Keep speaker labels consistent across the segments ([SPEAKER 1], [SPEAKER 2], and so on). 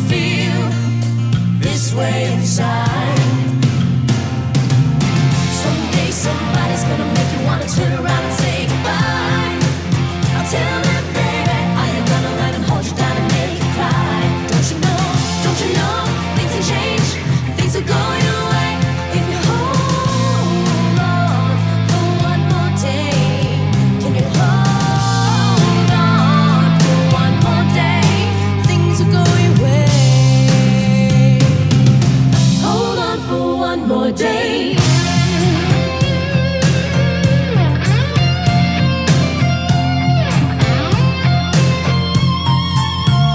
[SPEAKER 1] Hmm, this way inside. Someday somebody's gonna make you wanna turn around and say goodbye. I'll tell them, baby, are you gonna let him hold you down and make you cry? Don't you know? Don't you know? Things can change. Things are going away. If you hold on for one more day, can you hold on for one more day? Things are going away. Hold on for one more day.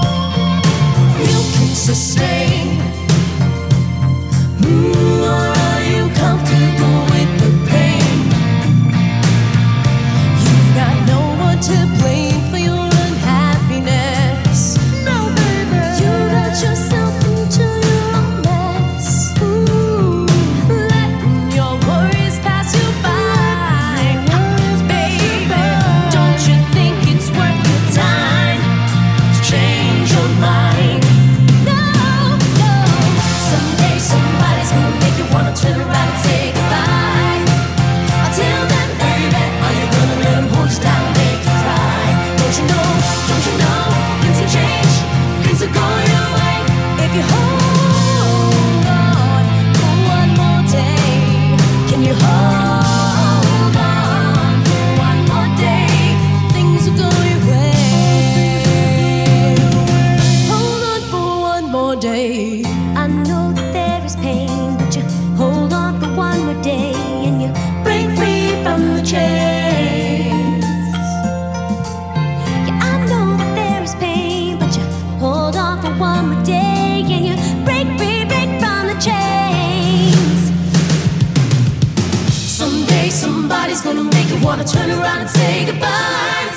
[SPEAKER 1] You can sustain. Mm, or are you comfortable with the pain? You've got no one to blame for your unhappiness. No, baby. You got yourself into your own mess. Ooh, letting your worries pass you by, baby. Don't you think it's worth your time to change your mind? No, no. Someday somebody's gonna make you wanna turn around and say goodbye. Until then, baby, are you gonna let 'em hold you down and make you cry? Don't you know? Don't you know? Things can change. Things are going away. If you hold on for one more day, can you hold on for one more day? Things are going away. Hold on for one more day. I know that there is pain, but you hold on for one more day and you break free from the chains. Yeah, I know that there is pain, but you hold on for one more day and you break free, break from the chains. Someday somebody's gonna make you wanna turn around and say goodbye.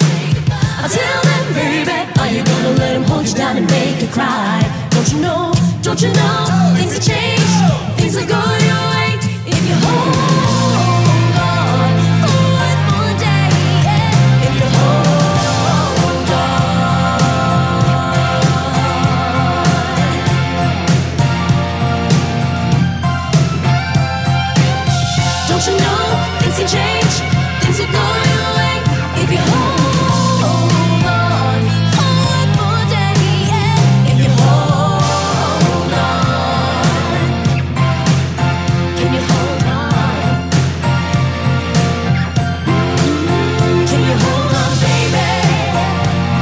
[SPEAKER 1] I tell them, baby, are you gonna let him hold you down and make you cry? Don't you know? Don't you know? Things have changed. Things are going your way. If you hold on for one more day, yeah. if you hold on. Don't you know things can change? Things are going away if you hold on. Hold more day, yeah. If you hold on, can you hold on? Can you hold on, baby?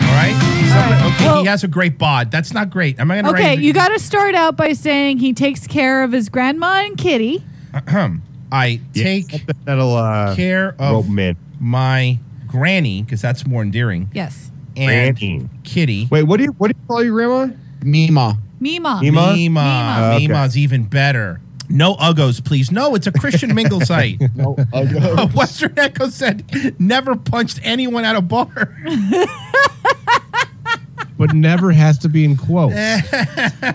[SPEAKER 2] All right. Somebody- okay,
[SPEAKER 3] well-
[SPEAKER 2] he has a great bod. That's not great. Am I gonna?
[SPEAKER 3] Okay,
[SPEAKER 2] write it-
[SPEAKER 3] you got to start out by saying he takes care of his grandma and kitty.
[SPEAKER 2] I take
[SPEAKER 4] That'll uh,
[SPEAKER 2] care
[SPEAKER 4] rope
[SPEAKER 2] of
[SPEAKER 4] 'em in.
[SPEAKER 2] my granny because that's more endearing.
[SPEAKER 3] Yes,
[SPEAKER 2] And
[SPEAKER 4] Granny.
[SPEAKER 2] Kitty.
[SPEAKER 4] Wait, what do you what do you call your grandma?
[SPEAKER 5] Mima.
[SPEAKER 3] Mima.
[SPEAKER 4] Mima?
[SPEAKER 2] Mima.
[SPEAKER 3] Mima.
[SPEAKER 4] Oh, okay.
[SPEAKER 2] Mima's even better. No uggos, please. No, it's a Christian mingle site.
[SPEAKER 5] No, I
[SPEAKER 2] A
[SPEAKER 5] go.
[SPEAKER 2] Western Echo said never punched anyone at a bar.
[SPEAKER 6] but never has to be in quotes.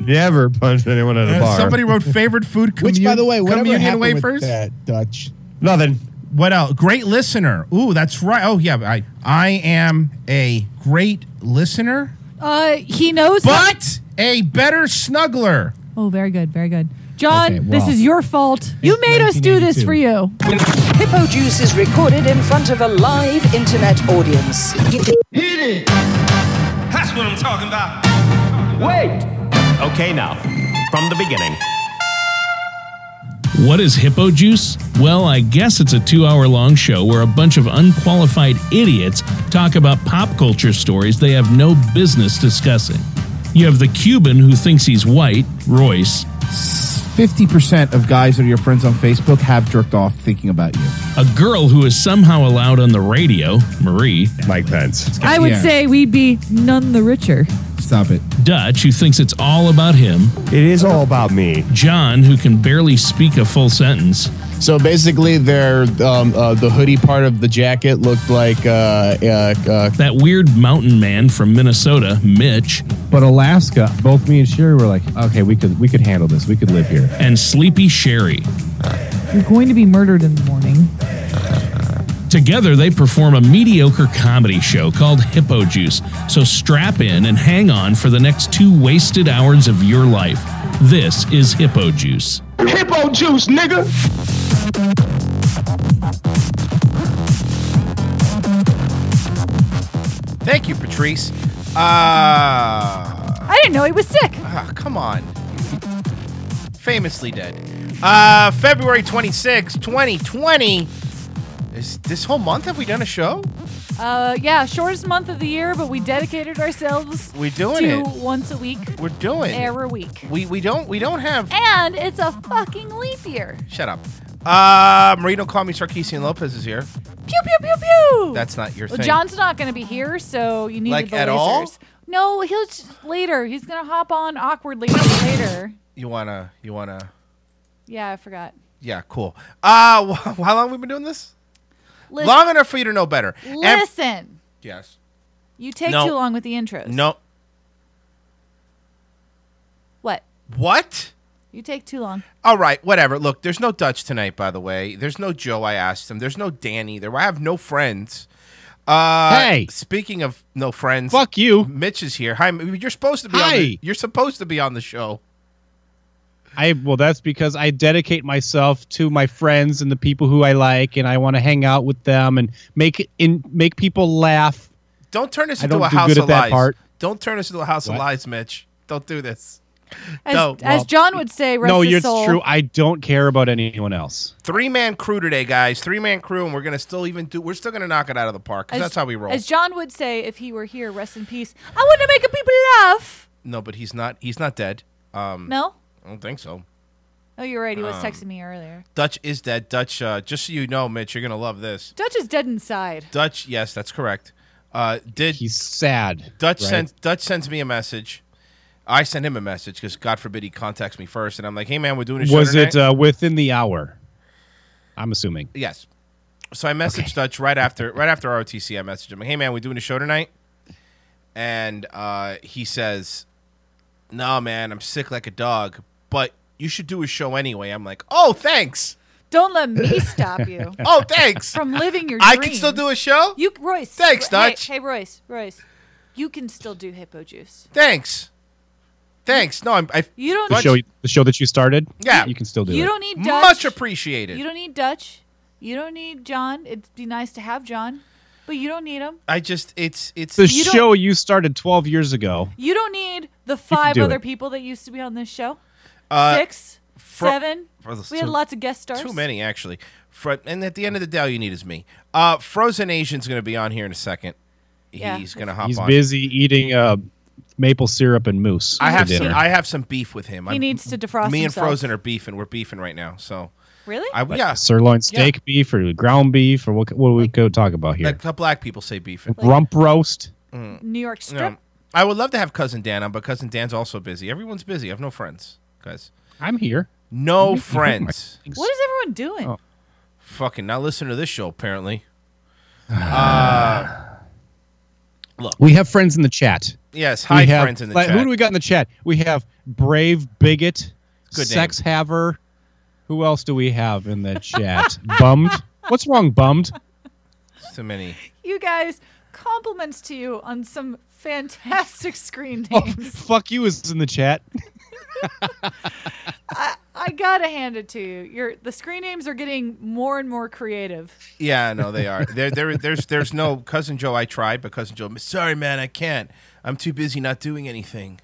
[SPEAKER 4] Never punched anyone at a bar.
[SPEAKER 2] Uh, Somebody wrote favorite food commu-
[SPEAKER 5] Which, by the way, whatever
[SPEAKER 2] communion
[SPEAKER 5] happened
[SPEAKER 2] wafers.
[SPEAKER 5] with that Dutch?
[SPEAKER 4] Nothing.
[SPEAKER 2] What else? Great listener. Ooh, that's right. Oh yeah, I I am a great listener,
[SPEAKER 3] Uh, he knows.
[SPEAKER 2] but a better snuggler.
[SPEAKER 3] oh, very good, very good. John,
[SPEAKER 6] Okay,
[SPEAKER 3] this
[SPEAKER 6] well,
[SPEAKER 3] is your fault. You made us do this
[SPEAKER 6] 1982.
[SPEAKER 3] for you.
[SPEAKER 7] Hippo Juice is recorded in front of a live internet audience.
[SPEAKER 8] That's what I'm talking about.
[SPEAKER 9] Okay, now, from the beginning.
[SPEAKER 10] What is Hippo Juice? Well, I guess it's a two hour long show where a bunch of unqualified idiots talk about pop culture stories they have no business discussing. You have the Cuban who thinks he's white, Royce,
[SPEAKER 11] Fifty percent of guys that are your friends on Facebook have jerked off thinking about you.
[SPEAKER 10] a girl who is somehow allowed on the radio, Marie,
[SPEAKER 4] Mike Pence.
[SPEAKER 3] I would
[SPEAKER 11] Yeah.
[SPEAKER 3] say we'd be none the richer.
[SPEAKER 11] Stop it.
[SPEAKER 10] Dutch, who thinks it's all about him,
[SPEAKER 8] It is all about me.
[SPEAKER 10] John, who can barely speak a full sentence,
[SPEAKER 12] So basically, their um, uh, the hoodie part of the jacket looked like uh, uh, uh,
[SPEAKER 10] that weird mountain man from Minnesota, Mitch,
[SPEAKER 6] But Alaska, both me and Sherry were like, okay, we could we could handle this. We could live here.
[SPEAKER 10] and Sleepy Sherry.
[SPEAKER 3] You're going to be murdered in the morning.
[SPEAKER 10] Together, they perform a mediocre comedy show called Hippo Juice. So strap in and hang on for the next two wasted hours of your life. This is Hippo Juice.
[SPEAKER 9] Hippo juice, nigga.
[SPEAKER 2] Thank you, Patrice. Uh,
[SPEAKER 3] I didn't know he was sick.
[SPEAKER 2] ah, come on. Famously dead. Uh, February 26, 2020. Is this whole month have we done a show?
[SPEAKER 3] Uh, yeah, shortest month of the year, but we dedicated ourselves
[SPEAKER 2] We're doing
[SPEAKER 3] to
[SPEAKER 2] it.
[SPEAKER 3] once a week,
[SPEAKER 2] We're doing. it.
[SPEAKER 3] every week.
[SPEAKER 2] We we don't we don't have
[SPEAKER 3] And it's a fucking leap year.
[SPEAKER 2] Shut up. Uh, Marino, call me Sarkeesian Lopez is here.
[SPEAKER 3] Pew pew pew pew.
[SPEAKER 2] That's not your
[SPEAKER 3] Well,
[SPEAKER 2] thing.
[SPEAKER 3] John's not going to be here, so you need
[SPEAKER 2] Like,
[SPEAKER 3] the
[SPEAKER 2] at
[SPEAKER 3] lasers.
[SPEAKER 2] all?
[SPEAKER 3] No, he'll just, later. He's going to hop on awkwardly later.
[SPEAKER 2] you wanna you wanna
[SPEAKER 3] Yeah, I forgot.
[SPEAKER 2] yeah cool. Uh, wh- how long have we been doing this?
[SPEAKER 3] Listen,
[SPEAKER 2] Long enough for you to know better. And-
[SPEAKER 3] listen.
[SPEAKER 2] yes.
[SPEAKER 3] you take
[SPEAKER 2] No.
[SPEAKER 3] too long with the intros.
[SPEAKER 2] No.
[SPEAKER 3] What?
[SPEAKER 2] What?
[SPEAKER 3] You take too long.
[SPEAKER 2] All right, whatever. Look, there's no Dutch tonight, by the way. There's no Joe. I asked him. There's no Danny. There, I have no friends. Uh,
[SPEAKER 4] Hey.
[SPEAKER 2] speaking of no friends,
[SPEAKER 4] Fuck you.
[SPEAKER 2] Mitch is here. Hi, M- you're supposed to be. On
[SPEAKER 4] Hi.
[SPEAKER 2] the, you're supposed to be on the show.
[SPEAKER 6] I well, that's because I dedicate myself to my friends and the people who I like, and I want to hang out with them and make in make people laugh.
[SPEAKER 2] Don't turn this
[SPEAKER 6] I
[SPEAKER 2] into
[SPEAKER 6] don't
[SPEAKER 2] a
[SPEAKER 6] do
[SPEAKER 2] house
[SPEAKER 6] good
[SPEAKER 2] of
[SPEAKER 6] at that
[SPEAKER 2] lies.
[SPEAKER 6] part.
[SPEAKER 2] Don't turn this into a house of
[SPEAKER 6] What?
[SPEAKER 2] lies, Mitch. Don't do this.
[SPEAKER 3] As,
[SPEAKER 2] No,
[SPEAKER 3] as
[SPEAKER 2] well,
[SPEAKER 3] John would say, rest
[SPEAKER 6] no,
[SPEAKER 3] his
[SPEAKER 6] it's
[SPEAKER 3] soul.
[SPEAKER 6] true. I don't care about anyone else.
[SPEAKER 2] Three man crew today, guys. Three man crew, and we're gonna still even do. We're still gonna knock it out of the park because
[SPEAKER 3] As-
[SPEAKER 2] that's how we roll.
[SPEAKER 3] As John would say, if he were here, rest in peace. I want to make a people laugh.
[SPEAKER 2] no, but he's not. He's not dead. Um,
[SPEAKER 3] No?
[SPEAKER 2] I don't think so.
[SPEAKER 3] Oh, you're right. He
[SPEAKER 2] Uh.
[SPEAKER 3] was texting me earlier.
[SPEAKER 2] Um, Dutch is dead. Dutch. Uh, just so you know, Mitch, you're gonna love this.
[SPEAKER 3] Dutch is dead inside.
[SPEAKER 2] Dutch, yes, that's correct. Uh, did
[SPEAKER 6] He's sad.
[SPEAKER 2] Dutch
[SPEAKER 6] right?
[SPEAKER 2] sends Dutch sends me a message? I send him a message because God forbid he contacts me first, and I'm like, "Hey man, we're doing a show
[SPEAKER 6] Was
[SPEAKER 2] tonight."
[SPEAKER 6] it uh, within the hour? I'm assuming.
[SPEAKER 2] yes. So I messaged Dutch right after right after ROTC. I messaged him, "Hey man, we're doing a show tonight," and uh, he says, "No man, I'm sick like a dog, but you should do a show anyway." I'm like, "Oh thanks,
[SPEAKER 3] Don't let me stop you
[SPEAKER 2] oh thanks,
[SPEAKER 3] from living your
[SPEAKER 2] I
[SPEAKER 3] dreams.
[SPEAKER 2] can still do a show.
[SPEAKER 3] You, Royce.
[SPEAKER 2] Thanks,
[SPEAKER 3] Ro- hey-
[SPEAKER 2] Dutch.
[SPEAKER 3] Hey, Royce. Royce. You can still do hippo juice.
[SPEAKER 2] thanks, thanks. No, I'm I,
[SPEAKER 3] You don't.
[SPEAKER 6] The
[SPEAKER 2] Dutch-
[SPEAKER 6] show, the show that you started.
[SPEAKER 2] Yeah.
[SPEAKER 6] you can still do
[SPEAKER 3] you
[SPEAKER 6] it.
[SPEAKER 3] don't need Dutch.
[SPEAKER 2] much appreciated."
[SPEAKER 3] You don't need Dutch. You don't need John. It'd be nice to have John, but you don't need him.
[SPEAKER 2] I just it's it's
[SPEAKER 6] the
[SPEAKER 3] you don't-
[SPEAKER 6] show you started 12 years ago.
[SPEAKER 3] You don't need the five
[SPEAKER 6] do
[SPEAKER 3] other
[SPEAKER 6] it.
[SPEAKER 3] people that used to be on this show.
[SPEAKER 2] uh,
[SPEAKER 3] Six,
[SPEAKER 2] fro-
[SPEAKER 3] seven.
[SPEAKER 2] Well, that's
[SPEAKER 3] We had
[SPEAKER 2] too-
[SPEAKER 3] lots of guest stars.
[SPEAKER 2] too many actually. Fro- and at the end of the day, all you need is me. Uh, Frozen Asian's going to be on here in a second.
[SPEAKER 3] Yeah.
[SPEAKER 2] He's going to hop
[SPEAKER 6] He's
[SPEAKER 2] on.
[SPEAKER 6] busy eating uh, maple syrup and mousse.
[SPEAKER 2] I
[SPEAKER 6] for
[SPEAKER 2] have some.
[SPEAKER 6] dinner.
[SPEAKER 2] I have some beef with him.
[SPEAKER 3] He needs to defrost
[SPEAKER 2] Me and
[SPEAKER 3] himself.
[SPEAKER 2] Frozen are beefing. We're beefing right now. So
[SPEAKER 3] Really?
[SPEAKER 2] I
[SPEAKER 6] Like
[SPEAKER 2] yeah.
[SPEAKER 6] sirloin steak beef or ground beef or what? What we go talk about here?
[SPEAKER 2] Like how black people say beefing.
[SPEAKER 6] Rump roast.
[SPEAKER 3] New York
[SPEAKER 2] Mm. Yeah.
[SPEAKER 3] Strip.
[SPEAKER 2] I would love to have cousin Dan on, but cousin Dan's also busy. Everyone's busy. I have no friends, guys.
[SPEAKER 6] I'm here.
[SPEAKER 2] No friends.
[SPEAKER 3] What is everyone doing?
[SPEAKER 6] Oh.
[SPEAKER 2] Fucking not listening to this show apparently. Uh,
[SPEAKER 6] We have friends in the chat.
[SPEAKER 2] Yes. Hi,
[SPEAKER 6] we have,
[SPEAKER 2] friends in the
[SPEAKER 6] like,
[SPEAKER 2] chat.
[SPEAKER 6] Who do we got in the chat? We have brave bigot,
[SPEAKER 2] Good name.
[SPEAKER 6] sex haver. Who else do we have in the chat? bummed. What's wrong, bummed?
[SPEAKER 2] Too many.
[SPEAKER 3] You guys, compliments to you on some fantastic screen
[SPEAKER 6] Oh,
[SPEAKER 3] names.
[SPEAKER 6] fuck you is in the chat.
[SPEAKER 3] I gotta hand it to you. Your the screen names are getting more and more creative.
[SPEAKER 2] Yeah, no, they are. there, there, there's, there's no cousin Joe. I tried, but cousin Joe, sorry, man, I can't. I'm too busy not doing anything.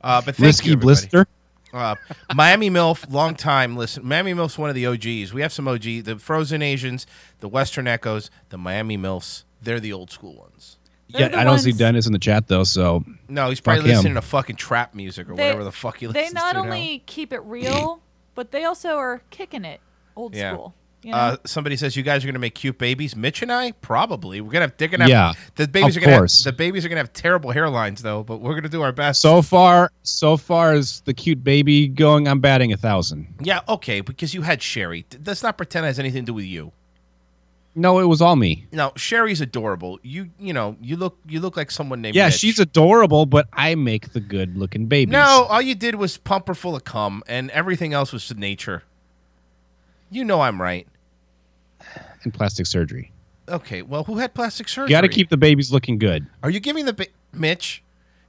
[SPEAKER 2] Uh, but thank
[SPEAKER 6] Risky
[SPEAKER 2] you, everybody.
[SPEAKER 6] blister.
[SPEAKER 2] Uh, Miami MILF, long time listen. Miami MILF's one of the OGs. We have some OG, the Frozen Asians, the Western Echoes, the Miami MILFs. They're the old school ones.
[SPEAKER 3] They're
[SPEAKER 6] Yeah,
[SPEAKER 3] the
[SPEAKER 6] I don't see
[SPEAKER 3] ones-
[SPEAKER 6] Dennis in the chat though. So
[SPEAKER 2] No, he's probably
[SPEAKER 6] Fuck him.
[SPEAKER 2] listening to fucking trap music or
[SPEAKER 3] They-
[SPEAKER 2] whatever the fuck he listens
[SPEAKER 3] They
[SPEAKER 2] to.
[SPEAKER 3] not
[SPEAKER 2] now.
[SPEAKER 3] only keep it real, but they also are kicking it old
[SPEAKER 2] Yeah.
[SPEAKER 3] school. You know?
[SPEAKER 2] Uh, somebody says you guys are going to make cute babies. Mitch and I probably we're gonna have. They're gonna have,
[SPEAKER 6] Yeah,
[SPEAKER 2] The babies
[SPEAKER 6] of
[SPEAKER 2] are gonna
[SPEAKER 6] course.
[SPEAKER 2] Have, the babies are gonna have terrible hairlines though, but we're gonna do our best.
[SPEAKER 6] So far, so far as the cute baby going, I'm batting a thousand.
[SPEAKER 2] yeah, okay, because you had Sherry. Th- Let's not pretend it has anything to do with you.
[SPEAKER 6] No, it was all me.
[SPEAKER 2] Now Sherry's adorable. You you know you look you look like someone named
[SPEAKER 6] Yeah,
[SPEAKER 2] Mitch.
[SPEAKER 6] she's adorable, but I make the good looking babies.
[SPEAKER 2] No, all you did was pump her full of cum, and everything else was nature. You know I'm right.
[SPEAKER 6] and plastic surgery.
[SPEAKER 2] Okay, well, who had plastic surgery?
[SPEAKER 6] You got to keep the babies looking good.
[SPEAKER 2] Are you giving the ba- Mitch?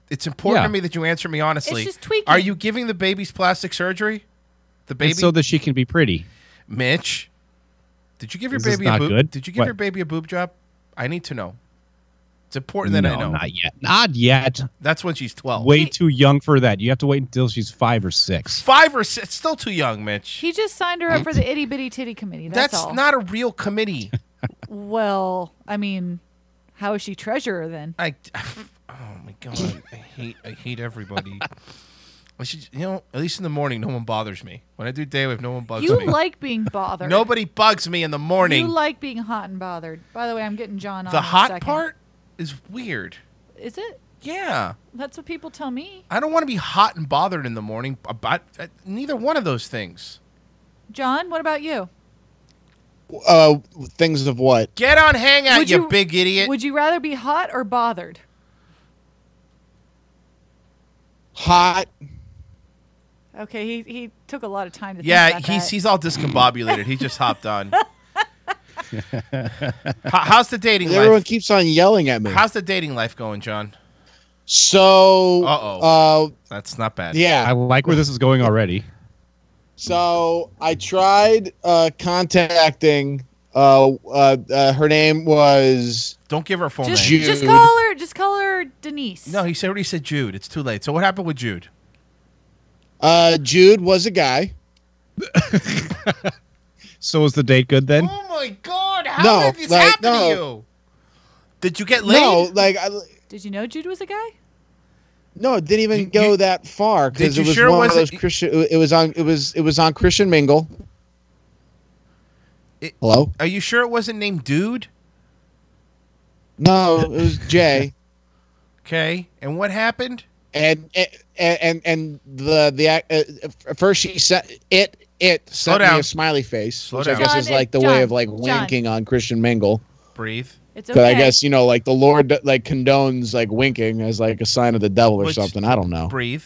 [SPEAKER 2] It's important
[SPEAKER 6] Yeah.
[SPEAKER 2] to me that you answer me honestly.
[SPEAKER 3] It's just tweaking.
[SPEAKER 2] Are you giving the baby's plastic surgery? The
[SPEAKER 6] And
[SPEAKER 2] baby,
[SPEAKER 6] so that she can be pretty.
[SPEAKER 2] Mitch. Did you give your
[SPEAKER 6] Is this
[SPEAKER 2] baby a
[SPEAKER 6] not
[SPEAKER 2] boob?
[SPEAKER 6] good?
[SPEAKER 2] Did you give
[SPEAKER 6] What?
[SPEAKER 2] your baby a boob job? I need to know. It's important that
[SPEAKER 6] no,
[SPEAKER 2] I know.
[SPEAKER 6] not yet. Not yet.
[SPEAKER 2] That's when she's twelve.
[SPEAKER 6] Way too young for that. You have to wait until she's five or six.
[SPEAKER 2] Five or six, still too young, Mitch.
[SPEAKER 3] He just signed her up for the itty bitty titty committee. That's,
[SPEAKER 2] That's,
[SPEAKER 3] all.
[SPEAKER 2] not a real committee.
[SPEAKER 3] Well, I mean, how is she treasurer then?
[SPEAKER 2] I, oh my god, I hate I hate everybody. I should, you know, at least in the morning, no one bothers me. When I do day with, no one bugs
[SPEAKER 3] You
[SPEAKER 2] me.
[SPEAKER 3] like being bothered.
[SPEAKER 2] Nobody bugs me in the morning.
[SPEAKER 3] You like being hot and bothered. By the way, I'm getting John on
[SPEAKER 2] the
[SPEAKER 3] in a
[SPEAKER 2] hot
[SPEAKER 3] second.
[SPEAKER 2] part is weird.
[SPEAKER 3] is it?
[SPEAKER 2] Yeah,
[SPEAKER 3] That's what people tell me.
[SPEAKER 2] I don't want to be hot and bothered in the morning about uh, neither one of those things.
[SPEAKER 3] John, what about you?
[SPEAKER 5] Uh, things of what?
[SPEAKER 2] Get on Hangout,
[SPEAKER 3] Would
[SPEAKER 2] you,
[SPEAKER 3] you-
[SPEAKER 2] big idiot.
[SPEAKER 3] Would you rather be hot or bothered?
[SPEAKER 5] Hot.
[SPEAKER 3] Okay, he, he took a lot of time to
[SPEAKER 2] yeah,
[SPEAKER 3] think about
[SPEAKER 2] he's
[SPEAKER 3] that.
[SPEAKER 2] he's all discombobulated. he just hopped on. How- how's the dating
[SPEAKER 5] Everyone
[SPEAKER 2] life?
[SPEAKER 5] keeps on yelling at me.
[SPEAKER 2] How's the dating life going, John?
[SPEAKER 5] So,
[SPEAKER 2] Uh-oh.
[SPEAKER 5] uh,
[SPEAKER 2] That's not bad.
[SPEAKER 5] yeah.
[SPEAKER 6] I like where this is going already.
[SPEAKER 5] So I tried uh, contacting. Uh, uh, uh, her name was
[SPEAKER 2] Don't give her a phone
[SPEAKER 3] just,
[SPEAKER 2] name.
[SPEAKER 3] just
[SPEAKER 5] Jude.
[SPEAKER 3] call her just call her Denise.
[SPEAKER 2] No, he said- already said Jude. It's too late. So what happened with Jude?
[SPEAKER 5] uh, Jude. Was a guy.
[SPEAKER 6] So is the date good then?
[SPEAKER 2] Oh my god! How
[SPEAKER 5] No,
[SPEAKER 2] did this
[SPEAKER 5] Oh, like,
[SPEAKER 2] happen
[SPEAKER 5] no.
[SPEAKER 2] to you? Did you get laid?
[SPEAKER 5] No, like I,
[SPEAKER 3] Did you know Jude was a guy?
[SPEAKER 5] no, it didn't even
[SPEAKER 2] You-
[SPEAKER 5] go
[SPEAKER 2] you-
[SPEAKER 5] that far because
[SPEAKER 2] Did you
[SPEAKER 5] it was
[SPEAKER 2] sure
[SPEAKER 5] one of
[SPEAKER 2] wasn't-
[SPEAKER 5] those Christian. It was on. It was. It was on Christian Mingle.
[SPEAKER 2] It-
[SPEAKER 5] Hello.
[SPEAKER 2] Are you sure it wasn't named Dude?
[SPEAKER 5] No, it was Jay.
[SPEAKER 2] Okay. And what happened?
[SPEAKER 5] and and and, and the the uh, uh, first she sent it it
[SPEAKER 2] Slow
[SPEAKER 5] sent
[SPEAKER 2] down.
[SPEAKER 5] me a smiley face,
[SPEAKER 2] Slow
[SPEAKER 5] which
[SPEAKER 2] down.
[SPEAKER 5] I guess
[SPEAKER 3] John,
[SPEAKER 5] is like the
[SPEAKER 3] it-
[SPEAKER 5] way
[SPEAKER 3] John,
[SPEAKER 5] of like
[SPEAKER 3] John.
[SPEAKER 5] winking on Christian Mingle.
[SPEAKER 2] Breathe.
[SPEAKER 3] It's
[SPEAKER 5] But
[SPEAKER 3] okay.
[SPEAKER 5] I guess you know, like the Lord like condones like winking as like a sign of the devil or
[SPEAKER 2] Which-
[SPEAKER 5] something. I don't know.
[SPEAKER 2] Breathe.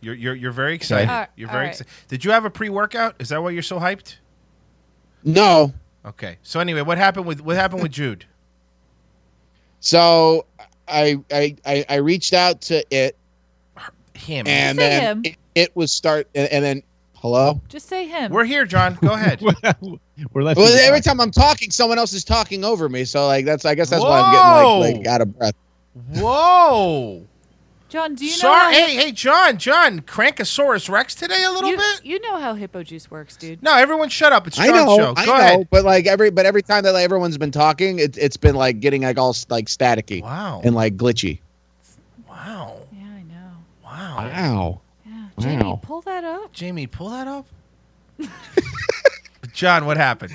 [SPEAKER 2] You're you're you're very excited.
[SPEAKER 3] All right,
[SPEAKER 2] You're
[SPEAKER 3] all
[SPEAKER 2] very
[SPEAKER 3] right.
[SPEAKER 2] excited. Did you have a pre-workout? Is that why you're so hyped?
[SPEAKER 5] No,
[SPEAKER 2] Okay. So anyway, what happened with what happened with Jude?
[SPEAKER 5] so I I I, I reached out to it,
[SPEAKER 2] Him.
[SPEAKER 5] and
[SPEAKER 3] say
[SPEAKER 5] then
[SPEAKER 3] him.
[SPEAKER 5] it, it was start, and, and then hello.
[SPEAKER 3] Just say him.
[SPEAKER 2] We're here, John. Go ahead.
[SPEAKER 6] We're left.
[SPEAKER 5] Well, every time I'm talking, someone else is talking over me. So like that's I guess that's why
[SPEAKER 2] Whoa!
[SPEAKER 5] I'm getting like, like out of breath.
[SPEAKER 2] Whoa.
[SPEAKER 3] John, do you know
[SPEAKER 2] Sorry.
[SPEAKER 3] how
[SPEAKER 2] Hey, hey, John, John. Crankosaurus Rex today a little
[SPEAKER 3] you,
[SPEAKER 2] bit.
[SPEAKER 3] you know how hippo juice works, dude.
[SPEAKER 2] No, everyone, shut up. It's
[SPEAKER 5] I
[SPEAKER 2] John's
[SPEAKER 5] know,
[SPEAKER 2] show. Go
[SPEAKER 5] I know,
[SPEAKER 2] ahead.
[SPEAKER 5] but like every but every time that like, everyone's been talking, it, it's been like getting like all s- like staticky
[SPEAKER 2] Wow.
[SPEAKER 5] and like glitchy.
[SPEAKER 2] wow.
[SPEAKER 3] Yeah, I know.
[SPEAKER 2] Wow.
[SPEAKER 5] Wow.
[SPEAKER 3] Yeah. Jamie,
[SPEAKER 5] Wow.
[SPEAKER 3] pull that up.
[SPEAKER 2] Jamie, pull that up. John, what happened?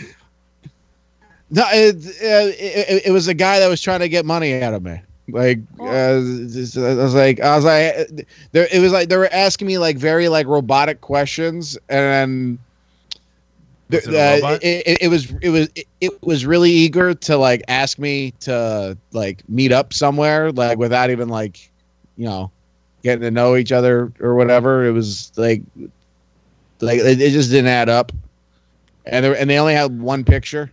[SPEAKER 5] No, it, uh, it, it, it was a guy that was trying to get money out of me. Like uh, this- I was like I was like uh, there it was like they were asking me like very like robotic questions and
[SPEAKER 2] Was it a
[SPEAKER 5] uh,
[SPEAKER 2] robot?
[SPEAKER 5] it, it, it was it was it, it was really eager to like ask me to like meet up somewhere like without even like you know getting to know each other or whatever it was like like it, it just didn't add up and there, and they only had one picture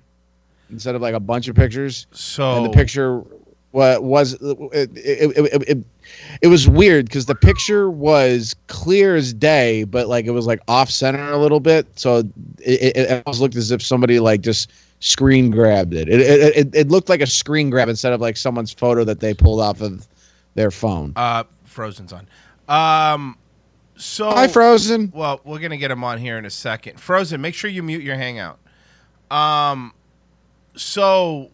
[SPEAKER 5] instead of like a bunch of pictures
[SPEAKER 2] So
[SPEAKER 5] and the picture wa- was it it, it, it, it, it was weird because the picture was clear as day but like it was like off center a little bit so it, it, it almost looked as if somebody like just screen grabbed it. It, it it it looked like a screen grab instead of like someone's photo that they pulled off of their phone
[SPEAKER 2] Uh, Frozen's on. Um, so
[SPEAKER 5] hi frozen
[SPEAKER 2] Well, we're gonna get him on here in a second. Frozen, make sure you mute your hangout. Um, so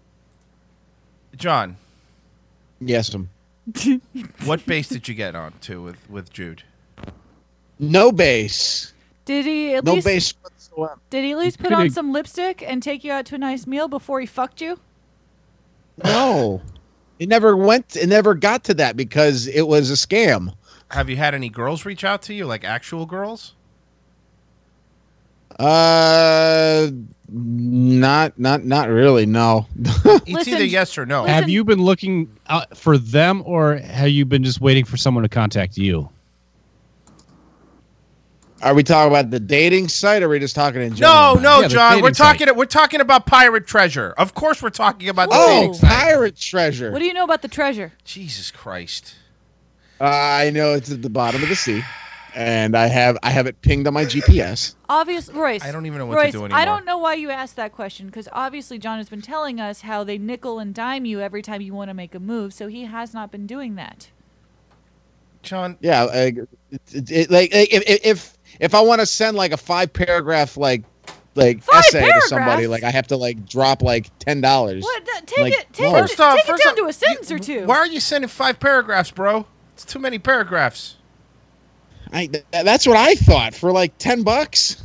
[SPEAKER 2] John,
[SPEAKER 5] yes um,
[SPEAKER 2] what base did you get on to with with Jude?
[SPEAKER 5] no base
[SPEAKER 3] Did he at
[SPEAKER 5] no
[SPEAKER 3] least
[SPEAKER 5] base whatsoever.
[SPEAKER 3] Did he at least put
[SPEAKER 5] Coulda-
[SPEAKER 3] on some lipstick and take you out to a nice meal before he fucked you?
[SPEAKER 5] No, it never went. It never got to that because it was a scam.
[SPEAKER 2] Have you had any girls reach out to you, like actual girls?
[SPEAKER 5] Uh, not, not, not really. No.
[SPEAKER 2] It's either yes or no.
[SPEAKER 6] Have you been looking out for them, or have you been just waiting for someone to contact you?
[SPEAKER 5] Are we talking about the dating site? Or are we just talking in
[SPEAKER 2] No,
[SPEAKER 5] general?
[SPEAKER 2] no, John. We're talking. We're talking about pirate treasure. Of course, we're talking about the
[SPEAKER 5] Oh,
[SPEAKER 2] dating site.
[SPEAKER 5] pirate treasure.
[SPEAKER 3] What do you know about the treasure?
[SPEAKER 2] Jesus Christ.
[SPEAKER 5] Uh, I know it's at the bottom of the sea, and I have I have it pinged on my GPS.
[SPEAKER 3] Obvious, Royce.
[SPEAKER 5] I don't even know what to
[SPEAKER 3] Royce,
[SPEAKER 5] do
[SPEAKER 3] I
[SPEAKER 5] anymore.
[SPEAKER 3] don't know why you asked that question because obviously John has been telling us how they nickel and dime you every time you want to make a move, so he has not been doing that.
[SPEAKER 2] John.
[SPEAKER 5] Yeah, like, it, it, it- like like, if if- if if I want to send like a five paragraph like like essay to somebody,
[SPEAKER 3] paragraphs?
[SPEAKER 5] like I have to like drop like ten dollars.
[SPEAKER 3] What? D- Take
[SPEAKER 5] Like,
[SPEAKER 3] it. Take,
[SPEAKER 5] no.
[SPEAKER 3] it,
[SPEAKER 5] First
[SPEAKER 3] take
[SPEAKER 2] off-
[SPEAKER 3] it
[SPEAKER 2] first
[SPEAKER 3] down
[SPEAKER 2] off,
[SPEAKER 3] to a sentence or two.
[SPEAKER 2] Why are you sending five paragraphs, bro? It's too many paragraphs.
[SPEAKER 5] I, th- that's what I thought for like ten bucks.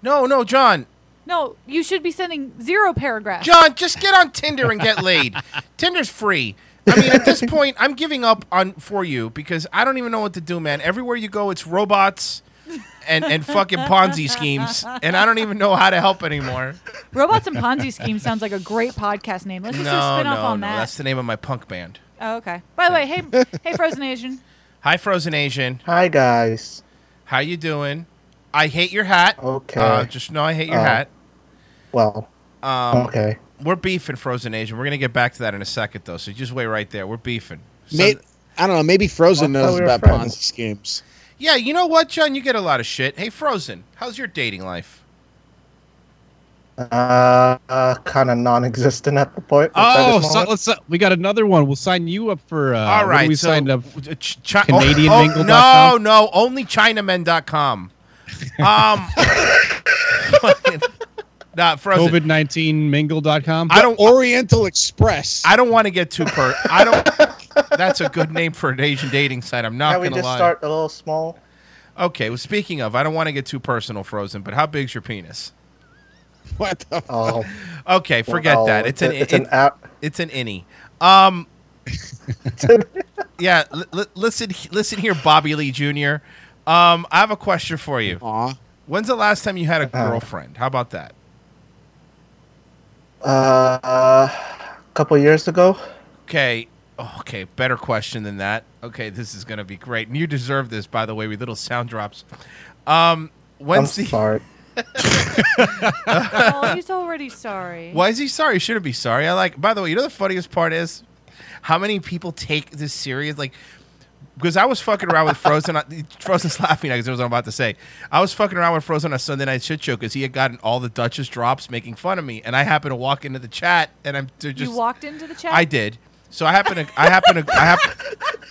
[SPEAKER 2] No, no, John.
[SPEAKER 3] No, you should be sending zero paragraphs.
[SPEAKER 2] John, just get on Tinder and get laid. Tinder's free. I mean, at this point, I'm giving up on for you because I don't even know what to do, man. Everywhere you go, it's robots and and fucking Ponzi schemes, and I don't even know how to help anymore.
[SPEAKER 3] Robots and Ponzi scheme sounds like a great podcast name. Let's
[SPEAKER 2] No,
[SPEAKER 3] just
[SPEAKER 2] no,
[SPEAKER 3] do a spin off
[SPEAKER 2] no.
[SPEAKER 3] on that.
[SPEAKER 2] That's the name of my punk band.
[SPEAKER 3] Oh, okay. By the way, hey, hey, Frozen Asian.
[SPEAKER 2] Hi, Frozen Asian. Hi, guys. How you doing? I hate your hat. Okay. Uh, just know I hate your
[SPEAKER 8] Oh.
[SPEAKER 2] hat.
[SPEAKER 8] Well,
[SPEAKER 2] Um,
[SPEAKER 8] Okay.
[SPEAKER 2] We're beefing Frozen Asian. We're gonna get back to that in a second, though. So just wait right there. We're beefing. So-
[SPEAKER 5] May- I don't know. Maybe Frozen
[SPEAKER 2] Well, I thought
[SPEAKER 5] knows
[SPEAKER 2] we were
[SPEAKER 5] about
[SPEAKER 2] friends.
[SPEAKER 5] Ponzi schemes.
[SPEAKER 2] yeah, you know what, John? You get a lot of shit. Hey, Frozen, how's your dating life?
[SPEAKER 8] uh, uh kind of non-existent at the point. at
[SPEAKER 6] Oh,
[SPEAKER 8] this
[SPEAKER 6] so
[SPEAKER 8] moment.
[SPEAKER 6] let's uh, we got another one. We'll sign you up for. Uh,
[SPEAKER 2] All
[SPEAKER 6] what
[SPEAKER 2] right,
[SPEAKER 6] we
[SPEAKER 2] so-
[SPEAKER 6] signed up.
[SPEAKER 2] Ch- Chi- oh, oh, no,
[SPEAKER 6] CanadianMingle.com?
[SPEAKER 2] no, only Chinamen.com. Um, not Frozen.
[SPEAKER 6] COVID nineteen mingle.com.
[SPEAKER 2] I don't
[SPEAKER 5] Oriental Express.
[SPEAKER 2] I don't want to get too per. I don't. that's a good name for an Asian dating site. I'm not
[SPEAKER 8] Can we
[SPEAKER 2] gonna
[SPEAKER 8] just
[SPEAKER 2] lie.
[SPEAKER 8] start a little small?
[SPEAKER 2] Okay. Well, speaking of, I don't want to get too personal, Frozen. But how big's your penis?
[SPEAKER 5] What the?
[SPEAKER 8] Oh,
[SPEAKER 2] Okay, forget
[SPEAKER 8] Wow,
[SPEAKER 2] that. It's,
[SPEAKER 8] it's
[SPEAKER 2] an
[SPEAKER 8] a- it's an
[SPEAKER 2] it-
[SPEAKER 8] app.
[SPEAKER 2] It's an innie. Um, yeah. L- l- listen, listen here, Bobby Lee Jr. Um, I have a question for you. When's the last time you had a
[SPEAKER 8] Uh-huh.
[SPEAKER 2] girlfriend? How about that?
[SPEAKER 8] uh, a couple years ago.
[SPEAKER 2] Okay. Oh, Okay. Better question than that. Okay. This is gonna be great, and you deserve this, by the way, with little sound drops. Um, when's
[SPEAKER 8] I'm
[SPEAKER 2] the?
[SPEAKER 8] sorry.
[SPEAKER 3] oh, he's already sorry.
[SPEAKER 2] Why is he sorry? He shouldn't be sorry. I like. By the way, you know the funniest part is how many people take this serious. Like, because I was fucking around with Frozen. on- Frozen's laughing because I was about to say. I was fucking around with Frozen on a Sunday night shit show because he had gotten all the Duchess drops making fun of me, and I happened to walk into the chat, and I'm they're just.
[SPEAKER 3] you walked into the chat.
[SPEAKER 2] I did. So I happen to. I happen to. I happen.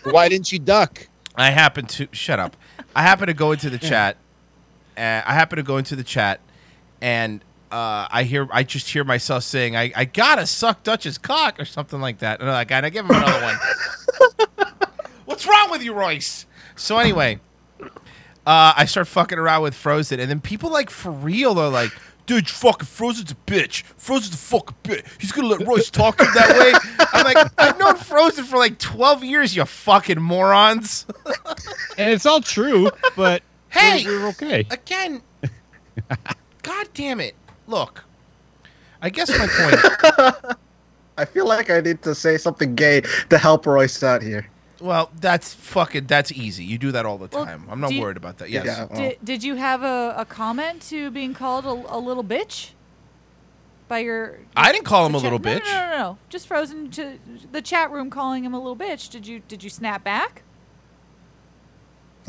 [SPEAKER 5] Why didn't you duck?
[SPEAKER 2] I happen to shut up. I happen to go into the chat. And I happen to go into the chat, and uh, I hear. I just hear myself saying, "I, I gotta suck Dutch's cock" or something like that. And I gotta give him another one. What's wrong with you, Royce? So anyway, uh, I start fucking around with Frozen, and then people like for real they are like, "Dude, fucking Frozen's a bitch. Frozen's a fucking bitch. He's gonna let Royce talk to him that way." I'm like, "I've known Frozen for like 12 years, you fucking morons."
[SPEAKER 6] and it's all true, but
[SPEAKER 2] hey,
[SPEAKER 6] we're, we're okay.
[SPEAKER 2] Again, God damn it! Look, I guess my point.
[SPEAKER 8] I feel like I need to say something gay to help Royce out here.
[SPEAKER 2] Well, that's fucking. That's easy. You do that all the
[SPEAKER 3] Well,
[SPEAKER 2] time. I'm not
[SPEAKER 3] do you-
[SPEAKER 2] worried about that. Yes.
[SPEAKER 3] Did, did you have a, a comment to being called a, a little bitch by your?
[SPEAKER 2] I didn't call him a
[SPEAKER 3] the
[SPEAKER 2] little
[SPEAKER 3] chat- no, No,
[SPEAKER 2] bitch.
[SPEAKER 3] no, no, no. Just frozen to the chat room calling him a little bitch. Did you did you snap back?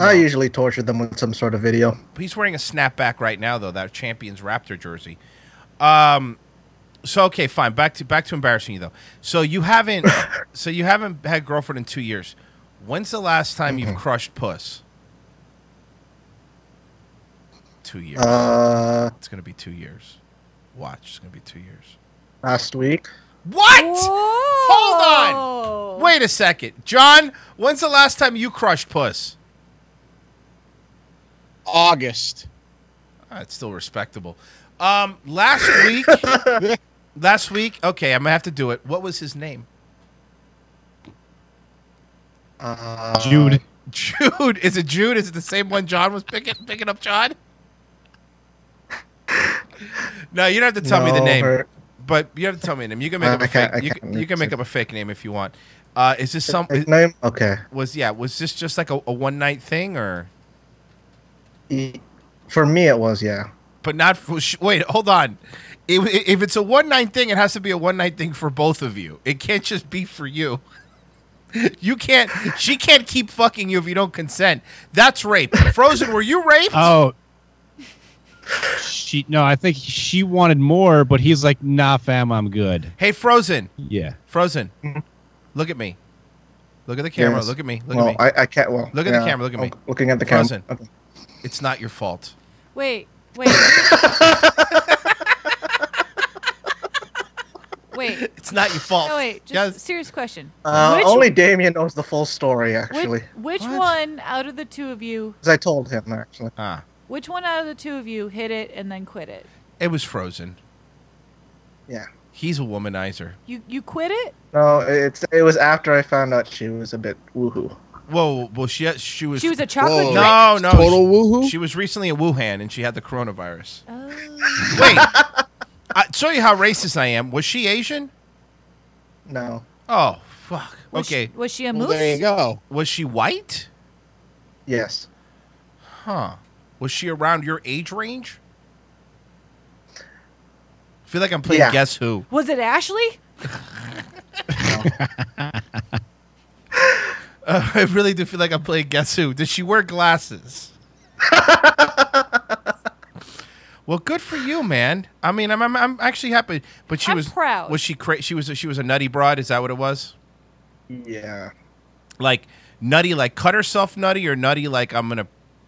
[SPEAKER 8] I usually torture them with some sort of video.
[SPEAKER 2] He's wearing a snapback right now, though. That Champions Raptor jersey. Um. So okay, fine. Back to back to embarrassing you though. So you haven't. so you haven't had girlfriend in two years. When's the last time
[SPEAKER 8] Mm-hmm.
[SPEAKER 2] you've crushed puss? Two years.
[SPEAKER 8] Uh,
[SPEAKER 2] it's gonna be two years. Watch. It's gonna be two years.
[SPEAKER 8] Last week.
[SPEAKER 2] What? Hold on. Wait a second. John, when's the last time you crushed puss?
[SPEAKER 5] August.
[SPEAKER 2] Ah, it's still respectable. Um, last week, last week. Okay, I'm gonna have to do it. What was his name?
[SPEAKER 9] Oh,
[SPEAKER 2] Uh,
[SPEAKER 6] Jude.
[SPEAKER 2] Jude. Is it Jude? Is it the same one John was picking picking up? John. No, you don't have to tell me the
[SPEAKER 8] No,
[SPEAKER 2] name.
[SPEAKER 8] her-
[SPEAKER 2] But you don't have to tell me the name. You can make
[SPEAKER 8] I-
[SPEAKER 2] up
[SPEAKER 8] I
[SPEAKER 2] a
[SPEAKER 8] can't-
[SPEAKER 2] fake.
[SPEAKER 8] I
[SPEAKER 2] You
[SPEAKER 8] can't
[SPEAKER 2] can, you can make up a fake name if you want. Uh, is this some
[SPEAKER 8] Fake name? Okay.
[SPEAKER 2] Was yeah? Was this just like a, a one night thing or?
[SPEAKER 8] E- For me, it was yeah.
[SPEAKER 2] but not for, sh- wait hold on if, if it's a one night thing it has to be a one night thing for both of you it can't just be for you you can't she can't keep fucking you if you don't consent that's rape frozen were you raped
[SPEAKER 6] Oh. She no, I think she wanted more, but he's like, nah, fam, I'm good.
[SPEAKER 2] hey frozen
[SPEAKER 6] Yeah.
[SPEAKER 2] frozen look at me look at the camera
[SPEAKER 8] Yes.
[SPEAKER 2] look at me look
[SPEAKER 8] well,
[SPEAKER 2] at me
[SPEAKER 8] I, I can't. Well,
[SPEAKER 2] look at
[SPEAKER 8] yeah,
[SPEAKER 2] the camera look at me
[SPEAKER 8] I'm Looking at the
[SPEAKER 2] frozen
[SPEAKER 8] camera. Okay.
[SPEAKER 2] it's not your fault
[SPEAKER 3] Wait, wait. wait.
[SPEAKER 2] It's not your fault.
[SPEAKER 3] No, wait. Just serious question.
[SPEAKER 8] Uh,
[SPEAKER 3] which
[SPEAKER 8] only Damien knows the full story, actually.
[SPEAKER 3] which, which one out of the two of you?
[SPEAKER 8] As I told him, actually.
[SPEAKER 2] Ah.
[SPEAKER 3] Which one out of the two of you hit it and then quit it?
[SPEAKER 2] it was frozen
[SPEAKER 8] Yeah.
[SPEAKER 2] he's a womanizer
[SPEAKER 3] You you quit it?
[SPEAKER 8] No, it's it was after I found out she was a bit woohoo.
[SPEAKER 2] Whoa, well, she she was
[SPEAKER 3] She was a chocolate Whoa. drink?
[SPEAKER 2] No, no,
[SPEAKER 8] Total
[SPEAKER 2] woohoo. She was recently in Wuhan and she had the coronavirus.
[SPEAKER 3] Oh.
[SPEAKER 2] Wait, I show you how racist I am. Was she Asian?
[SPEAKER 8] No.
[SPEAKER 2] Oh fuck.
[SPEAKER 3] Was
[SPEAKER 2] okay.
[SPEAKER 3] she- was she a Well, moose? there you
[SPEAKER 2] go. Was she white?
[SPEAKER 8] Yes.
[SPEAKER 2] Huh. Was she around your age range? I feel like I'm playing
[SPEAKER 3] Yeah.
[SPEAKER 2] Guess Who.
[SPEAKER 3] Was it Ashley?
[SPEAKER 2] Uh, I really do feel like I'm playing Guess Who. Did she wear glasses? well, good for you, man. I mean, I'm I'm, I'm actually happy. But she
[SPEAKER 3] I'm
[SPEAKER 2] was
[SPEAKER 3] proud.
[SPEAKER 2] Was she cra- She was a, she was a nutty broad. Is that what it was?
[SPEAKER 8] Yeah.
[SPEAKER 2] Like nutty, like cut herself nutty, or nutty, like I'm gonna,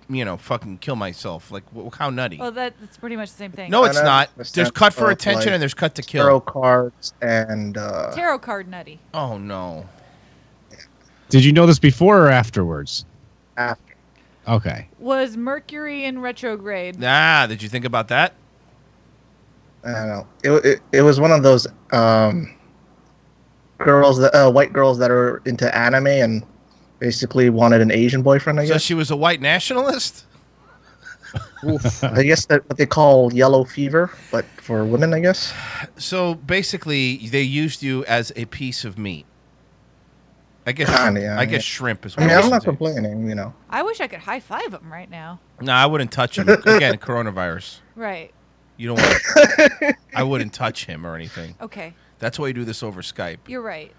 [SPEAKER 2] you know, fucking kill myself. Like wh- how nutty?
[SPEAKER 3] Well, that, that's pretty much the same thing.
[SPEAKER 2] No, it's not.
[SPEAKER 8] Understand
[SPEAKER 2] There's cut for
[SPEAKER 8] both,
[SPEAKER 2] attention
[SPEAKER 8] like,
[SPEAKER 2] and there's cut to kill.
[SPEAKER 8] Tarot cards and uh,
[SPEAKER 3] Tarot card nutty.
[SPEAKER 2] Oh no.
[SPEAKER 6] Did you know this before or afterwards?
[SPEAKER 8] After.
[SPEAKER 6] Okay.
[SPEAKER 3] Was Mercury in retrograde?
[SPEAKER 2] Ah, did you think about that?
[SPEAKER 8] I don't know. It, it, it was one of those um, girls that uh, white girls that are into anime and basically wanted an Asian boyfriend. I
[SPEAKER 2] So
[SPEAKER 8] guess.
[SPEAKER 2] she was a white nationalist.
[SPEAKER 8] I guess that what they call yellow fever, but for women, I guess.
[SPEAKER 2] So basically, they used you as a piece of meat. I guess.
[SPEAKER 8] Kinda, Ah, yeah,
[SPEAKER 2] I guess
[SPEAKER 8] yeah.
[SPEAKER 2] shrimp is.
[SPEAKER 8] I mean,
[SPEAKER 2] what it
[SPEAKER 8] I'm
[SPEAKER 2] is.
[SPEAKER 8] not complaining. You know.
[SPEAKER 3] I wish I could high five him right now.
[SPEAKER 2] No, I wouldn't touch him. Again, coronavirus.
[SPEAKER 3] Right.
[SPEAKER 2] You don't want. I wouldn't touch him or anything.
[SPEAKER 3] Okay.
[SPEAKER 2] That's why you do this over Skype.
[SPEAKER 3] You're right.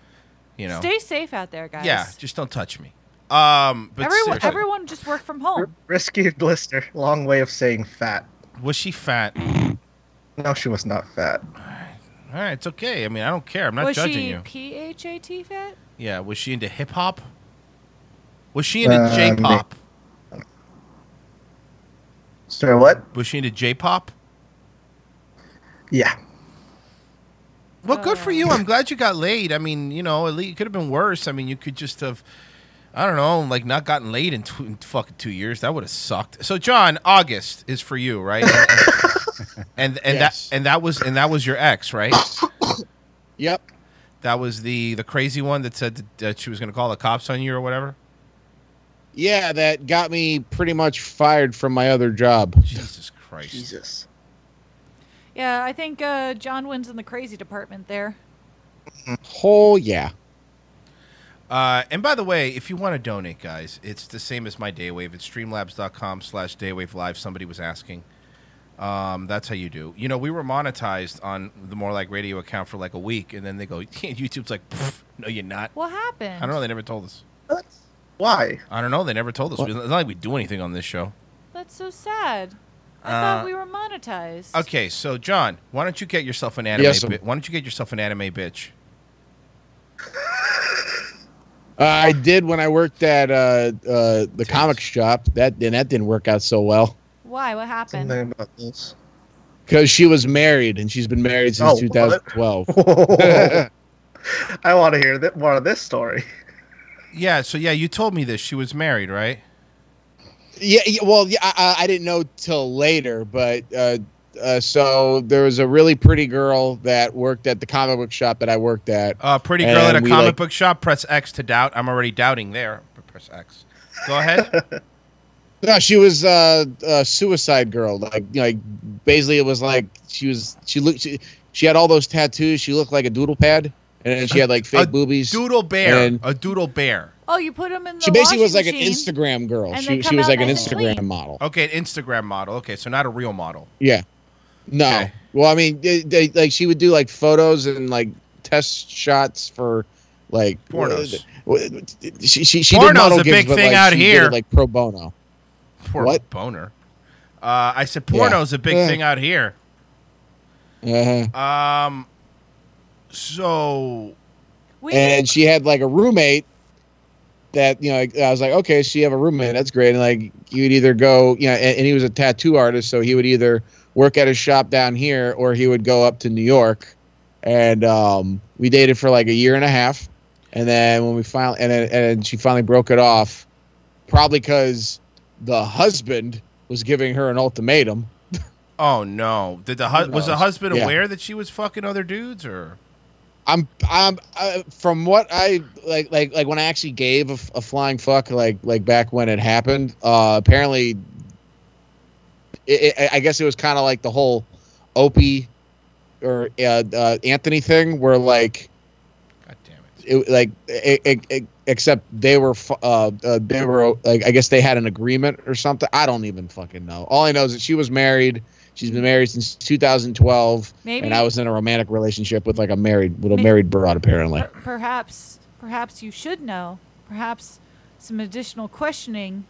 [SPEAKER 2] You know.
[SPEAKER 3] Stay safe out there, guys.
[SPEAKER 2] Yeah, just don't touch me. Um, but
[SPEAKER 3] everyone,
[SPEAKER 2] seriously,
[SPEAKER 3] everyone, just work from home.
[SPEAKER 8] Risky blister. Long way of saying fat.
[SPEAKER 2] was she fat? All
[SPEAKER 8] No, she was not fat.
[SPEAKER 2] right, it's okay. I mean, I don't care. I'm not
[SPEAKER 3] was
[SPEAKER 2] judging
[SPEAKER 3] she
[SPEAKER 2] you.
[SPEAKER 3] P H A T fat?
[SPEAKER 2] Yeah, was she into hip hop? Was she into
[SPEAKER 8] Uh, ma-
[SPEAKER 2] J pop?
[SPEAKER 8] Sorry, what?
[SPEAKER 2] Was she into J pop?
[SPEAKER 8] Yeah.
[SPEAKER 2] Well, good for you. I'm glad you got laid. I mean, you know, at least it could have been worse. I mean, you could just have, I don't know, like not gotten laid in, tw- in fucking two years. That would have sucked. So, John, August is for you, right? and and, that and that was and that was your ex, right?
[SPEAKER 5] Yep.
[SPEAKER 2] That was the the crazy one that said that, that she was going to call the cops on you or whatever.
[SPEAKER 5] Yeah, that got me pretty much fired from my other job.
[SPEAKER 2] Jesus Christ.
[SPEAKER 8] Jesus.
[SPEAKER 3] Yeah, I think uh, John wins in the crazy department there.
[SPEAKER 5] Oh yeah.
[SPEAKER 2] Uh, and by the way, if you want to donate, guys, it's the same as my Daywave. It's streamlabs.com slash Daywave Live. Somebody was asking. Um, that's how you do. You know, we were monetized on the More Like Radio account for like a week, and then they go, YouTube's like, "Pff, no, you're not.
[SPEAKER 3] What happened?
[SPEAKER 2] I don't know. They never told us.
[SPEAKER 8] Why?
[SPEAKER 2] I don't know. They never told us. It's not like we do anything on this show.
[SPEAKER 3] That's so sad. I
[SPEAKER 2] Uh,
[SPEAKER 3] thought we were monetized.
[SPEAKER 2] Okay, so John, why don't you get yourself an anime?
[SPEAKER 5] Yes, sir.
[SPEAKER 2] bi- why don't you get yourself an anime bitch?
[SPEAKER 5] Uh, I did when I worked at uh, uh, the comic shop. That and that didn't work out so well
[SPEAKER 3] Why? What happened?
[SPEAKER 8] Something about this.
[SPEAKER 5] because she was married and she's been married since
[SPEAKER 8] Oh, what?
[SPEAKER 5] 2012.
[SPEAKER 8] I want to hear that more of this story.
[SPEAKER 2] Yeah. So yeah, you told me this. She was married, right?
[SPEAKER 5] Yeah, yeah, well, yeah, I, I I didn't know till later, but uh, uh, so there was a really pretty girl that worked at the comic book shop that I worked at.
[SPEAKER 2] Uh, pretty girl at a comic book shop. Press X to doubt. I'm already doubting there. but Press X. Go ahead.
[SPEAKER 5] No, she was uh, a suicide girl. Like, like basically, it was like she was. She looked. She, she had all those tattoos. She looked like a doodle pad, and then she had like fake boobies.
[SPEAKER 2] doodle bear.
[SPEAKER 5] And
[SPEAKER 2] a doodle bear.
[SPEAKER 3] Oh, you put them in the
[SPEAKER 5] she basically was like
[SPEAKER 3] washing
[SPEAKER 5] an
[SPEAKER 3] machine?
[SPEAKER 5] Instagram girl.
[SPEAKER 3] and
[SPEAKER 5] She
[SPEAKER 3] they
[SPEAKER 5] she
[SPEAKER 3] come
[SPEAKER 5] was
[SPEAKER 3] out
[SPEAKER 5] like an
[SPEAKER 3] nice and
[SPEAKER 5] Instagram
[SPEAKER 3] clean.
[SPEAKER 5] model.
[SPEAKER 2] Okay, an Instagram model. Okay, so not a real model.
[SPEAKER 5] Yeah. No. Well, I mean, they, they, like she would do like photos and like test shots for like
[SPEAKER 2] Pornos.
[SPEAKER 5] w- w- She she she
[SPEAKER 2] Porno's
[SPEAKER 5] did model
[SPEAKER 2] a
[SPEAKER 5] gigs,
[SPEAKER 2] big
[SPEAKER 5] but,
[SPEAKER 2] thing
[SPEAKER 5] like,
[SPEAKER 2] out
[SPEAKER 5] she did
[SPEAKER 2] here.
[SPEAKER 5] it, like pro bono.
[SPEAKER 2] Poor
[SPEAKER 5] What?
[SPEAKER 2] boner. Uh, I said porno's
[SPEAKER 5] Yeah.
[SPEAKER 2] a big
[SPEAKER 5] Yeah.
[SPEAKER 2] thing out here.
[SPEAKER 5] Uh-huh.
[SPEAKER 2] Um, so
[SPEAKER 5] and she had like a roommate that you know like, I was like okay so you have a roommate that's great and like you'd either go you know and, and he was a tattoo artist so he would either work at his shop down here or he would go up to New York and um, we dated for like a year and a half and then when we finally and then and she finally broke it off probably because the husband was giving her an ultimatum
[SPEAKER 2] oh no, did the hu- was the
[SPEAKER 5] knows?
[SPEAKER 2] husband
[SPEAKER 5] Yeah.
[SPEAKER 2] aware that she was fucking other dudes or?
[SPEAKER 5] I'm I'm uh, from what I like like like when I actually gave a, f- a flying fuck like like back when it happened. Uh, apparently, it, it, I guess it was kind of like the whole Opie or uh, uh, Anthony thing, where like, God damn it, like it, it, it, except they were fu- uh, uh, they were like I guess they had an agreement or something. I don't even fucking know. All I know is that she was married. She's been married since 2012,
[SPEAKER 3] Maybe-
[SPEAKER 5] and I was in a romantic relationship with like a married with a
[SPEAKER 3] May-
[SPEAKER 5] married broad apparently.
[SPEAKER 3] Per- perhaps, perhaps you should know. Perhaps some additional questioning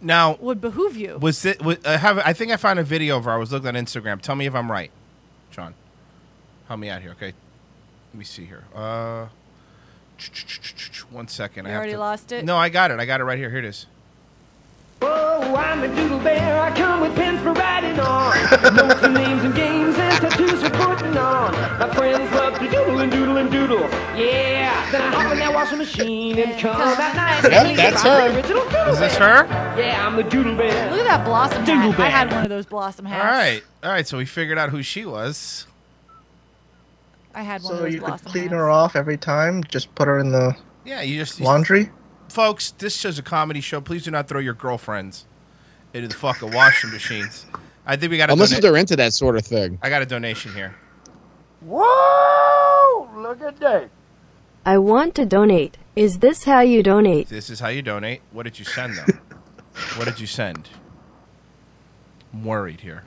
[SPEAKER 2] Now
[SPEAKER 3] would behoove you.
[SPEAKER 2] was it? Was, I have I think I found a video of her. I was looking on Instagram. Tell me if I'm right, John. Help me out here, okay? Let me see here. Uh, one second.
[SPEAKER 3] You
[SPEAKER 2] I have
[SPEAKER 3] already
[SPEAKER 2] to-
[SPEAKER 3] lost it?
[SPEAKER 2] No, I got it. I got it right here. Here it is.
[SPEAKER 9] Oh, I'm a doodle bear. I come with pens for writing on. Notes and names and games and tattoos for putting on. My friends love to doodle and doodle and doodle. Yeah. Then I hop in that washing machine and come out nice. and
[SPEAKER 2] Yep,
[SPEAKER 9] clean.
[SPEAKER 2] that's
[SPEAKER 9] I'm
[SPEAKER 2] her.
[SPEAKER 9] a original doodle
[SPEAKER 2] Is this
[SPEAKER 9] bear.
[SPEAKER 2] her?
[SPEAKER 9] Yeah, I'm a doodle bear.
[SPEAKER 3] Look at that blossom
[SPEAKER 9] Doodle
[SPEAKER 3] hat. I had
[SPEAKER 9] bear.
[SPEAKER 3] one of those blossom hats.
[SPEAKER 2] All right, all right. So we figured out who she was.
[SPEAKER 3] I had one
[SPEAKER 8] So
[SPEAKER 3] of those
[SPEAKER 8] you could
[SPEAKER 3] blossom
[SPEAKER 8] clean
[SPEAKER 3] hats.
[SPEAKER 8] her off every time. Just put her in the
[SPEAKER 2] Yeah, you just you-
[SPEAKER 8] laundry.
[SPEAKER 2] folks. This show's a comedy show. Please do not throw your girlfriends into the fucking washing machines. I think we got. a
[SPEAKER 5] Unless
[SPEAKER 2] dona-
[SPEAKER 5] if they're into that sort of thing.
[SPEAKER 2] I got a donation here.
[SPEAKER 9] Whoa! Look at that.
[SPEAKER 13] I want to donate. Is this how you donate?
[SPEAKER 2] This is how you donate. What did you send them? what did you send? I'm worried here.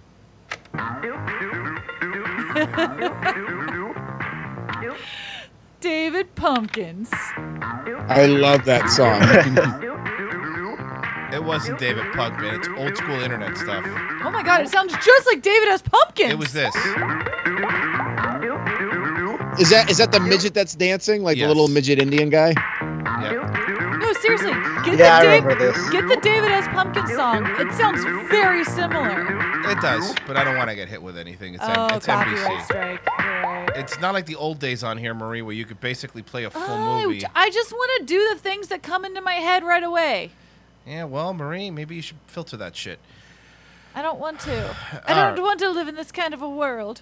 [SPEAKER 3] David Pumpkins.
[SPEAKER 5] I love that song.
[SPEAKER 2] It wasn't David Pugman. It's old school internet stuff.
[SPEAKER 3] Oh my god, it sounds just like David S. Pumpkins.
[SPEAKER 2] It was this.
[SPEAKER 5] Is that is that the midget that's dancing, like the little midget Indian guy?
[SPEAKER 3] No, seriously, get
[SPEAKER 5] Yeah, I
[SPEAKER 3] the
[SPEAKER 5] remember
[SPEAKER 3] David,
[SPEAKER 5] this.
[SPEAKER 3] get the David S. Pumpkins song. It sounds very similar.
[SPEAKER 2] It does, but I don't want to get hit with anything. It's, M-
[SPEAKER 3] oh,
[SPEAKER 2] it's
[SPEAKER 3] copyright
[SPEAKER 2] NBC.
[SPEAKER 3] strike. You're right.
[SPEAKER 2] It's not like the old days on here, Marie, where you could basically play a full
[SPEAKER 3] Oh,
[SPEAKER 2] movie.
[SPEAKER 3] I just want to do the things that come into my head right away.
[SPEAKER 2] Yeah, well, Marie, maybe you should filter that shit.
[SPEAKER 3] I don't want to. I
[SPEAKER 2] All
[SPEAKER 3] don't
[SPEAKER 2] right.
[SPEAKER 3] want to live in this kind of a world.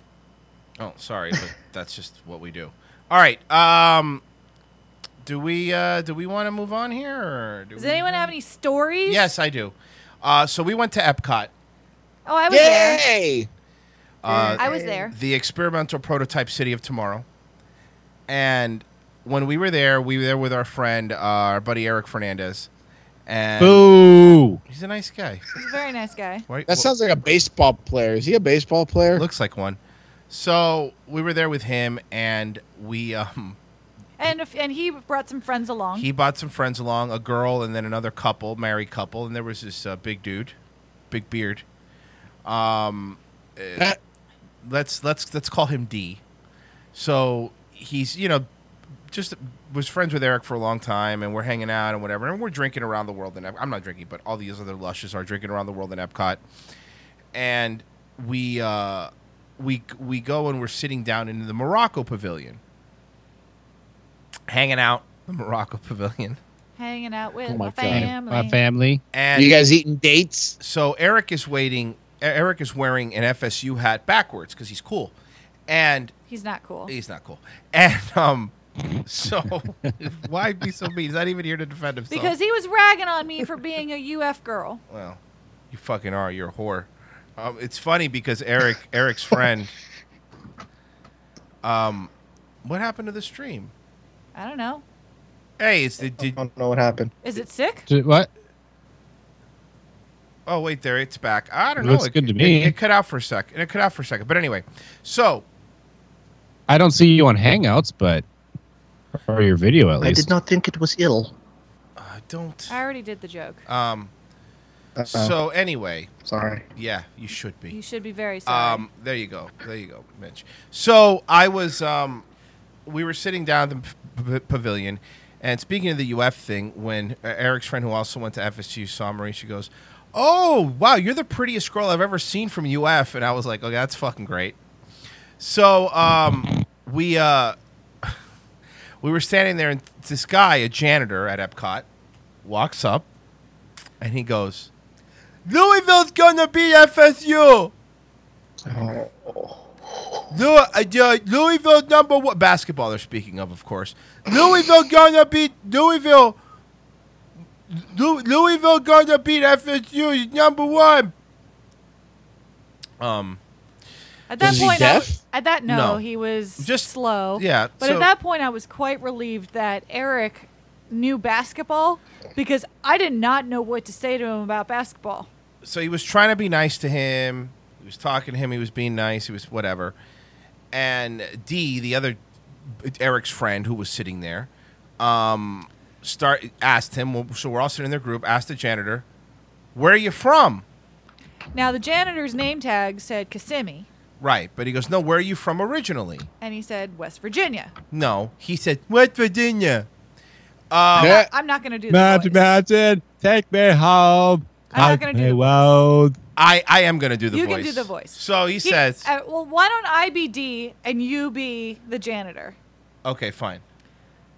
[SPEAKER 2] Oh, sorry, but that's just what we do. All right. Um, do we uh, do we want to move on here? Or do
[SPEAKER 3] Does
[SPEAKER 2] we-
[SPEAKER 3] anyone have any stories?
[SPEAKER 2] Yes, I do. Uh, so we went to Epcot.
[SPEAKER 3] Oh, I was there.
[SPEAKER 2] Uh,
[SPEAKER 3] I was there.
[SPEAKER 2] The experimental prototype city of tomorrow. And when we were there, we were there with our friend, uh, our buddy Eric Fernandez. And
[SPEAKER 5] Boo.
[SPEAKER 2] He's a nice guy.
[SPEAKER 3] He's a very nice guy.
[SPEAKER 2] Why-
[SPEAKER 5] That sounds like a baseball player. Is he a baseball player?
[SPEAKER 2] Looks like one. So we were there with him, and we um,
[SPEAKER 3] And if, and he brought some friends along.
[SPEAKER 2] he bought some friends along, a girl and then another couple, married couple, and there was this uh, big dude, big beard. Um, eh, let's let's let's call him D. So he's you know just was friends with Eric for a long time, and we're hanging out and whatever, and we're drinking around the world. And I'm not drinking, but all these other lushes are drinking around the world in Epcot, and we uh, we we go and we're sitting down in the Morocco Pavilion, hanging out the Morocco Pavilion.
[SPEAKER 3] hanging out with
[SPEAKER 6] Oh
[SPEAKER 3] my,
[SPEAKER 6] my God.
[SPEAKER 3] family.
[SPEAKER 6] My family.
[SPEAKER 2] And
[SPEAKER 5] you guys eating dates?
[SPEAKER 2] So Eric is waiting. E-, Eric is wearing an FSU hat backwards because he's cool, and
[SPEAKER 3] He's not cool.
[SPEAKER 2] He's not cool. And um, so why be so mean? He's not even here to defend himself.
[SPEAKER 3] Because he was ragging on me for being a UF girl.
[SPEAKER 2] well, you fucking are. You're a whore. Um, it's funny because Eric, Eric's friend. Um, what happened to the stream?
[SPEAKER 3] I don't know.
[SPEAKER 2] Hey, it's the. Did,
[SPEAKER 8] I don't know what happened.
[SPEAKER 3] Is it sick?
[SPEAKER 6] What?
[SPEAKER 2] Oh wait, there it's back. I don't know.
[SPEAKER 6] Looks good to me.
[SPEAKER 2] It, it cut out for a second. It cut out for a second. But anyway, so
[SPEAKER 6] I don't see you on Hangouts, but or your video at
[SPEAKER 8] I
[SPEAKER 6] least.
[SPEAKER 8] did not think it was ill.
[SPEAKER 2] I don't.
[SPEAKER 3] I already did the joke.
[SPEAKER 2] Um.
[SPEAKER 8] Uh-oh.
[SPEAKER 2] So anyway.
[SPEAKER 8] Sorry.
[SPEAKER 2] Yeah, you should be.
[SPEAKER 3] You should be very sorry.
[SPEAKER 2] Um, there you go. There you go, Mitch. So I was, um, we were sitting down at the p- p- pavilion, and speaking of the UF thing, when uh, Eric's friend, who also went to FSU, saw Marie, she goes, "Oh wow, you're the prettiest girl I've ever seen from UF," and I was like, "Okay, that's fucking great." So um, we uh, we were standing there, and this guy, a janitor at Epcot, walks up, and he goes, "Louisville's gonna beat FSU." Lou, Oh. uh, uh, Louisville number one basketball. They're speaking of, of course. Louisville gonna beat Louisville. Lou, Louisville gonna beat FSU is number one. Um,
[SPEAKER 3] At that
[SPEAKER 2] Was he
[SPEAKER 3] point, I
[SPEAKER 2] deaf?
[SPEAKER 3] was- at that no,
[SPEAKER 2] No.
[SPEAKER 3] he was just slow.
[SPEAKER 2] yeah,
[SPEAKER 3] but
[SPEAKER 2] so-
[SPEAKER 3] at that point, I was quite relieved that Eric knew basketball because I did not know what to say to him about basketball.
[SPEAKER 2] so he was trying to be nice to him. He was talking to him. He was being nice. He was whatever. And D, the other Eric's friend who was sitting there, um, start asked him. well, So we're all sitting in their group. Asked the janitor, "Where are you from?"
[SPEAKER 3] Now the janitor's name tag said Kissimmee,
[SPEAKER 2] Right, but he goes, "No, where are you from originally?"
[SPEAKER 3] and he said West Virginia.
[SPEAKER 2] No, he said West Virginia.
[SPEAKER 3] I'm
[SPEAKER 2] Um,
[SPEAKER 3] not- I'm not going to do that.
[SPEAKER 6] Mountain, mountain, take me home.
[SPEAKER 3] I'm not gonna do the
[SPEAKER 6] well.
[SPEAKER 2] I, I am gonna do the
[SPEAKER 3] you
[SPEAKER 2] voice.
[SPEAKER 3] can do the voice.
[SPEAKER 2] So he says,
[SPEAKER 3] uh, "Well, why don't I be D and you be the janitor?"
[SPEAKER 2] "Okay, fine."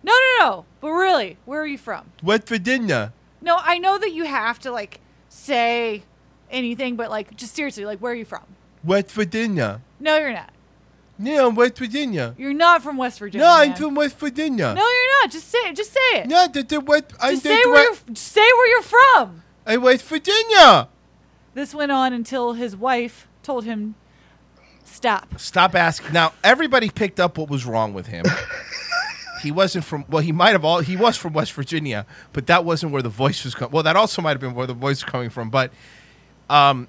[SPEAKER 3] No, no, no. But really, where are you from?
[SPEAKER 2] West Virginia.
[SPEAKER 3] No, I know that you have to like say anything, but like just seriously, like where are you from?
[SPEAKER 2] West Virginia.
[SPEAKER 3] No, you're not.
[SPEAKER 2] Yeah, I'm West Virginia.
[SPEAKER 3] You're not from West Virginia.
[SPEAKER 2] no, I'm
[SPEAKER 3] man.
[SPEAKER 2] from West Virginia.
[SPEAKER 3] No, you're not. Just say it. Just say it.
[SPEAKER 2] No, the, the West. I'm
[SPEAKER 3] just
[SPEAKER 2] the,
[SPEAKER 3] say
[SPEAKER 2] the
[SPEAKER 3] where
[SPEAKER 2] West-
[SPEAKER 3] you're. Just say where you're from.
[SPEAKER 2] I'm West Virginia.
[SPEAKER 3] This went on until his wife told him, "Stop."
[SPEAKER 2] Stop asking. Now everybody picked up what was wrong with him. he wasn't from. Well, he might have all. He was from West Virginia, but that wasn't where the voice was coming. Well, that also might have been where the voice was coming from. But um,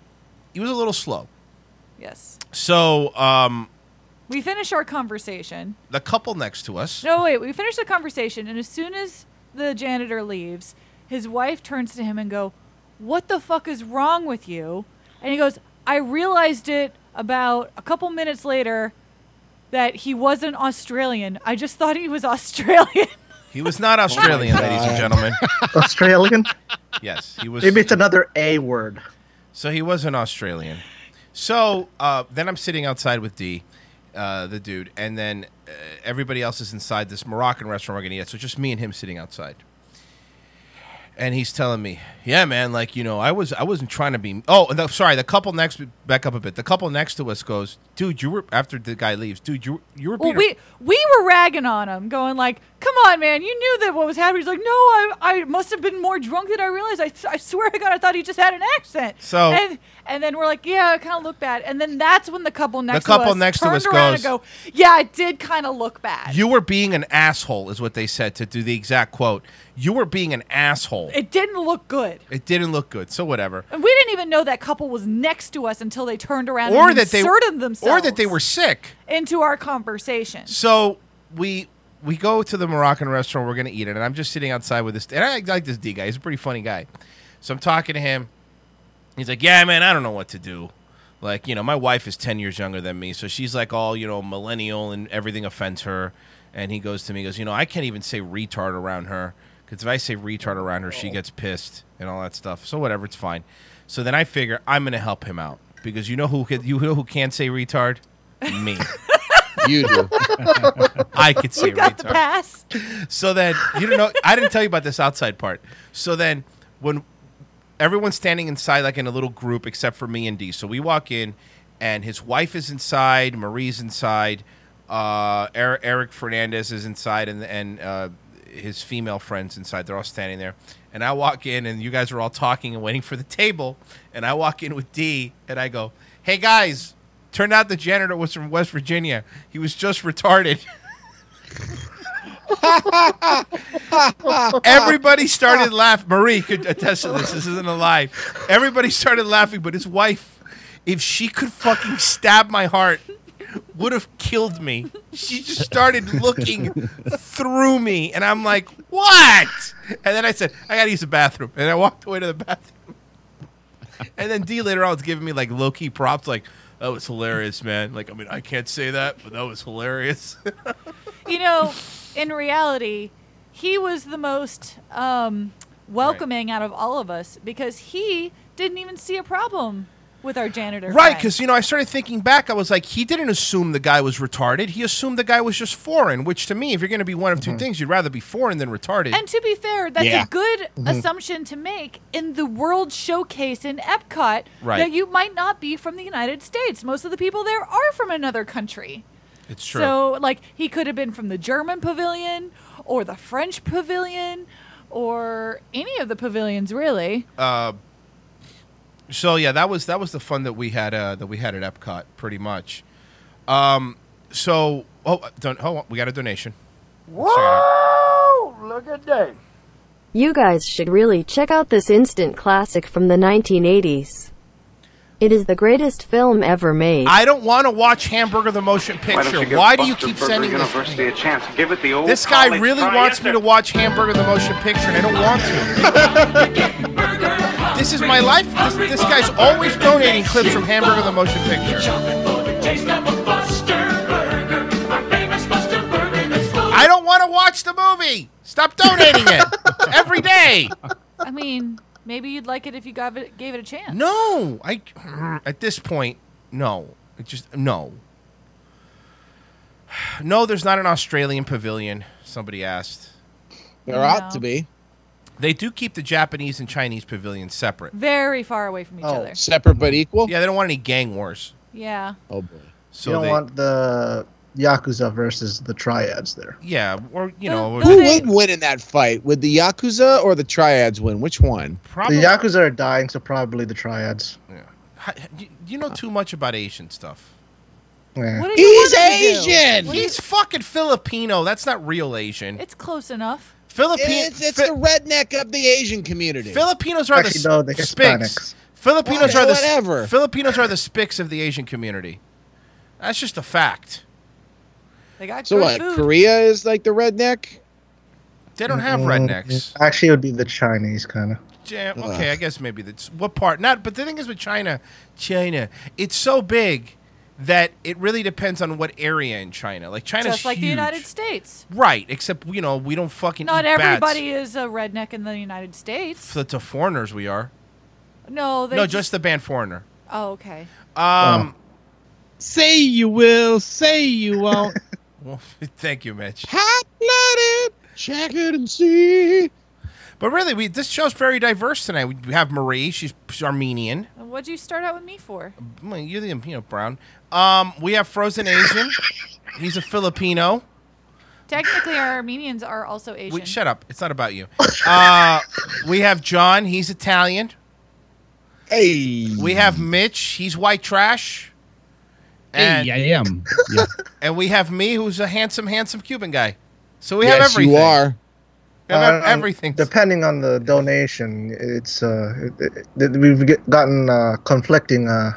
[SPEAKER 2] he was a little slow.
[SPEAKER 3] Yes.
[SPEAKER 2] So um,
[SPEAKER 3] We finish our conversation.
[SPEAKER 2] the couple next to us.
[SPEAKER 3] No, wait. We finish the conversation, and as soon as the janitor leaves, his wife turns to him and go, "What the fuck is wrong with you?" And he goes, "I realized it about a couple minutes later that he wasn't Australian. I just thought he was Australian."
[SPEAKER 2] He was not Australian,
[SPEAKER 8] Oh my
[SPEAKER 2] ladies and
[SPEAKER 8] God.
[SPEAKER 2] gentlemen.
[SPEAKER 8] Australian?
[SPEAKER 2] Yes, he was.
[SPEAKER 8] Maybe it's another A word.
[SPEAKER 2] So he was an Australian. So uh, then I'm sitting outside with D, uh, the dude, and then uh, everybody else is inside this Moroccan restaurant we're gonna eat. at. So just me and him sitting outside. And he's telling me, "Yeah, man, like you know, I was I wasn't trying to be." Oh, and the, sorry, the couple next back up a bit. The couple next to us goes, "Dude, you were after the guy leaves, dude, you were- you were."
[SPEAKER 3] Well,
[SPEAKER 2] being a-
[SPEAKER 3] we we were ragging on him, going like, "Come on, man! You knew that what was happening." He's like, "No, I, I must have been more drunk than I realized. I, I swear to God, I thought he just had an accent."
[SPEAKER 2] So-
[SPEAKER 3] and, and then we're like, "Yeah, it kind of looked bad." And then that's when the couple next
[SPEAKER 2] couple
[SPEAKER 3] to us
[SPEAKER 2] next to
[SPEAKER 3] turned
[SPEAKER 2] us
[SPEAKER 3] around
[SPEAKER 2] goes-
[SPEAKER 3] and go, "Yeah, it did kind of look bad.
[SPEAKER 2] You were being an asshole, is what they said to do the exact quote. You were being an asshole. It,
[SPEAKER 3] It didn't look good."
[SPEAKER 2] didn't look good, so whatever.
[SPEAKER 3] And we didn't even know that couple was next to us until they turned around
[SPEAKER 2] Or
[SPEAKER 3] and
[SPEAKER 2] that they
[SPEAKER 3] inserted themselves
[SPEAKER 2] or that they were sick.
[SPEAKER 3] into our conversation.
[SPEAKER 2] So we we go to the Moroccan restaurant. We're gonna eat it, and I'm just sitting outside with this. And I like this D guy. He's a pretty funny guy. So I'm talking to him. He's like, "Yeah, man, I don't know what to do. Like, you know, my wife is ten years younger than me, so she's like all you know millennial, and everything offends her." And he goes to me, he goes, "You know, I can't even say retard around her because if I say retard around her, she gets pissed and all that stuff. So whatever, it's fine." So then I figure I'm gonna help him out because you know who could, you know who can't say retard, me.
[SPEAKER 5] You do.
[SPEAKER 2] I could say
[SPEAKER 3] You got the
[SPEAKER 2] retard.
[SPEAKER 3] pass?
[SPEAKER 2] So then you don't know. I didn't tell you about this outside part. So then when everyone's standing inside, like in a little group, except for me and D. So we walk in, and his wife is inside, Marie's inside, uh, Eric, Eric Fernandez is inside, and and uh, his female friends inside. They're all standing there, and I walk in, and you guys are all talking and waiting for the table, and I walk in with D, and I go, "Hey guys." Turned out the janitor was from West Virginia. He was just retarded. Everybody started laughing. Marie could attest to this. This isn't a lie. Everybody started laughing, but his wife, if she could fucking stab my heart, would have killed me. She just started looking through me, and I'm like, what? And then I said, I gotta use the bathroom. And I walked away to the bathroom. And then D later on was giving me like low key props, like, that was hilarious, man. Like, I mean, I can't say that, but that was hilarious.
[SPEAKER 3] you know, in reality, he was the most um, welcoming out of all of us because he didn't even see a problem with our janitor.
[SPEAKER 2] Right,
[SPEAKER 3] friend.
[SPEAKER 2] because you know, I started thinking back. I was like, he didn't assume the guy was retarded. He assumed the guy was just foreign. Which to me, if you're going to be one of 2 things, you'd rather be foreign than retarded.
[SPEAKER 3] Mm-hmm. And to be fair, that's
[SPEAKER 2] Yeah.
[SPEAKER 3] a good
[SPEAKER 2] Mhm.
[SPEAKER 3] assumption to make in the World Showcase in Epcot
[SPEAKER 2] Right.
[SPEAKER 3] that you might not be from the United States. Most of the people there are from another country.
[SPEAKER 2] it's
[SPEAKER 3] So, like, he could have been from the German pavilion or the French pavilion or any of the pavilions, really.
[SPEAKER 2] uh, so yeah, that was that was the fun that we had uh, that we had at Epcot, pretty much. Um, so oh, don't hold on, we got a donation.
[SPEAKER 9] Whoa! Look at that.
[SPEAKER 13] You guys should really check out this instant classic from the 1980s. It is the greatest film ever made.
[SPEAKER 2] I don't want to watch Hamburger the Motion Picture. Why,
[SPEAKER 13] give
[SPEAKER 2] do you
[SPEAKER 13] Buster
[SPEAKER 2] keep
[SPEAKER 13] Burger
[SPEAKER 2] sending this?
[SPEAKER 14] University a chance. Give it the old.
[SPEAKER 2] This guy
[SPEAKER 14] college
[SPEAKER 2] really
[SPEAKER 14] try.
[SPEAKER 2] wants
[SPEAKER 14] Yes,
[SPEAKER 2] me
[SPEAKER 14] sir.
[SPEAKER 2] to watch Hamburger the Motion Picture, and I don't want to. this is my life. This, this guy's always donating clips from Hamburger the Motion Picture. I don't want to watch the movie. Stop donating it every day.
[SPEAKER 3] I mean, maybe you'd like it if you gave it, gave it a chance.
[SPEAKER 2] No, I at this point, no. It just no. No, there's not an Australian pavilion. Somebody asked.
[SPEAKER 5] There ought to be.
[SPEAKER 2] They do keep the Japanese and Chinese pavilions separate.
[SPEAKER 3] Very far away from each
[SPEAKER 2] Oh.
[SPEAKER 3] other.
[SPEAKER 5] Oh, separate but equal.
[SPEAKER 2] Yeah, they don't want any gang wars.
[SPEAKER 3] Yeah.
[SPEAKER 5] Oh boy.
[SPEAKER 2] So
[SPEAKER 8] you don't
[SPEAKER 2] they-
[SPEAKER 8] want the Yakuza versus the triads there.
[SPEAKER 2] Yeah, or you know,
[SPEAKER 5] who would win in that fight? Would the Yakuza or the Triads win? Which one?
[SPEAKER 2] Probably-
[SPEAKER 8] The Yakuza are dying, so probably the triads.
[SPEAKER 2] How- you- you know too much about Asian stuff.
[SPEAKER 8] Yeah.
[SPEAKER 3] What did you
[SPEAKER 5] He's
[SPEAKER 3] want him to do?
[SPEAKER 5] Asian.
[SPEAKER 3] What did-
[SPEAKER 2] He's fucking Filipino. That's not real Asian.
[SPEAKER 3] It's close enough.
[SPEAKER 2] Philippine.
[SPEAKER 5] It's, it's the redneck of the Asian community.
[SPEAKER 2] Filipinos are the,
[SPEAKER 5] Actually,
[SPEAKER 2] s-
[SPEAKER 5] no, the
[SPEAKER 2] spics.
[SPEAKER 5] Hispanics.
[SPEAKER 2] Filipinos
[SPEAKER 5] Why,
[SPEAKER 2] are the s-
[SPEAKER 5] whatever.
[SPEAKER 2] Filipinos are the spics of the Asian community. That's just a fact.
[SPEAKER 3] They got
[SPEAKER 5] So what? Korea is like the redneck.
[SPEAKER 2] They don't have
[SPEAKER 8] Mm,
[SPEAKER 2] rednecks.
[SPEAKER 8] Actually, it would be the Chinese kind of.
[SPEAKER 2] Jam- okay, I guess maybe that's what part. Not, but the thing is with China, China, it's so big that it really depends on what area in China. Like China's
[SPEAKER 3] Just like the
[SPEAKER 2] huge.
[SPEAKER 3] United States.
[SPEAKER 2] right? Except you know we don't fucking
[SPEAKER 3] Not
[SPEAKER 2] eat
[SPEAKER 3] everybody
[SPEAKER 2] Bats.
[SPEAKER 3] is a redneck in the United States.
[SPEAKER 2] So to foreigners we are.
[SPEAKER 3] No, they
[SPEAKER 2] no, just, the band foreigner.
[SPEAKER 3] Oh, okay.
[SPEAKER 2] Um,
[SPEAKER 6] Say you will, say you won't.
[SPEAKER 2] well, thank you, Mitch.
[SPEAKER 5] Hot blooded. Check it and see.
[SPEAKER 2] But really, we this show's very diverse tonight. We have Marie; she's Armenian.
[SPEAKER 3] What'd you start out with me for?
[SPEAKER 2] Well, You're the you know brown. Um, we have Frozen Asian. He's a Filipino.
[SPEAKER 3] Technically, our Armenians are also Asian.
[SPEAKER 2] We, shut up! It's not about you. Uh, we have John. He's Italian.
[SPEAKER 5] Hey.
[SPEAKER 2] We have Mitch. He's white trash.
[SPEAKER 6] hey, I am. Yeah.
[SPEAKER 2] And we have me, who's a handsome, handsome Cuban guy. So we have
[SPEAKER 5] Yes,
[SPEAKER 2] everything.
[SPEAKER 5] you are.
[SPEAKER 2] We have
[SPEAKER 8] Uh,
[SPEAKER 2] everything.
[SPEAKER 8] Depending on the donation, it's uh, it, it, we've get, gotten uh, conflicting. Uh,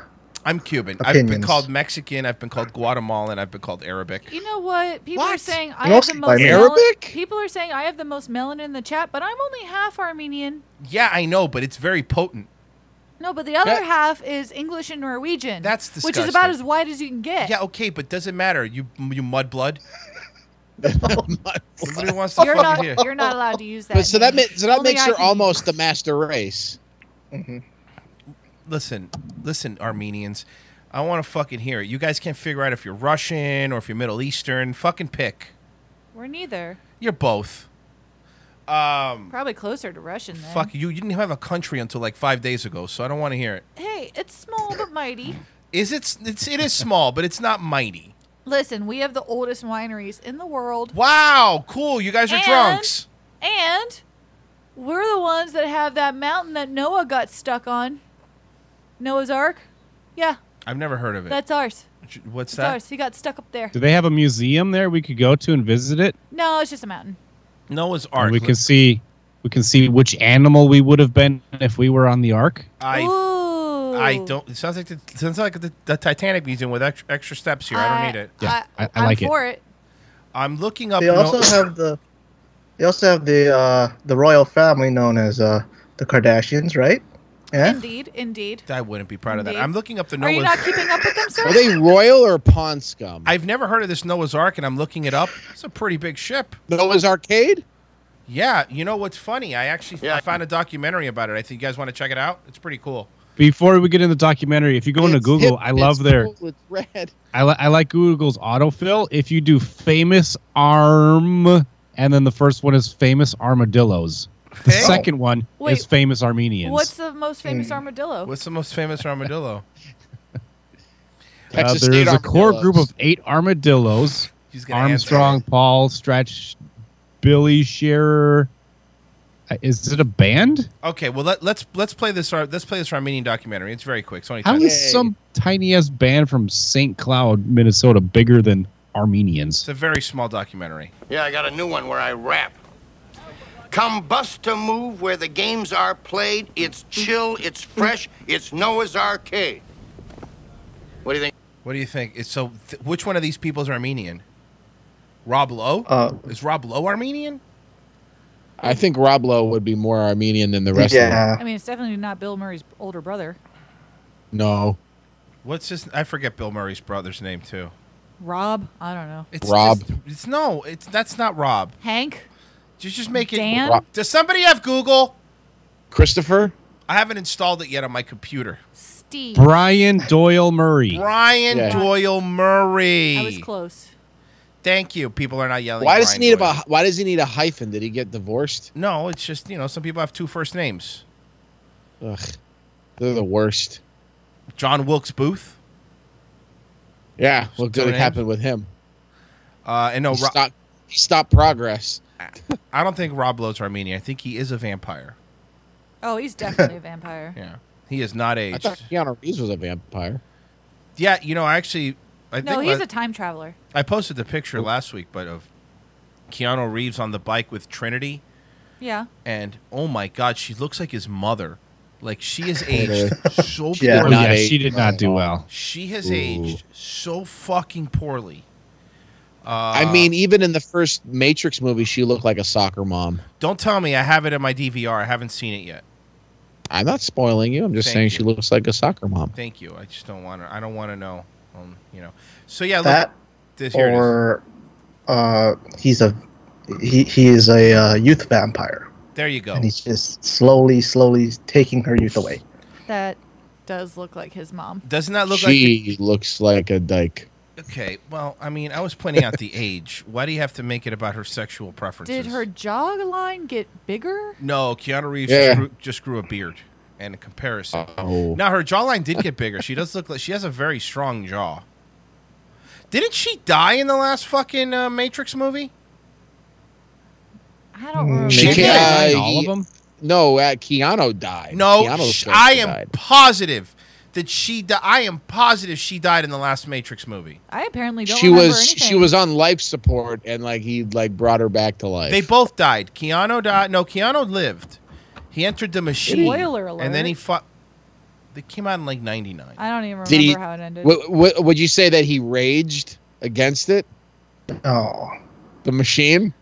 [SPEAKER 2] I'm Cuban. I've been
[SPEAKER 8] Opinions.
[SPEAKER 2] called Mexican. I've been called Guatemalan. I've been called Arabic.
[SPEAKER 3] You know what? People are saying I
[SPEAKER 2] You
[SPEAKER 3] have the
[SPEAKER 2] also
[SPEAKER 3] most
[SPEAKER 2] like
[SPEAKER 3] mel-
[SPEAKER 2] Arabic?
[SPEAKER 3] People are saying I have the most melanin in the chat, but I'm only half Armenian.
[SPEAKER 2] Yeah, I know, but it's very potent.
[SPEAKER 3] No, but the other
[SPEAKER 2] That-
[SPEAKER 3] half is English and Norwegian. That's which is
[SPEAKER 2] disgusting.
[SPEAKER 3] about as wide as you can get.
[SPEAKER 2] Yeah, okay, but doesn't matter. You you mudblood. Nobody wants to
[SPEAKER 3] You're
[SPEAKER 2] fucking
[SPEAKER 3] not.
[SPEAKER 2] hear.
[SPEAKER 3] You're not allowed to use that.
[SPEAKER 5] But so that
[SPEAKER 3] name.
[SPEAKER 5] ma- so that
[SPEAKER 3] Only
[SPEAKER 5] makes
[SPEAKER 3] I
[SPEAKER 5] her
[SPEAKER 3] can-
[SPEAKER 5] almost the master race.
[SPEAKER 8] Mm-hmm.
[SPEAKER 2] Listen, listen, Armenians. I want to fucking hear it. You guys can't figure out if you're Russian or if you're Middle Eastern. Fucking pick.
[SPEAKER 3] We're neither.
[SPEAKER 2] You're both. Um,
[SPEAKER 3] Probably closer to Russian then.
[SPEAKER 2] fuck you. You didn't have a country until like five days ago, so I don't want to hear it.
[SPEAKER 3] Hey, it's small but mighty.
[SPEAKER 2] Is it? It's it is small, but it's not mighty.
[SPEAKER 3] Listen, we have the oldest wineries in the world.
[SPEAKER 2] Wow, cool. You guys are
[SPEAKER 3] And-
[SPEAKER 2] drunks.
[SPEAKER 3] And we're the ones that have that mountain that Noah got stuck on. Noah's Ark? Yeah,
[SPEAKER 2] I've never heard of it.
[SPEAKER 3] that's ours.
[SPEAKER 2] What's
[SPEAKER 3] It's
[SPEAKER 2] that?
[SPEAKER 3] ours. He got stuck up there.
[SPEAKER 6] Do they have a museum there we could go to and visit it?
[SPEAKER 3] No, it's just a mountain.
[SPEAKER 2] Noah's
[SPEAKER 6] Ark. We can see we can see which animal we would have been if we were on the Ark.
[SPEAKER 2] I I don't. It sounds like the, it sounds like the, the Titanic museum with extra, extra steps here. I, don't need it.
[SPEAKER 6] Yeah, I- I- I I'm like it. for
[SPEAKER 3] it.
[SPEAKER 2] I'm looking up.
[SPEAKER 8] They also have the they also have the uh, the royal family known as uh, the Kardashians, right? Yeah.
[SPEAKER 3] Indeed, indeed.
[SPEAKER 2] I wouldn't be proud of that.
[SPEAKER 3] Indeed.
[SPEAKER 2] I'm looking up the
[SPEAKER 3] Are
[SPEAKER 2] Noah's.
[SPEAKER 3] you not keeping up with them, sir?
[SPEAKER 5] Are they royal or pawn scum?
[SPEAKER 2] I've never heard of this Noah's Ark, and I'm looking it up. It's a pretty big ship.
[SPEAKER 5] Noah's Arcade?
[SPEAKER 2] Yeah. You know what's funny? I actually I found a documentary about it. I think you guys want to check it out. It's pretty cool.
[SPEAKER 6] Before we get in the documentary, if you go into Google, I love their
[SPEAKER 5] With red.
[SPEAKER 6] I, li- I like Google's autofill. If you do famous arm, and then the first one is famous armadillos. The
[SPEAKER 2] Hey.
[SPEAKER 6] second one
[SPEAKER 3] Wait,
[SPEAKER 6] is famous Armenians.
[SPEAKER 3] What's the most famous armadillo?
[SPEAKER 2] What's the most famous armadillo?
[SPEAKER 6] Uh, there is a core group of eight armadillos:
[SPEAKER 2] gonna
[SPEAKER 6] Armstrong, Paul, Stretch, Billy Shearer. Uh, Is it a band?
[SPEAKER 2] Okay, well let, let's let's play this Ar- let's play this Armenian documentary. It's very quick. It's only
[SPEAKER 6] How
[SPEAKER 2] 10
[SPEAKER 6] is some tiny ass band from St. Cloud, Minnesota, bigger than Armenians?
[SPEAKER 2] It's a very small documentary.
[SPEAKER 14] Yeah, I got a new one where I rap. Come bust to move where the games are played. It's chill, it's fresh, it's Noah's Arcade. What do you think?
[SPEAKER 2] What do you think? It's so th- which one of these people is Armenian? Rob Lowe?
[SPEAKER 6] Uh,
[SPEAKER 2] is Rob Lowe Armenian?
[SPEAKER 5] I think Rob Lowe would be more Armenian than the rest of
[SPEAKER 3] I
[SPEAKER 5] them.
[SPEAKER 3] mean, it's definitely not Bill Murray's older brother,
[SPEAKER 5] No.
[SPEAKER 2] What's his I forget Bill Murray's brother's name too.
[SPEAKER 3] Rob. I don't know.
[SPEAKER 2] It's just- it's no, it's that's not Rob.
[SPEAKER 3] Hank.
[SPEAKER 2] Just just make it
[SPEAKER 3] Dan? Rob.
[SPEAKER 2] Does somebody have Google?
[SPEAKER 5] Christopher?
[SPEAKER 2] I haven't installed it yet on my computer.
[SPEAKER 3] Steve.
[SPEAKER 6] Brian Doyle Murray.
[SPEAKER 2] Brian
[SPEAKER 5] Yeah.
[SPEAKER 2] Doyle Murray.
[SPEAKER 3] I was close.
[SPEAKER 2] Thank you. People are not yelling.
[SPEAKER 5] Why does he
[SPEAKER 2] Brian
[SPEAKER 5] need
[SPEAKER 2] Doyle.
[SPEAKER 5] a why does he need a hyphen? Did he get divorced?
[SPEAKER 2] No, it's just, you know, some people have two first names.
[SPEAKER 5] Ugh. They're the worst.
[SPEAKER 2] John Wilkes Booth.
[SPEAKER 5] Yeah, look
[SPEAKER 2] Two
[SPEAKER 5] good it
[SPEAKER 2] names.
[SPEAKER 5] happened with him.
[SPEAKER 2] Uh, and no,
[SPEAKER 5] he
[SPEAKER 2] Ro-
[SPEAKER 5] stopped, he stopped progress.
[SPEAKER 2] I don't think Rob Lowe's Armenian. I think he is a vampire.
[SPEAKER 3] Oh, he's definitely a vampire.
[SPEAKER 2] Yeah. He is not
[SPEAKER 5] I
[SPEAKER 2] aged.
[SPEAKER 5] thought Keanu Reeves was a vampire.
[SPEAKER 2] yeah, you know, I actually I
[SPEAKER 3] No,
[SPEAKER 2] think uh,
[SPEAKER 3] he's
[SPEAKER 2] la-
[SPEAKER 3] a time traveler.
[SPEAKER 2] I posted the
[SPEAKER 5] Oh.
[SPEAKER 2] picture last week but of Keanu Reeves on the bike with Trinity
[SPEAKER 3] Yeah.
[SPEAKER 2] and oh my god, she looks like his mother. Like she is aged so
[SPEAKER 6] She did
[SPEAKER 2] poorly.
[SPEAKER 6] not Yeah, age she did not at do all. well.
[SPEAKER 2] She has
[SPEAKER 6] Ooh.
[SPEAKER 2] aged so fucking poorly. Uh,
[SPEAKER 5] I mean, even in the first Matrix movie, she looked like a soccer mom.
[SPEAKER 2] don't tell me I have it in my DVR. I haven't seen it yet.
[SPEAKER 5] I'm not spoiling you. I'm just
[SPEAKER 2] Thank
[SPEAKER 5] saying
[SPEAKER 2] you.
[SPEAKER 5] she looks like a soccer
[SPEAKER 6] Um.
[SPEAKER 5] mom.
[SPEAKER 2] Thank you. I just don't want to. I don't want to know. Um, you know. So yeah, look,
[SPEAKER 8] That
[SPEAKER 2] this here it is.
[SPEAKER 8] or uh, he's a he, he is a uh, youth vampire,
[SPEAKER 2] There you go.
[SPEAKER 8] and he's just slowly, slowly taking her youth away.
[SPEAKER 3] That does look like his mom.
[SPEAKER 2] Doesn't that look
[SPEAKER 5] she looks like a dyke.
[SPEAKER 2] like? Okay. Well, I mean, I was pointing out the age. Why do you have to make it about her sexual preferences?
[SPEAKER 3] Did her jog line get bigger?
[SPEAKER 2] No, Keanu Reeves
[SPEAKER 5] Yeah. Oh.
[SPEAKER 2] just, grew, just grew a beard. And a comparison. Now her jawline did get bigger. She does look like she has a very strong jaw. Didn't she die in the last fucking uh, Matrix movie?
[SPEAKER 3] I don't remember.
[SPEAKER 5] She
[SPEAKER 2] Maybe
[SPEAKER 5] can't-
[SPEAKER 2] all of them?
[SPEAKER 5] No, uh, Keanu died.
[SPEAKER 2] No,
[SPEAKER 5] Keanu's
[SPEAKER 2] sh-
[SPEAKER 5] character
[SPEAKER 2] I am
[SPEAKER 5] died.
[SPEAKER 2] positive that she. Di- I am positive she died in the last Matrix movie.
[SPEAKER 3] I apparently don't
[SPEAKER 5] She
[SPEAKER 3] remember
[SPEAKER 5] was
[SPEAKER 3] anything.
[SPEAKER 5] she was on life support, and like he like brought her back to life.
[SPEAKER 2] They both died. Keanu died. No, Keanu lived. He entered the machine.
[SPEAKER 3] Spoiler
[SPEAKER 2] And
[SPEAKER 3] alert.
[SPEAKER 2] then he fought. They came out in like '99.
[SPEAKER 3] I don't even remember
[SPEAKER 5] Did he?
[SPEAKER 3] how it ended.
[SPEAKER 5] w- w- would you say that he raged against it?
[SPEAKER 8] Oh,
[SPEAKER 5] the machine.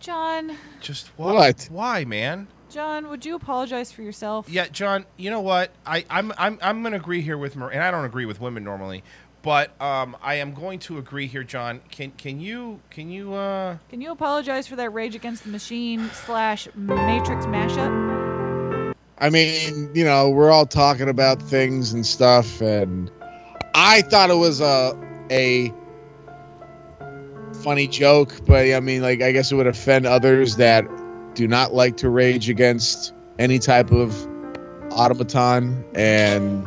[SPEAKER 3] John,
[SPEAKER 2] Just what?
[SPEAKER 5] What?
[SPEAKER 2] Why, man?
[SPEAKER 3] John, would you apologize for yourself?
[SPEAKER 2] Yeah, John. You know what? I, I'm I'm I'm gonna agree here with Marie, and I don't agree with women normally, but um, I am going to agree here, John. Can can you can you uh?
[SPEAKER 3] Can you apologize for that Rage Against the Machine slash Matrix mashup?
[SPEAKER 5] I mean, you know, we're all talking about things and stuff, and I thought it was a a funny joke, but I mean, like, I guess it would offend others that do not like to rage against any type of automaton. And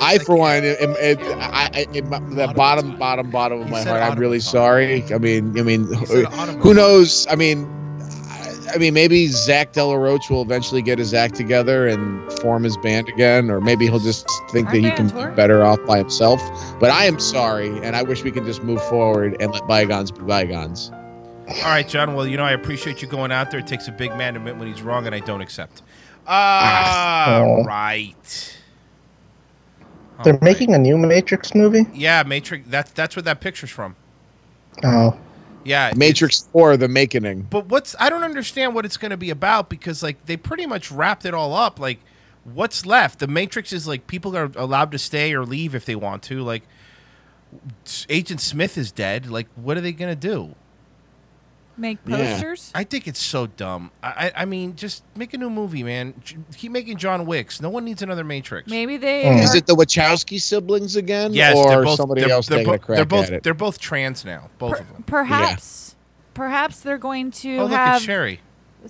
[SPEAKER 5] I, for one, it, it, I, I, it, the bottom, bottom, bottom of my heart, I'm really sorry. I mean, I mean, who, who knows? I mean, I, I mean, maybe Zach Della Roach will eventually get his act together and form his band again, or maybe he'll just think
[SPEAKER 3] Aren't
[SPEAKER 5] that he
[SPEAKER 3] they on
[SPEAKER 5] can be
[SPEAKER 3] tour?
[SPEAKER 5] better off by himself. But I am sorry, and I wish we could just move forward and let bygones be bygones.
[SPEAKER 2] All right, John. Well, you know, I appreciate you going out there. It takes a big man to admit when he's wrong, and I don't accept. All
[SPEAKER 5] Ah.
[SPEAKER 8] so-
[SPEAKER 2] right. oh,
[SPEAKER 8] They're making a new Matrix movie.
[SPEAKER 2] Yeah, Matrix. That's that's where that picture's from.
[SPEAKER 8] Oh,
[SPEAKER 2] Yeah,
[SPEAKER 5] Matrix Four: The Making.
[SPEAKER 2] But what's I don't understand what it's going to be about because like they pretty much wrapped it all up. Like, what's left? The Matrix is like people are allowed to stay or leave if they want to. Like, S- Agent Smith is dead. Like, what are they going to do?
[SPEAKER 3] Make
[SPEAKER 2] Yeah.
[SPEAKER 3] posters.
[SPEAKER 2] I think it's so dumb. I, I I mean, just make a new movie, man. J- keep making John Wicks. No one needs another Matrix.
[SPEAKER 3] Maybe they.
[SPEAKER 5] Is it the Wachowski siblings again,
[SPEAKER 2] Yes,
[SPEAKER 5] or
[SPEAKER 2] they're both,
[SPEAKER 5] somebody
[SPEAKER 2] they're,
[SPEAKER 5] else
[SPEAKER 2] they're
[SPEAKER 5] taking
[SPEAKER 2] bo-
[SPEAKER 5] a crack
[SPEAKER 2] they're both,
[SPEAKER 5] at it?
[SPEAKER 2] They're both trans now, both of them.
[SPEAKER 3] Perhaps. Perhaps they're going to
[SPEAKER 2] Oh, look at
[SPEAKER 3] have.
[SPEAKER 2] Sherry.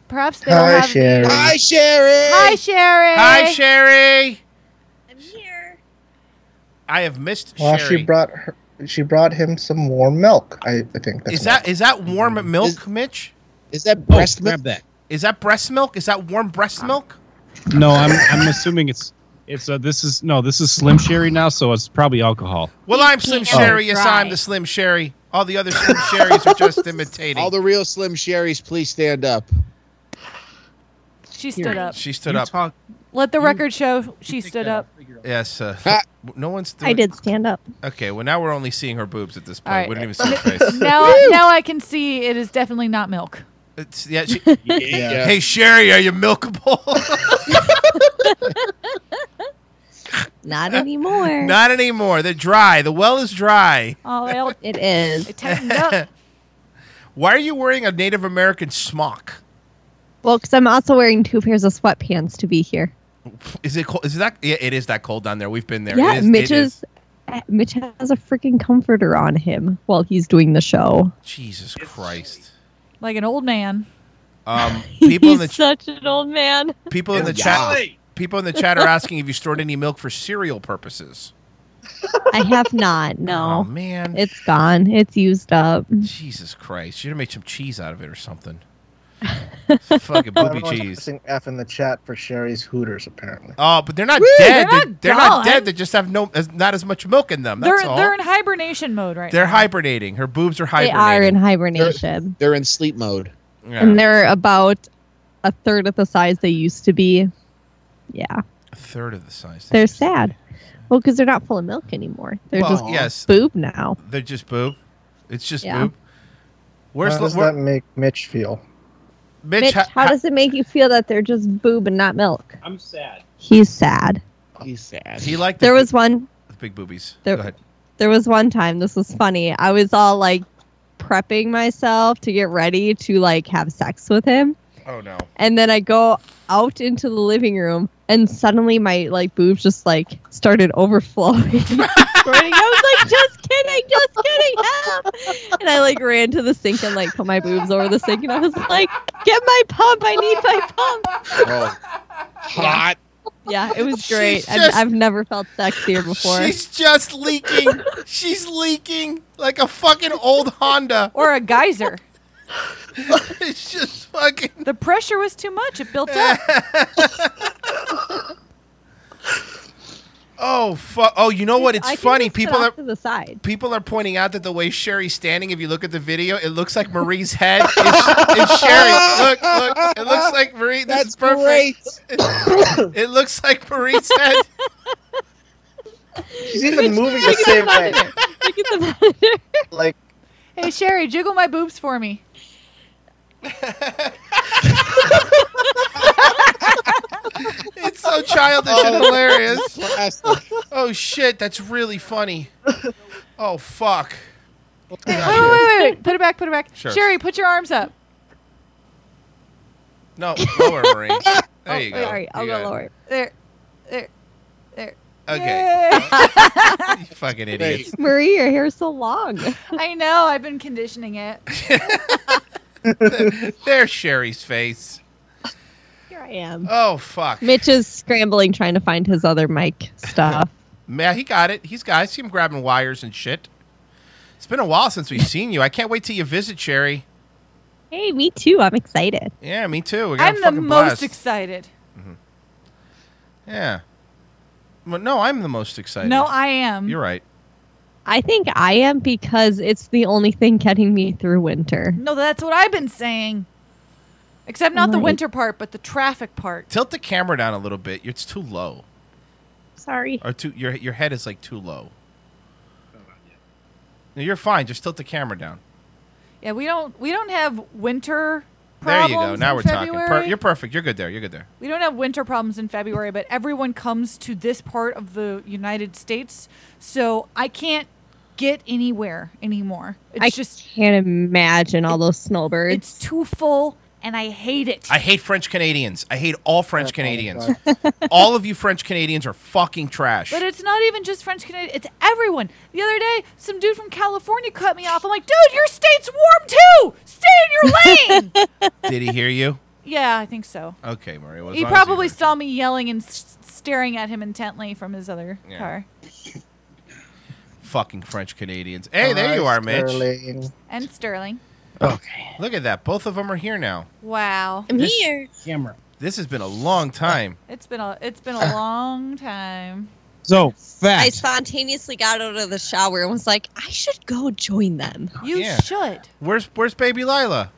[SPEAKER 3] Perhaps they'll have. The,
[SPEAKER 5] Hi, Sherry.
[SPEAKER 3] Hi, Sherry.
[SPEAKER 2] Hi, Sherry. I'm here. I have missed
[SPEAKER 8] well,
[SPEAKER 2] Sherry.
[SPEAKER 8] she brought her. She brought him some warm milk. I, I think. That's
[SPEAKER 2] is that is that warm milk, Mitch?
[SPEAKER 5] Is that
[SPEAKER 8] breast
[SPEAKER 6] grab milk? that.
[SPEAKER 2] Is that breast milk? Is that warm breast milk?
[SPEAKER 6] No, I'm I'm assuming it's it's uh, this is no this is Slim Sherry now, so it's probably alcohol.
[SPEAKER 2] Well, I'm Slim
[SPEAKER 6] can't
[SPEAKER 2] Sherry. Yes,
[SPEAKER 6] dry.
[SPEAKER 2] I'm the Slim Sherry. All the other Slim Sherrys are just imitating.
[SPEAKER 5] All the real Slim Sherrys, please stand up.
[SPEAKER 3] She stood up.
[SPEAKER 2] She stood up.
[SPEAKER 3] Let the record show she stood up.
[SPEAKER 2] Yes. Uh, no one's.
[SPEAKER 15] I did stand up.
[SPEAKER 2] Okay. Well, now we're only seeing her boobs at this
[SPEAKER 3] All
[SPEAKER 2] point.
[SPEAKER 3] right.
[SPEAKER 2] Oh, We don't even see her face.
[SPEAKER 3] now, now I can see it is definitely not milk.
[SPEAKER 2] It's, yeah, she, Hey, Sherry, are you milkable?
[SPEAKER 15] Not anymore.
[SPEAKER 2] Not anymore. They're dry. The well is dry.
[SPEAKER 3] Oh,
[SPEAKER 15] it is.
[SPEAKER 3] It tightened up.
[SPEAKER 2] Why are you wearing a Native American smock?
[SPEAKER 15] Well, because I'm also wearing two pairs of sweatpants to be here.
[SPEAKER 2] Is it cold? Is that? Yeah, it is that cold down there. We've been there.
[SPEAKER 15] yeah,
[SPEAKER 2] it is,
[SPEAKER 15] Mitch
[SPEAKER 2] it is.
[SPEAKER 15] is. Mitch has a freaking comforter on him while he's doing the show.
[SPEAKER 2] Jesus Christ.
[SPEAKER 3] Like an old man.
[SPEAKER 2] Um, people in the
[SPEAKER 15] Such an old man.
[SPEAKER 2] people in the chat people in the chat are asking if you stored any milk for cereal purposes.
[SPEAKER 15] I have not. No.
[SPEAKER 2] Oh, man.
[SPEAKER 15] It's gone. It's used up.
[SPEAKER 2] Jesus Christ, should have made some cheese out of it or something. Fucking booby
[SPEAKER 8] Everyone's
[SPEAKER 2] cheese.
[SPEAKER 8] pressing F in the chat for Sherry's Hooters apparently.
[SPEAKER 2] Oh, but they're not
[SPEAKER 8] Woo!
[SPEAKER 2] dead.
[SPEAKER 8] They're
[SPEAKER 2] They're,
[SPEAKER 8] not
[SPEAKER 2] they're not
[SPEAKER 8] gone.
[SPEAKER 2] dead. They just have no as- not as much milk in them.
[SPEAKER 3] They're,
[SPEAKER 2] That's all.
[SPEAKER 3] they're in hibernation mode right
[SPEAKER 2] They're
[SPEAKER 3] now.
[SPEAKER 2] hibernating. Her boobs are
[SPEAKER 15] They
[SPEAKER 2] hibernating.
[SPEAKER 15] are in hibernation.
[SPEAKER 5] They're in sleep mode.
[SPEAKER 15] And they're about a third of the size they used to be. Yeah.
[SPEAKER 2] a third of the size.
[SPEAKER 15] They're sad. Well, because they're not full of milk anymore. They're
[SPEAKER 2] Well,
[SPEAKER 15] just
[SPEAKER 2] yes.
[SPEAKER 15] boob now.
[SPEAKER 2] They're just boob. It's just
[SPEAKER 15] Yeah.
[SPEAKER 2] boob. Where's
[SPEAKER 8] How does
[SPEAKER 2] the, where,
[SPEAKER 8] that make Mitch feel?
[SPEAKER 2] Mitch,
[SPEAKER 15] Mitch,
[SPEAKER 2] ha-
[SPEAKER 15] how
[SPEAKER 2] ha-
[SPEAKER 15] does it make you feel that they're just boob and not milk?
[SPEAKER 6] I'm sad.
[SPEAKER 15] He's sad.
[SPEAKER 5] He's sad.
[SPEAKER 2] He liked the,
[SPEAKER 15] There was one.
[SPEAKER 2] the big boobies.
[SPEAKER 15] There-
[SPEAKER 2] Go ahead.
[SPEAKER 15] There was one time. This was funny. I was all like prepping myself to get ready to like have sex with him,
[SPEAKER 2] Oh no.
[SPEAKER 15] and then I go out into the living room, and suddenly my like boobs just like started overflowing. squirting. I was like, just kidding, just kidding. help." And I like ran to the sink and like put my boobs over the sink and I was like, get my pump. I need my pump.
[SPEAKER 5] Oh, hot.
[SPEAKER 15] Yeah, it was great.
[SPEAKER 2] She's
[SPEAKER 15] I've-
[SPEAKER 2] just-
[SPEAKER 15] I've never felt sexier before.
[SPEAKER 2] She's just leaking. She's leaking like a fucking old Honda
[SPEAKER 3] or a geyser.
[SPEAKER 2] it's just fucking.
[SPEAKER 3] The pressure was too much. It built up.
[SPEAKER 2] Oh fuck! Oh, you know what? It's
[SPEAKER 15] I can
[SPEAKER 2] funny.
[SPEAKER 15] just sit
[SPEAKER 2] People are
[SPEAKER 15] off to the side.
[SPEAKER 2] people are pointing out that the way Sherry's standing, if you look at the video, it looks like Marie's head. is is Sherry. Look, look! It looks like Marie. This is perfect. It, looks like Marie's head.
[SPEAKER 8] She's even moving the same way. Like
[SPEAKER 3] Hey Sherry, jiggle my boobs for me.
[SPEAKER 2] It's so childish and
[SPEAKER 5] Oh,
[SPEAKER 2] hilarious. Oh shit! That's really funny. Oh fuck!
[SPEAKER 3] Wait, wait, wait, wait. Put it back, put it back.
[SPEAKER 2] Sure.
[SPEAKER 3] Sherry, put your arms up.
[SPEAKER 2] No, lower, Marie. There you go.
[SPEAKER 15] Oh, All right, I'll
[SPEAKER 2] You
[SPEAKER 15] go
[SPEAKER 2] got it.
[SPEAKER 15] lower.
[SPEAKER 3] There. There. There.
[SPEAKER 2] Okay.
[SPEAKER 3] Yay.
[SPEAKER 2] You fucking idiots.
[SPEAKER 15] Marie, your hair's so long.
[SPEAKER 3] I know. I've been conditioning it.
[SPEAKER 2] There's Sherry's face.
[SPEAKER 15] Here I am.
[SPEAKER 2] Oh fuck.
[SPEAKER 15] Mitch is scrambling trying to find his other mic stuff.
[SPEAKER 2] Man, he got it. He's got. I see him grabbing wires and shit. It's been a while since we've seen you. I can't wait till you visit, Sherry.
[SPEAKER 15] hey, me too. I'm excited.
[SPEAKER 2] Yeah, me too. We're gonna
[SPEAKER 3] I'm the
[SPEAKER 2] fucking
[SPEAKER 3] most
[SPEAKER 2] blast.
[SPEAKER 3] excited.
[SPEAKER 2] yeah. Well, no, I'm the most excited.
[SPEAKER 15] No, I am.
[SPEAKER 2] You're right.
[SPEAKER 15] I think I am because it's the only thing getting me through winter.
[SPEAKER 3] No, that's what I've been saying. Except not the
[SPEAKER 15] Right.
[SPEAKER 3] winter part, but the traffic part.
[SPEAKER 2] Tilt the camera down a little bit. It's too low.
[SPEAKER 15] Sorry.
[SPEAKER 2] Or too your your head is like too low. No, you're fine. Just tilt the camera down.
[SPEAKER 3] Yeah, we don't we don't have winter
[SPEAKER 2] There
[SPEAKER 3] problems.
[SPEAKER 2] you go. Now
[SPEAKER 3] in
[SPEAKER 2] we're talking. Per-
[SPEAKER 3] February.
[SPEAKER 2] you're perfect. You're good there. You're good there.
[SPEAKER 3] We don't have winter problems in February, but everyone comes to this part of the United States, so I can't get anywhere anymore. It's
[SPEAKER 15] I
[SPEAKER 3] just
[SPEAKER 15] can't imagine all those snowbirds.
[SPEAKER 3] it's too full and I hate it.
[SPEAKER 2] I hate French Canadians. I hate all French Canadians. all of you French Canadians are fucking trash.
[SPEAKER 3] But it's not even just French Canadian, it's everyone. The other day, some dude from California cut me off. I'm like, dude, your state's warm too. Stay in your lane.
[SPEAKER 2] Did he hear you?
[SPEAKER 3] yeah, I think so.
[SPEAKER 2] Okay, Maria. Well, as
[SPEAKER 3] He
[SPEAKER 2] long as
[SPEAKER 3] probably saw me yelling and s- staring at him intently from his other
[SPEAKER 2] Yeah.
[SPEAKER 3] car.
[SPEAKER 2] fucking French Canadians. Hey, there you are, Mitch.
[SPEAKER 3] And Sterling.
[SPEAKER 2] Look at that. Both of them are here now.
[SPEAKER 3] Wow.
[SPEAKER 2] I'm This-
[SPEAKER 3] here.
[SPEAKER 6] Camera.
[SPEAKER 2] This has been a long time.
[SPEAKER 3] It's been a it's been
[SPEAKER 15] Ah.
[SPEAKER 3] a long time.
[SPEAKER 6] So
[SPEAKER 15] I
[SPEAKER 6] fat.
[SPEAKER 15] spontaneously got out of the shower and was like, I should go join them
[SPEAKER 3] You
[SPEAKER 2] Yeah.
[SPEAKER 3] should.
[SPEAKER 2] Where's Where's baby Lila?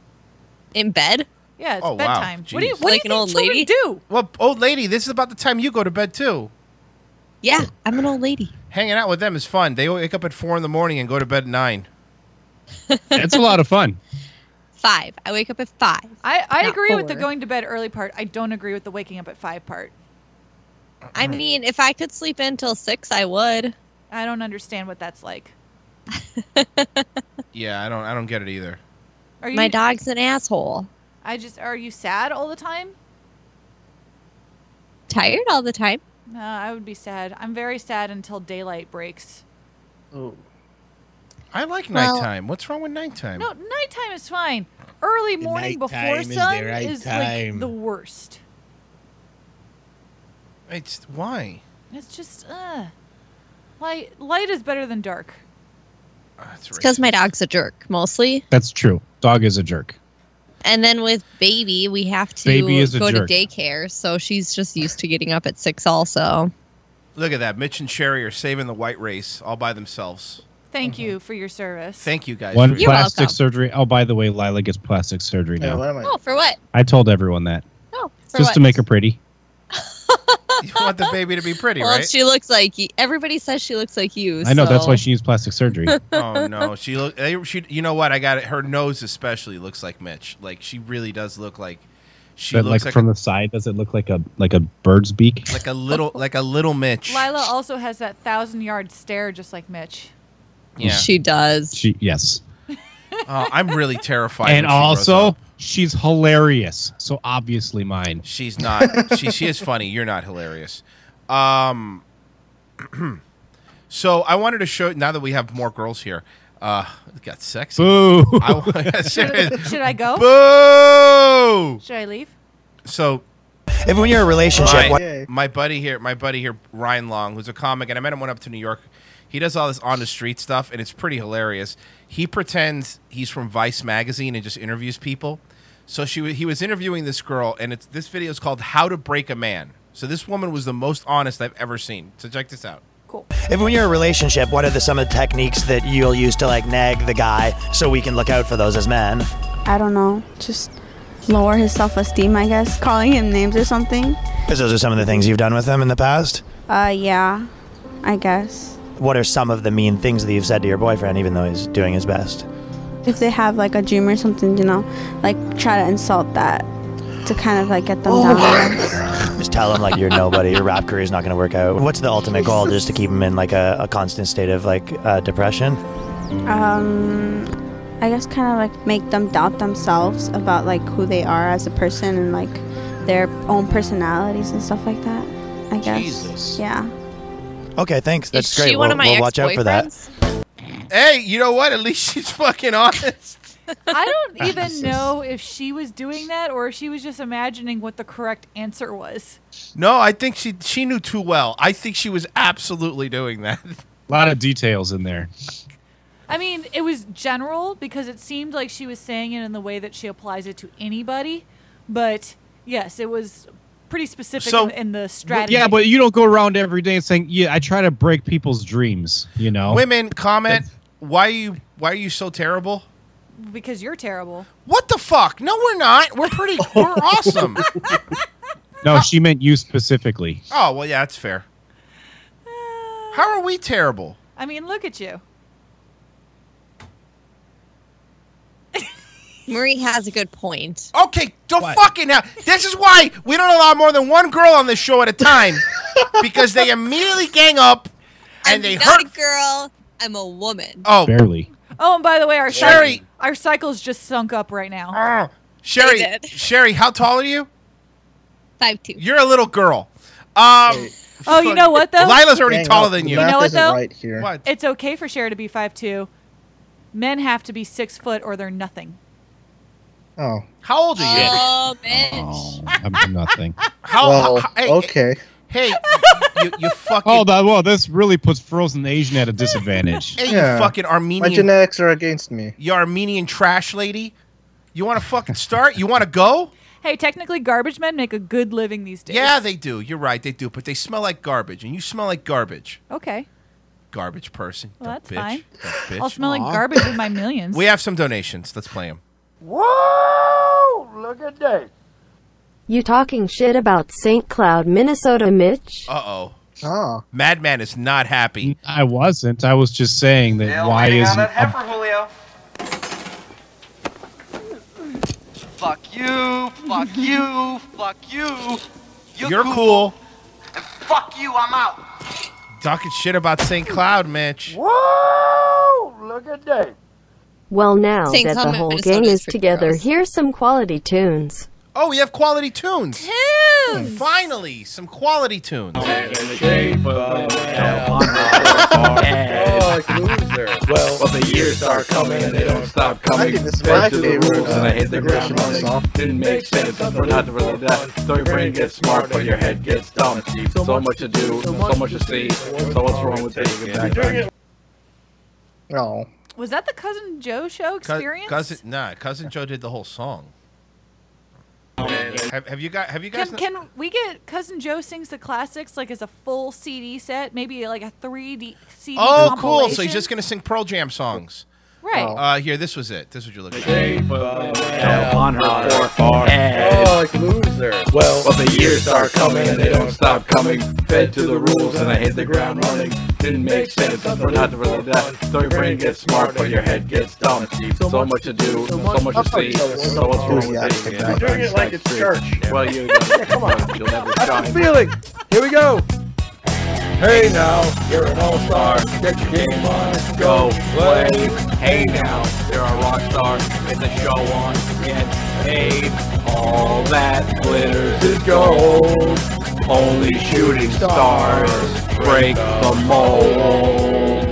[SPEAKER 15] in bed.
[SPEAKER 3] Yeah, it's
[SPEAKER 2] Oh, wow.
[SPEAKER 3] bedtime. What do you
[SPEAKER 2] Jeez.
[SPEAKER 3] what
[SPEAKER 15] Like
[SPEAKER 3] do
[SPEAKER 15] an
[SPEAKER 3] you think
[SPEAKER 15] old
[SPEAKER 3] children
[SPEAKER 15] lady?
[SPEAKER 3] do?
[SPEAKER 2] Well, old lady, this is about the time you go to bed too.
[SPEAKER 15] Yeah, I'm an old lady.
[SPEAKER 2] Hanging out with them is fun. They wake up at four in the morning and go to bed at nine.
[SPEAKER 6] That's a lot of fun.
[SPEAKER 15] Five. I wake up at five.
[SPEAKER 3] I, I
[SPEAKER 15] Not
[SPEAKER 3] agree with the
[SPEAKER 15] four.
[SPEAKER 3] going to bed early part. I don't agree with the waking up at five part.
[SPEAKER 15] I
[SPEAKER 2] Mm-hmm.
[SPEAKER 15] mean, if I could sleep in till six, I would.
[SPEAKER 3] I don't understand what that's like.
[SPEAKER 2] Yeah, I don't. I don't get it either.
[SPEAKER 3] Are you
[SPEAKER 15] My dog's an asshole.
[SPEAKER 3] I just are you sad all the time?
[SPEAKER 15] Tired all the time.
[SPEAKER 3] No, I would be sad. I'm very sad until daylight breaks.
[SPEAKER 2] I like
[SPEAKER 15] Well-
[SPEAKER 2] Oh, nighttime. What's wrong with nighttime?
[SPEAKER 3] No, nighttime is fine. Early morning
[SPEAKER 2] Nighttime
[SPEAKER 3] before
[SPEAKER 2] is the
[SPEAKER 3] sun
[SPEAKER 2] right
[SPEAKER 3] is like
[SPEAKER 2] time.
[SPEAKER 3] the worst.
[SPEAKER 2] It's why.
[SPEAKER 3] It's just uh light light is better than dark.
[SPEAKER 2] That's
[SPEAKER 15] It's because my dog's a jerk mostly.
[SPEAKER 6] That's true. Dog is a jerk.
[SPEAKER 15] And then with baby, we have to
[SPEAKER 6] Baby is a
[SPEAKER 15] go
[SPEAKER 6] jerk.
[SPEAKER 15] to daycare, so she's just used to getting up at six. Also,
[SPEAKER 2] Look at that. Mitch and Sherry are saving the white race all by themselves.
[SPEAKER 3] Thank you for your service.
[SPEAKER 2] Mm-hmm. Thank you guys.
[SPEAKER 6] One
[SPEAKER 2] for-
[SPEAKER 6] plastic surgery. Oh, by the way, Lila gets plastic surgery now.
[SPEAKER 15] Oh, for what?
[SPEAKER 6] I told everyone that.
[SPEAKER 15] Oh, for
[SPEAKER 6] Just
[SPEAKER 15] what?
[SPEAKER 6] to make her pretty.
[SPEAKER 2] you want the baby to be pretty,
[SPEAKER 15] well,
[SPEAKER 2] right?
[SPEAKER 15] she looks like you. Everybody says she looks like you.
[SPEAKER 6] I know that's why
[SPEAKER 15] so-
[SPEAKER 6] she needs plastic surgery.
[SPEAKER 2] oh no, she look. eh, She, you know what? I got it. Her nose especially looks like Mitch. Like she really does look like. She
[SPEAKER 6] but
[SPEAKER 2] looks
[SPEAKER 6] like,
[SPEAKER 2] like,
[SPEAKER 6] from the side, does it look like a like a bird's beak?
[SPEAKER 2] a, like a little like a little Mitch.
[SPEAKER 3] Lila also has that thousand yard stare just like Mitch.
[SPEAKER 2] Yeah.
[SPEAKER 15] She does.
[SPEAKER 6] She yes.
[SPEAKER 2] Oh, I'm really terrified.
[SPEAKER 6] and
[SPEAKER 2] when she grows up.
[SPEAKER 6] also, she's hilarious. So obviously mine.
[SPEAKER 2] she's not. she she is funny. You're not hilarious. Um. so I wanted to show now that we have more girls here. Uh, it got sexy.
[SPEAKER 6] Boo.
[SPEAKER 2] I, wa-
[SPEAKER 3] Should, should I go?
[SPEAKER 2] Boo!
[SPEAKER 3] Should I leave?
[SPEAKER 2] So
[SPEAKER 16] If when you're in a relationship,
[SPEAKER 2] my, my buddy here, my buddy here, Ryan Long, who's a comic, and I met him when up to New York. He does all this on the street stuff, and it's pretty hilarious. He pretends he's from Vice magazine and just interviews people. So she wa- he was interviewing this girl, and it's this video is called "How to Break a Man." So this woman was the most honest I've ever seen. So check this out.
[SPEAKER 16] if when you're in a relationship, what are the, some of the techniques that you'll use to like nag the guy so we can look out for those as men?
[SPEAKER 17] I don't know, just lower his self esteem, I guess. Calling him names or something.
[SPEAKER 16] Because those are some of the things you've done with them in the past.
[SPEAKER 17] Uh, yeah, I guess.
[SPEAKER 16] What are some of the mean things that you've said to your boyfriend, even though he's doing his best?
[SPEAKER 17] If they have like a dream or something, you know, like try to insult that to kind of like get them down. I guess.
[SPEAKER 16] Just tell him like you're nobody, your rap career's not going to work out. What's the ultimate goal? Just to keep him in like a, a constant state of like uh, depression.
[SPEAKER 17] Um, I guess kind of like make them doubt themselves about like who they are as a person and like their own personalities and stuff like that. I guess. Yeah.
[SPEAKER 16] Okay, thanks. That's
[SPEAKER 2] she
[SPEAKER 16] great.
[SPEAKER 2] one
[SPEAKER 16] we'll
[SPEAKER 2] of my
[SPEAKER 16] we'll watch out for that.
[SPEAKER 2] Hey, you know what? At least she's fucking honest.
[SPEAKER 3] I don't even know if she was doing that or if she was just imagining what the correct answer was.
[SPEAKER 2] No, I think she she knew too well. I think she was absolutely doing that.
[SPEAKER 6] A lot of details in there.
[SPEAKER 3] I mean, it was general because it seemed like she was saying it in the way that she applies it to anybody. But yes, it was pretty specific
[SPEAKER 6] So-
[SPEAKER 3] in, in the strategy.
[SPEAKER 6] Yeah, but you don't go around every day and saying, "Yeah, I try to break people's dreams." You know,
[SPEAKER 2] Women, comment. Why are you why are you so terrible?
[SPEAKER 3] because you're terrible.
[SPEAKER 2] What the fuck? No, we're not. We're pretty. We're awesome.
[SPEAKER 6] No, she meant you specifically.
[SPEAKER 2] Oh well, yeah, that's fair. How are we terrible?
[SPEAKER 3] I mean, look at you.
[SPEAKER 18] Marie has a good point.
[SPEAKER 2] Okay, don't fucking hell. This is why we don't allow more than one girl on this show at a time because they immediately gang up and they
[SPEAKER 18] not
[SPEAKER 2] hurt.
[SPEAKER 18] a girl. I'm a woman.
[SPEAKER 2] Oh,
[SPEAKER 6] barely.
[SPEAKER 3] Oh, and by the way, our
[SPEAKER 2] Sherry- Ah,
[SPEAKER 3] cycle, our cycle's just sunk up right now.
[SPEAKER 2] Sherry, Sherry, how tall are you?
[SPEAKER 18] Five two.
[SPEAKER 2] You're a little girl. Um.
[SPEAKER 3] Oh, you know what though?
[SPEAKER 2] Lila's already taller than you.
[SPEAKER 3] You know what though?
[SPEAKER 2] What?
[SPEAKER 3] It's okay for Cher to be five two. Men have to be six foot or they're nothing.
[SPEAKER 8] Oh.
[SPEAKER 2] How old are you?
[SPEAKER 18] Oh man.
[SPEAKER 6] I'm nothing.
[SPEAKER 2] How?
[SPEAKER 6] Well,
[SPEAKER 2] how- hey,
[SPEAKER 8] okay.
[SPEAKER 2] Hey, you, you fucking.
[SPEAKER 6] Hold on. Oh, Well, this really puts frozen Asian at a disadvantage.
[SPEAKER 2] Hey, you fucking Armenian.
[SPEAKER 6] My genetics
[SPEAKER 8] are against me.
[SPEAKER 2] You Armenian trash lady. You want to fucking start? You want to go?
[SPEAKER 3] Hey, technically, garbage men make a good living these days.
[SPEAKER 2] Yeah, they do. You're right. They do. But they smell like garbage, and you smell like garbage.
[SPEAKER 3] Okay,
[SPEAKER 2] Garbage person.
[SPEAKER 3] well
[SPEAKER 2] Dumb
[SPEAKER 3] that's
[SPEAKER 2] bitch.
[SPEAKER 3] fine.
[SPEAKER 2] Dumb bitch.
[SPEAKER 3] I'll smell like garbage with my millions.
[SPEAKER 2] We have some donations. Let's play them.
[SPEAKER 1] Whoa! Look at that.
[SPEAKER 13] You talking shit about St. Cloud, Minnesota, Mitch?
[SPEAKER 2] Uh oh.
[SPEAKER 8] Oh.
[SPEAKER 2] Madman is not happy.
[SPEAKER 6] I wasn't. I was just saying that. why
[SPEAKER 2] waiting on
[SPEAKER 6] is
[SPEAKER 2] that
[SPEAKER 6] a,
[SPEAKER 19] Julio. Fuck you, fuck you, fuck you.
[SPEAKER 2] You're, cool.
[SPEAKER 19] Fuck you, I'm out.
[SPEAKER 2] Talking shit about St. Cloud, Mitch.
[SPEAKER 19] Whoa! Look at that.
[SPEAKER 13] Well, now
[SPEAKER 2] Saint
[SPEAKER 13] that the
[SPEAKER 2] Clement,
[SPEAKER 13] whole
[SPEAKER 2] Minnesota
[SPEAKER 13] gang
[SPEAKER 2] is
[SPEAKER 13] is
[SPEAKER 2] pretty
[SPEAKER 13] together,
[SPEAKER 2] gross.
[SPEAKER 13] here's some quality tunes.
[SPEAKER 2] Oh, we have quality tunes. Tunes. Finally, some quality tunes.
[SPEAKER 20] Well, the years are coming and they don't stop coming. Fed to the rules and I hit the ground running. Didn't make sense, we're not really that. So your brain gets smart, but your head gets dumb. So much to do, so much to see. So what's wrong with taking it back?
[SPEAKER 8] No.
[SPEAKER 3] Was that the cousin Joe show
[SPEAKER 2] Cou-
[SPEAKER 3] experience?
[SPEAKER 2] Cousin, nah, cousin Joe did the whole song. Have, have you got? Have you guys?
[SPEAKER 3] Can,
[SPEAKER 2] kn-
[SPEAKER 3] can we get cousin Joe sings the classics like as a full CD set, maybe like a three D CD?
[SPEAKER 2] oh, cool! So
[SPEAKER 3] compilation?
[SPEAKER 2] he's just gonna sing Pearl Jam songs.
[SPEAKER 3] Right. Oh.
[SPEAKER 2] Uh, here, this was it. This was your look.
[SPEAKER 20] On her four head. Well, the years are coming and they don't stop coming. Fed to the rules and I hit the ground running. Didn't make sense, we're not really that. So your brain gets smart, but your head gets dumb. So much to do, so much to see. So what's wrong with taking it back?
[SPEAKER 19] You're doing it like it's church.
[SPEAKER 20] Well, you come on. You'll never shine.
[SPEAKER 19] Feeling. Here we go.
[SPEAKER 20] Hey now, you're an all star. Get your game on, go play. Hey now, you're a rock star. Get the show on, get paid. All that glitters is gold. Only shooting stars break the mold.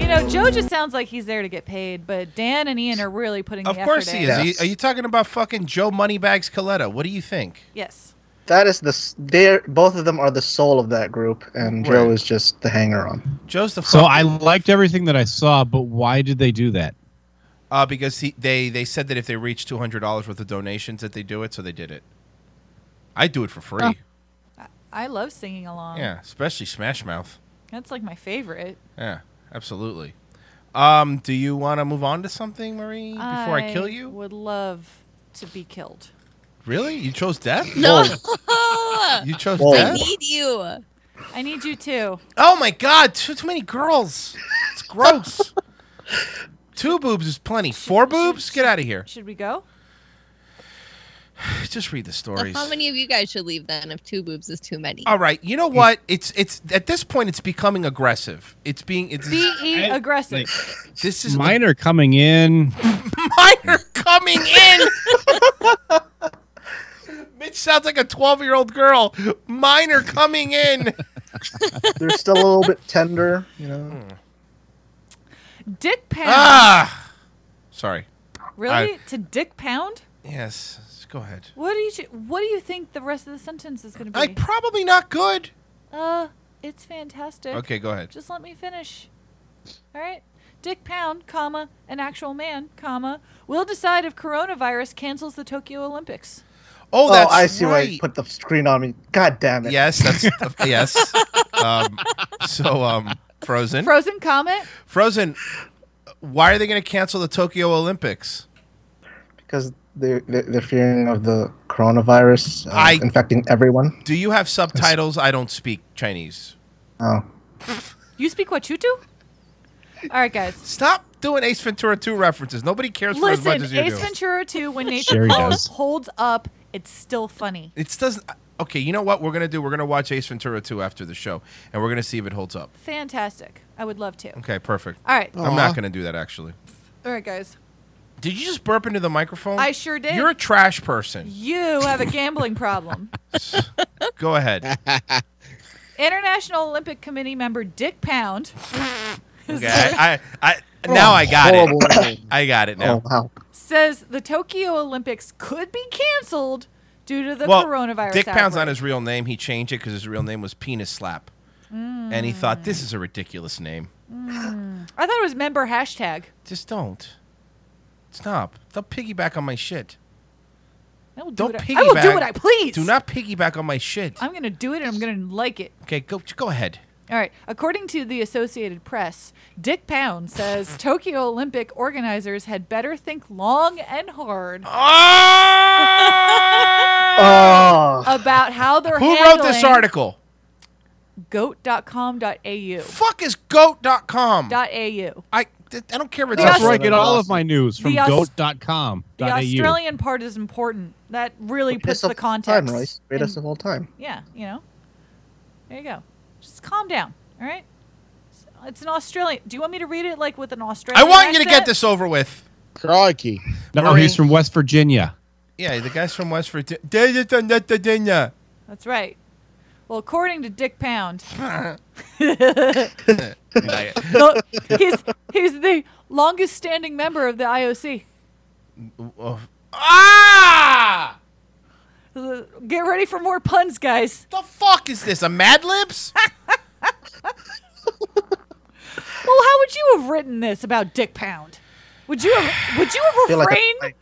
[SPEAKER 3] you know Joe just sounds like he's there to get paid, but Dan and Ian are really putting.
[SPEAKER 2] Of
[SPEAKER 3] the
[SPEAKER 2] course
[SPEAKER 3] effort
[SPEAKER 2] he
[SPEAKER 3] in.
[SPEAKER 2] is. Are, you, are you talking about fucking Joe Moneybags Coletta? What do you think?
[SPEAKER 3] Yes.
[SPEAKER 8] That is the s- they're both of them are the soul of that group, and Joe is just the hanger on.
[SPEAKER 2] Joe's the
[SPEAKER 6] so I liked everything that I saw, but why did they do that?
[SPEAKER 2] Uh, because he, they they said that if they reach two hundred dollars worth of donations, that they do it. So they did it. I do it for free.
[SPEAKER 3] I love singing along.
[SPEAKER 2] Yeah, especially Smash Mouth.
[SPEAKER 3] That's like my favorite.
[SPEAKER 2] Yeah, absolutely. Um, do you want to move on to something, Marie? Before I, kill you?
[SPEAKER 3] would love to be killed.
[SPEAKER 2] Really? You chose death?
[SPEAKER 3] No.
[SPEAKER 2] You chose
[SPEAKER 3] Whoa.
[SPEAKER 2] death?
[SPEAKER 3] need you. I need you too.
[SPEAKER 2] Oh my God! Too, too many girls. It's gross. Two boobs is plenty. Four boobs? Get out of here.
[SPEAKER 3] Should we go?
[SPEAKER 2] Just read the
[SPEAKER 18] Well,
[SPEAKER 2] stories.
[SPEAKER 18] how many of you guys should leave then if two boobs is too many?
[SPEAKER 2] All right. You know what? It's it's at this point it's becoming aggressive. It's being it's
[SPEAKER 3] Be aggressive.
[SPEAKER 2] This is
[SPEAKER 6] mine are coming in.
[SPEAKER 2] mine are coming in. Mitch sounds like a twelve year old girl. Mine are coming in.
[SPEAKER 8] They're still a little bit tender, you know.
[SPEAKER 3] Dick Pound.
[SPEAKER 2] Ah! Sorry.
[SPEAKER 3] Really?
[SPEAKER 2] I-
[SPEAKER 3] to Dick Pound?
[SPEAKER 2] yes. s- Go ahead.
[SPEAKER 3] What do you What do you think the rest of the sentence is going to be?
[SPEAKER 2] Like, probably not good.
[SPEAKER 3] Uh, it's fantastic.
[SPEAKER 2] Okay, go ahead.
[SPEAKER 3] Just let me finish. All right. Dick Pound, comma, an actual man, comma, will decide if coronavirus cancels the Tokyo Olympics.
[SPEAKER 2] Oh, that's
[SPEAKER 8] I see why you
[SPEAKER 2] right.
[SPEAKER 8] put the screen on me. God damn it.
[SPEAKER 2] Yes, that's yes. Um, so, um, Frozen.
[SPEAKER 3] Frozen comment?
[SPEAKER 2] Frozen. Why are they going to cancel the Tokyo Olympics?
[SPEAKER 8] Because they're, they're, they're fearing of the coronavirus uh, infecting everyone.
[SPEAKER 2] Do you have subtitles? I don't speak Chinese.
[SPEAKER 8] Oh.
[SPEAKER 3] You speak what you do? All right, guys.
[SPEAKER 2] Stop doing Ace Ventura 2 references. Nobody cares for as much
[SPEAKER 3] Listen,
[SPEAKER 2] as you
[SPEAKER 3] Ace
[SPEAKER 2] do.
[SPEAKER 3] Ventura 2, when nature
[SPEAKER 2] Sherry
[SPEAKER 3] calls,
[SPEAKER 2] does.
[SPEAKER 3] holds up, it's still funny.
[SPEAKER 2] It doesn't. Okay, you know what we're gonna do? We're gonna watch Ace Ventura 2 after the show, and we're gonna see if it holds up.
[SPEAKER 3] Fantastic. I would love to.
[SPEAKER 2] Okay, perfect.
[SPEAKER 3] All right.
[SPEAKER 2] I'm
[SPEAKER 3] Aw.
[SPEAKER 2] not gonna do that actually.
[SPEAKER 3] All right, guys.
[SPEAKER 2] Did you just burp into the microphone?
[SPEAKER 3] I sure did.
[SPEAKER 2] Oh. You're a trash person.
[SPEAKER 3] You have a gambling problem.
[SPEAKER 2] Go ahead.
[SPEAKER 3] International Olympic Committee member Dick Pound
[SPEAKER 2] Okay, I, I, I now I got it.
[SPEAKER 8] Oh, Horrible.
[SPEAKER 2] I got it now.
[SPEAKER 8] Oh, wow.
[SPEAKER 3] says the Tokyo Olympics could be canceled due to the
[SPEAKER 2] well,
[SPEAKER 3] coronavirus.
[SPEAKER 2] Dick Pound's
[SPEAKER 3] outbreak.
[SPEAKER 2] not his real name. He changed it because his real name was Penis Slap,
[SPEAKER 3] Mm.
[SPEAKER 2] and he thought this is a ridiculous name.
[SPEAKER 3] Mm. I thought it was member hashtag.
[SPEAKER 2] Just don't. Stop. Don't piggyback on my shit.
[SPEAKER 3] I will do
[SPEAKER 2] Don't
[SPEAKER 3] what
[SPEAKER 2] piggyback.
[SPEAKER 3] I, I will do what I please.
[SPEAKER 2] Do not piggyback on my shit.
[SPEAKER 3] I'm gonna do it, and I'm gonna like it.
[SPEAKER 2] Okay, go go ahead.
[SPEAKER 3] All right. According to the Associated Press, Dick Pound says Tokyo Olympic organizers had better think long and hard
[SPEAKER 2] Ah!
[SPEAKER 6] Ah.
[SPEAKER 3] about how they're
[SPEAKER 2] Who wrote
[SPEAKER 3] handling
[SPEAKER 2] this article?
[SPEAKER 3] Goat.com.au.
[SPEAKER 2] Fuck is goat.com.
[SPEAKER 3] .au.
[SPEAKER 2] I I don't care what
[SPEAKER 6] That's where I get all of my news from
[SPEAKER 3] The Aus-
[SPEAKER 6] goat.com.au.
[SPEAKER 3] The Australian part is important. That really puts the
[SPEAKER 8] Time,
[SPEAKER 3] context.
[SPEAKER 8] Royce. Greatest
[SPEAKER 3] in-
[SPEAKER 8] of all time.
[SPEAKER 3] Yeah, you know. There you go. Just calm down, all right? It's- It's an Australian. Do you want me to read it like with an Australian?
[SPEAKER 2] I want you to get
[SPEAKER 3] accent?
[SPEAKER 2] this over with.
[SPEAKER 5] Crikey.
[SPEAKER 6] No,
[SPEAKER 2] Murray.
[SPEAKER 6] he's from West Virginia.
[SPEAKER 2] Yeah, the guy's from West Virginia. Virginia.
[SPEAKER 3] That's right. Well, according to Dick Pound,
[SPEAKER 2] Like-
[SPEAKER 3] he's he's the longest standing member of the IOC.
[SPEAKER 2] Oh, Ah!
[SPEAKER 3] Uh, Get ready for more puns, guys.
[SPEAKER 2] The fuck is this? A Mad Libs?
[SPEAKER 3] well, how would you have written this about Dick Pound? Would you have, would you have
[SPEAKER 2] Feel like a
[SPEAKER 3] refrained?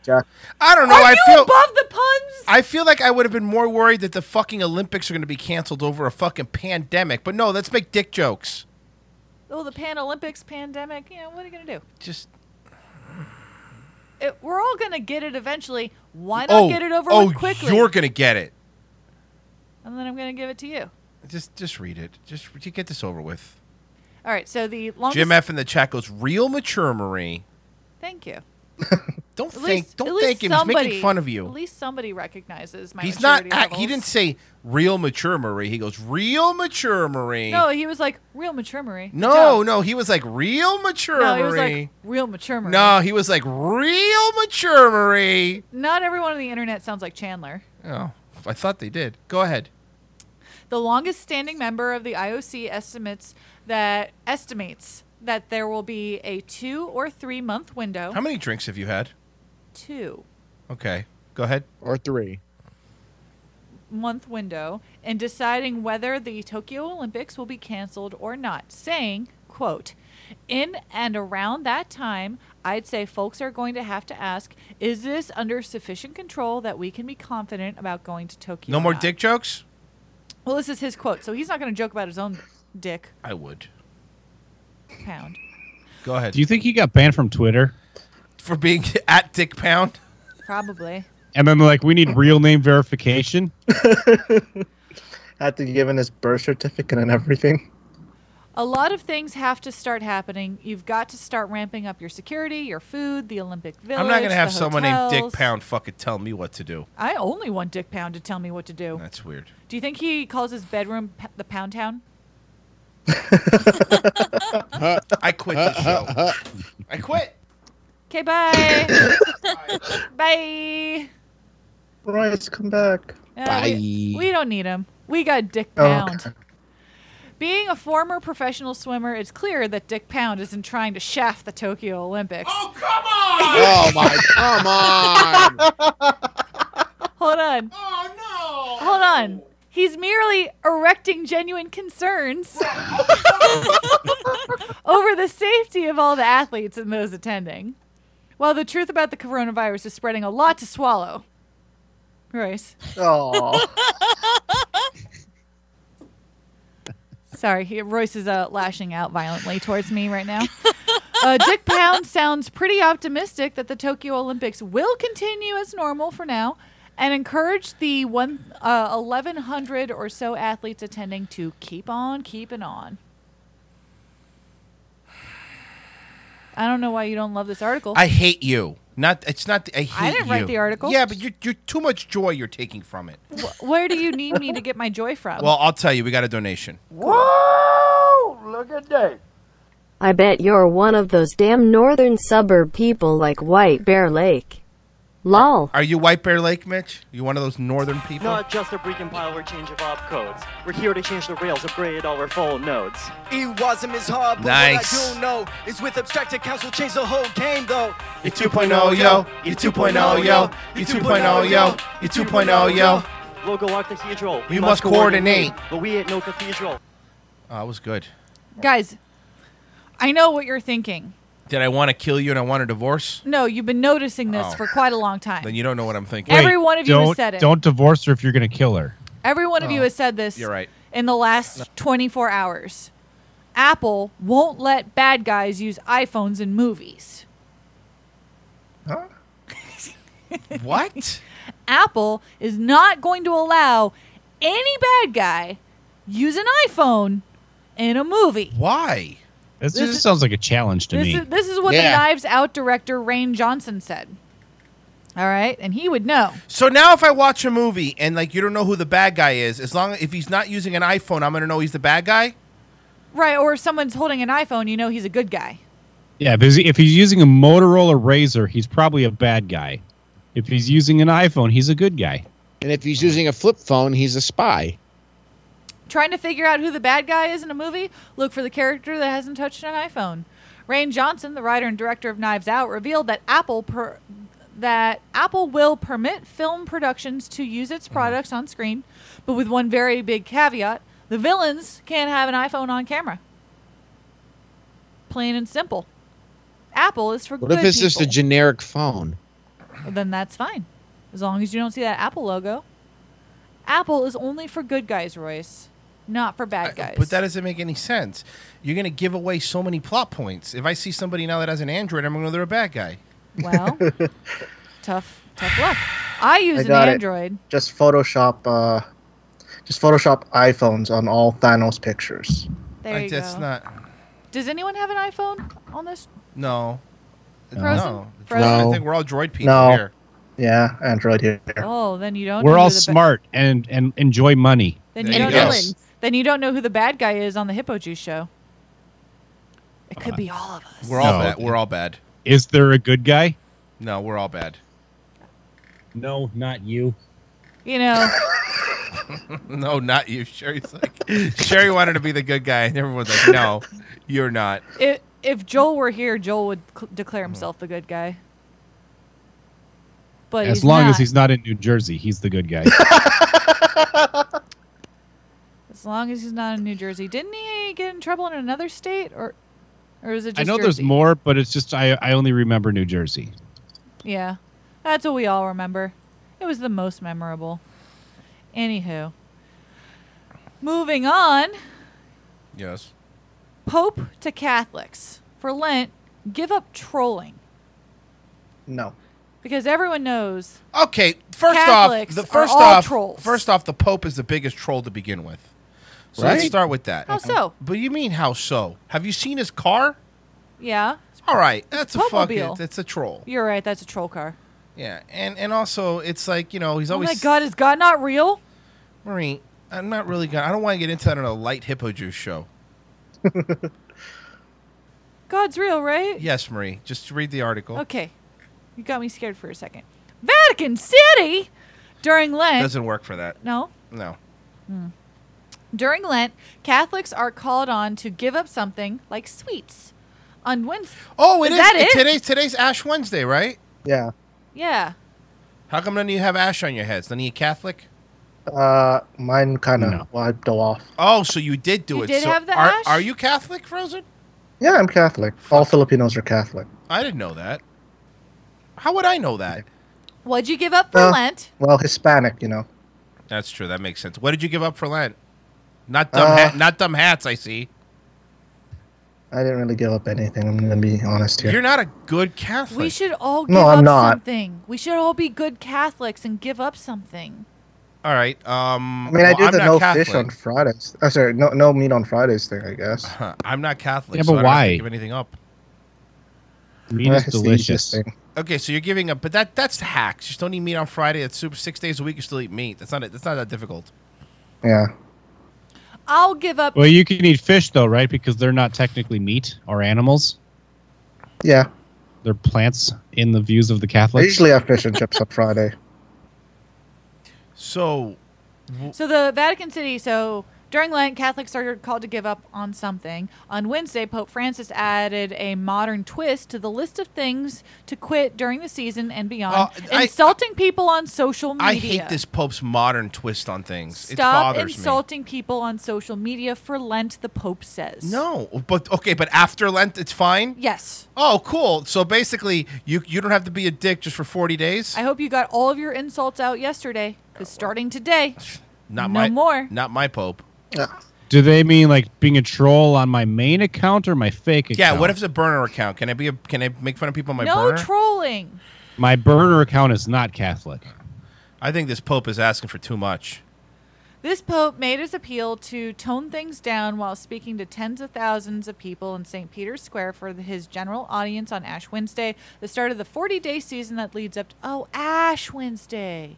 [SPEAKER 2] I don't know.
[SPEAKER 3] Are
[SPEAKER 2] I
[SPEAKER 3] you
[SPEAKER 2] feel
[SPEAKER 3] above the puns?
[SPEAKER 2] I feel like I would have been more worried that the fucking Olympics are going to be canceled over a fucking pandemic. But no, let's make dick jokes.
[SPEAKER 3] Oh, the Pan Olympics pandemic. You know what are you gonna do?
[SPEAKER 2] Just
[SPEAKER 3] It, we're all gonna get it eventually. Why not
[SPEAKER 2] oh,
[SPEAKER 3] get it over
[SPEAKER 2] oh,
[SPEAKER 3] with quickly?
[SPEAKER 2] You're going to get it.
[SPEAKER 3] and then I'm gonna give it to you.
[SPEAKER 2] Just just read it. Just to get this over with.
[SPEAKER 3] All right. So the longest.
[SPEAKER 2] Jim F in the chat goes real mature, Marie.
[SPEAKER 3] Thank you.
[SPEAKER 2] Don't
[SPEAKER 3] At
[SPEAKER 2] think-
[SPEAKER 3] least-
[SPEAKER 2] don't
[SPEAKER 3] at least
[SPEAKER 2] thank him. He's making
[SPEAKER 3] somebody-
[SPEAKER 2] fun of you.
[SPEAKER 3] At least somebody recognizes my.
[SPEAKER 2] He's not.
[SPEAKER 3] maturity
[SPEAKER 2] act- he
[SPEAKER 3] levels.
[SPEAKER 2] didn't say real mature Marie. He goes real mature Marie.
[SPEAKER 3] No, he was like real mature Marie. Good
[SPEAKER 2] no,
[SPEAKER 3] job."
[SPEAKER 2] no, He was like real mature
[SPEAKER 3] No, he was
[SPEAKER 2] Marie.
[SPEAKER 3] like real mature Marie.
[SPEAKER 2] No, he was like real mature Marie.
[SPEAKER 3] Not everyone on the internet sounds like Chandler.
[SPEAKER 2] Oh, I thought they did. Go ahead.
[SPEAKER 3] The longest standing member of the IOC estimates that estimates that there will be a two or three month window.
[SPEAKER 2] How many drinks have you had?
[SPEAKER 3] Two
[SPEAKER 2] Okay, go ahead.
[SPEAKER 5] Or three.
[SPEAKER 3] month window in deciding whether the Tokyo Olympics will be canceled or not, saying, quote, in and around that time, I'd say folks are going to have to ask, is this under sufficient control that we can be confident about going to Tokyo?
[SPEAKER 2] no
[SPEAKER 3] or
[SPEAKER 2] more
[SPEAKER 3] not?"
[SPEAKER 2] dick jokes.
[SPEAKER 3] Well, this is his quote, so he's not going to joke about his own dick
[SPEAKER 2] I would.
[SPEAKER 3] pound.
[SPEAKER 2] Go ahead.
[SPEAKER 6] Do you think he got banned from Twitter?
[SPEAKER 2] For being at Dick Pound.
[SPEAKER 3] Probably.
[SPEAKER 6] And then like, we need real name verification.
[SPEAKER 8] After giving his birth certificate and everything.
[SPEAKER 3] A lot of things have to start happening. You've got to start ramping up your security, your food, the Olympic Village.
[SPEAKER 2] I'm not gonna
[SPEAKER 3] the
[SPEAKER 2] have someone named Dick
[SPEAKER 3] hotels.
[SPEAKER 2] Pound fucking tell me what to do.
[SPEAKER 3] I only want Dick Pound to tell me what to do.
[SPEAKER 2] That's weird.
[SPEAKER 3] Do you think he calls his bedroom p- the Pound Town?
[SPEAKER 2] I quit the show. I quit.
[SPEAKER 3] Okay, bye. bye.
[SPEAKER 8] Royce, come back.
[SPEAKER 3] Uh, we- We, don't need him. We got Dick
[SPEAKER 8] Oh,
[SPEAKER 3] Pound. Being a former professional swimmer, it's clear that Dick Pound isn't trying to shaft the Tokyo Olympics. Oh, come on!
[SPEAKER 5] Oh my! Come on!
[SPEAKER 3] Hold on. Oh no! Hold on. He's merely erecting genuine concerns over the safety of all the athletes and those attending. While the truth about the coronavirus is spreading a lot to swallow. Royce.
[SPEAKER 8] Oh.
[SPEAKER 3] Sorry, he, Royce is uh, lashing out violently towards me right now. Uh, Dick Pound sounds pretty optimistic that the Tokyo Olympics will continue as normal for now and encourage the one, uh, 1,100 or so athletes attending to keep on keeping on. I don't know why you don't love this article.
[SPEAKER 2] I hate you. Not it's not. I hate
[SPEAKER 3] didn't write
[SPEAKER 2] you.
[SPEAKER 3] the article.
[SPEAKER 2] Yeah, but you're, you're too much joy you're taking from it.
[SPEAKER 3] Wh- Where do you need me to get my joy from?
[SPEAKER 2] Well, I'll tell you, we got a donation.
[SPEAKER 19] Whoa! Look at that.
[SPEAKER 13] I bet you're one of those damn northern suburb people like White Bear Lake. Lol.
[SPEAKER 2] Are you White Bear Lake, Mitch? You one of those northern people?
[SPEAKER 21] Not just a brick and pile or change of op codes. We're here to change the rails, upgrade all our phone nodes.
[SPEAKER 22] It wasn't as hard, but
[SPEAKER 2] Nice.
[SPEAKER 22] what I do know is with abstracted council change the whole game though.
[SPEAKER 2] You 2.0 yo, you 2.0 oh, yo, you 2.0 yo, you 2.0 yo.
[SPEAKER 21] Logo our cathedral.
[SPEAKER 2] You must coordinate.
[SPEAKER 21] But we ain't no cathedral.
[SPEAKER 2] Oh, that was good.
[SPEAKER 3] Guys, I know what you're thinking.
[SPEAKER 2] Did I want to kill you and I want a divorce?
[SPEAKER 3] No, you've been noticing this
[SPEAKER 2] Oh.
[SPEAKER 3] for quite a long time.
[SPEAKER 2] Then you don't know what I'm thinking.
[SPEAKER 3] Every one of you has
[SPEAKER 6] don't,
[SPEAKER 3] said it.
[SPEAKER 6] Don't divorce her if you're going to kill her.
[SPEAKER 3] Every one of you
[SPEAKER 6] Oh,
[SPEAKER 3] has said this
[SPEAKER 6] you're right.
[SPEAKER 3] in the last 24 hours. Apple won't let bad guys use iPhones in movies.
[SPEAKER 2] what?
[SPEAKER 3] Apple is not going to allow any bad guy use an iPhone in a movie.
[SPEAKER 2] Why?
[SPEAKER 6] This, just sounds like a challenge to
[SPEAKER 3] This
[SPEAKER 6] me.
[SPEAKER 3] is, this is what the Knives Out director Rain Johnson said. All right, and he would know.
[SPEAKER 2] So now, if I watch a movie and like you don't know who the bad guy is, as long if he's not using an iPhone, I'm gonna know he's the bad guy.
[SPEAKER 3] Right, or if someone's holding an iPhone, you know he's a good guy.
[SPEAKER 6] Yeah, because if he's using a Motorola Razor, he's probably a bad guy. If he's using an iPhone, he's a good guy.
[SPEAKER 5] And if he's using a flip phone, he's a spy.
[SPEAKER 3] Trying to figure out who the bad guy is in a movie? Look for the character that hasn't touched an iPhone. Rain Johnson, the writer and director of Knives Out, revealed that Apple per- that Apple will permit film productions to use its products on screen, but with one very big caveat: the villains can't have an iPhone on camera. Plain and simple. Apple is for
[SPEAKER 5] What
[SPEAKER 3] good
[SPEAKER 5] if it's
[SPEAKER 3] people.
[SPEAKER 5] just a generic phone?
[SPEAKER 3] then that's fine. As long as you don't see that Apple logo. Apple is only for good guys, Royce, not for bad guys.
[SPEAKER 2] But that doesn't make any sense. You're gonna give away so many plot points. If I see somebody now that has an Android, I'm gonna know they're a bad guy.
[SPEAKER 3] Well, tough, tough luck. I use
[SPEAKER 8] I
[SPEAKER 3] an
[SPEAKER 8] got it.
[SPEAKER 3] Android.
[SPEAKER 8] Just Photoshop. Uh, just Photoshop iPhones on all Thanos pictures.
[SPEAKER 3] There
[SPEAKER 2] Like,
[SPEAKER 3] you
[SPEAKER 2] that's
[SPEAKER 3] go.
[SPEAKER 2] not.
[SPEAKER 3] Does anyone have an iPhone on this?
[SPEAKER 2] No.
[SPEAKER 3] Frozen?
[SPEAKER 2] No.
[SPEAKER 3] Frozen?
[SPEAKER 2] I think we're all droid people
[SPEAKER 8] no.
[SPEAKER 2] here.
[SPEAKER 8] Yeah, Android here.
[SPEAKER 3] Oh, then you don't.
[SPEAKER 6] We're
[SPEAKER 3] know
[SPEAKER 6] all
[SPEAKER 3] who the ba-
[SPEAKER 6] smart and and enjoy money.
[SPEAKER 3] then you don't know. Then you don't know who the bad guy is on the Hippo Juice show. It could be all of us.
[SPEAKER 2] We're all
[SPEAKER 6] No.
[SPEAKER 2] bad. We're all bad.
[SPEAKER 6] Is there a good guy?
[SPEAKER 2] No, we're all bad.
[SPEAKER 6] No, not you.
[SPEAKER 3] You know.
[SPEAKER 2] no, not you. Sherry's like Sherry wanted to be the good guy, and everyone's like, "No, you're not."
[SPEAKER 3] if if Joel were here, Joel would cl- declare himself the good guy. But
[SPEAKER 6] as
[SPEAKER 3] he's
[SPEAKER 6] long
[SPEAKER 3] not.
[SPEAKER 6] as he's not in New Jersey, he's the good guy.
[SPEAKER 3] as long as he's not in New Jersey, didn't he get in trouble in another state, or or is it just
[SPEAKER 6] I know there's
[SPEAKER 3] Jersey?
[SPEAKER 6] more, but it's just I I only remember New Jersey.
[SPEAKER 3] Yeah, that's what we all remember. It was the most memorable. Anywho, moving on.
[SPEAKER 2] Yes.
[SPEAKER 3] Pope to Catholics for Lent. Give up trolling
[SPEAKER 8] No.
[SPEAKER 3] because everyone knows.
[SPEAKER 2] Okay, first
[SPEAKER 3] Catholics
[SPEAKER 2] off, the
[SPEAKER 3] are
[SPEAKER 2] first
[SPEAKER 3] all
[SPEAKER 2] off,
[SPEAKER 3] trolls.
[SPEAKER 2] first off, the Pope is the biggest troll to begin with. So let's
[SPEAKER 8] Right.
[SPEAKER 2] start with that.
[SPEAKER 3] How so?
[SPEAKER 2] But you mean how so? Have you seen his car?
[SPEAKER 3] Yeah.
[SPEAKER 2] All right, that's a
[SPEAKER 3] Popemobile.
[SPEAKER 2] fucking. It's a troll.
[SPEAKER 3] You're right. That's a troll car.
[SPEAKER 2] Yeah, and and also it's like you know he's
[SPEAKER 3] Oh
[SPEAKER 2] always.
[SPEAKER 3] my God! Is God not real?
[SPEAKER 2] Marie, I'm not really gonna. I don't want to get into that on a light hippo juice show.
[SPEAKER 3] God's real, right?
[SPEAKER 2] Yes, Marie, just read the article.
[SPEAKER 3] Okay. You got me scared for a second. Vatican City during Lent.
[SPEAKER 2] Doesn't work for that.
[SPEAKER 3] No.
[SPEAKER 2] No.
[SPEAKER 3] During Lent, Catholics are called on to give up something like sweets on Wednesday.
[SPEAKER 2] Oh, it is,
[SPEAKER 3] that
[SPEAKER 2] it-
[SPEAKER 3] it?
[SPEAKER 2] today's today's Ash Wednesday, right?
[SPEAKER 8] Yeah.
[SPEAKER 3] Yeah.
[SPEAKER 2] How come none of you have ash on your heads? None of you Catholic?
[SPEAKER 8] Uh, mine kind of wiped off.
[SPEAKER 2] Oh, so you did do
[SPEAKER 3] You
[SPEAKER 2] it.
[SPEAKER 3] did
[SPEAKER 2] so
[SPEAKER 3] have the
[SPEAKER 2] are,
[SPEAKER 3] ash?
[SPEAKER 2] are you Catholic, Frozen?
[SPEAKER 8] Yeah, I'm Catholic. All Filipinos are Catholic.
[SPEAKER 2] I didn't know that. How would I know that?
[SPEAKER 3] What'd you give up for
[SPEAKER 8] Well,
[SPEAKER 3] Lent?
[SPEAKER 8] Well, Hispanic, you know.
[SPEAKER 2] That's true. That makes sense. What did you give up for Lent? Not dumb,
[SPEAKER 8] Uh,
[SPEAKER 2] ha- not dumb hats. I see.
[SPEAKER 8] I didn't really give up anything. I'm gonna be honest here.
[SPEAKER 2] You're not a good Catholic.
[SPEAKER 3] We should all
[SPEAKER 8] No,
[SPEAKER 3] give
[SPEAKER 8] I'm
[SPEAKER 3] up
[SPEAKER 8] not.
[SPEAKER 3] something. We should all be good Catholics and give up something.
[SPEAKER 2] All right. Um,
[SPEAKER 8] I mean, I
[SPEAKER 2] well,
[SPEAKER 8] do
[SPEAKER 2] I'm
[SPEAKER 8] the
[SPEAKER 2] not
[SPEAKER 8] no
[SPEAKER 2] Catholic.
[SPEAKER 8] fish on Fridays. Oh, sorry, no no meat on Fridays thing. I guess.
[SPEAKER 2] I'm not Catholic.
[SPEAKER 8] Yeah,
[SPEAKER 2] so
[SPEAKER 8] but
[SPEAKER 2] I don't have to
[SPEAKER 8] why?
[SPEAKER 2] give anything up?
[SPEAKER 6] Meat is delicious.
[SPEAKER 2] Okay, so you're giving up, but that that's hacks. You just don't eat meat on Friday. It's super six days a week. You still eat meat. That's not it. That's not that difficult.
[SPEAKER 8] Yeah.
[SPEAKER 3] I'll give up.
[SPEAKER 6] Well, you can eat fish though, right? Because they're not technically meat or animals.
[SPEAKER 8] Yeah.
[SPEAKER 6] They're plants in the views of the
[SPEAKER 8] I
[SPEAKER 6] Catholics.
[SPEAKER 8] usually have fish and chips on Friday.
[SPEAKER 2] So,
[SPEAKER 3] So the Vatican City. So during Lent, Catholics are called to give up on something. On Wednesday, Pope Francis added a modern twist to the list of things to quit during the season and beyond.
[SPEAKER 2] Oh, I-
[SPEAKER 3] insulting people on social media.
[SPEAKER 2] I hate this Pope's modern twist on things. it
[SPEAKER 3] Stop
[SPEAKER 2] bothers
[SPEAKER 3] insulting people on social media for Lent. The Pope says.
[SPEAKER 2] me. No, but okay, but after Lent, it's fine.
[SPEAKER 3] Yes.
[SPEAKER 2] Oh, cool. So basically, you you don't have to be a dick just for forty days.
[SPEAKER 3] I hope you got all of your insults out yesterday. Because starting today,
[SPEAKER 2] Not
[SPEAKER 3] no
[SPEAKER 2] my
[SPEAKER 3] more.
[SPEAKER 2] Not my Pope.
[SPEAKER 6] Do they mean like being a troll on my main account or my fake account?
[SPEAKER 2] Yeah. What if it's a burner account? Can I be? A, can I make fun of people on my
[SPEAKER 3] no
[SPEAKER 2] burner?
[SPEAKER 3] trolling.
[SPEAKER 6] my burner account is not Catholic?
[SPEAKER 2] I think this Pope is asking for too much.
[SPEAKER 3] This pope made his appeal to tone things down while speaking to tens of thousands of people in St. Peter's Square for the- his general audience on Ash Wednesday, the start of the 40 day season that leads up to, oh, Ash Wednesday.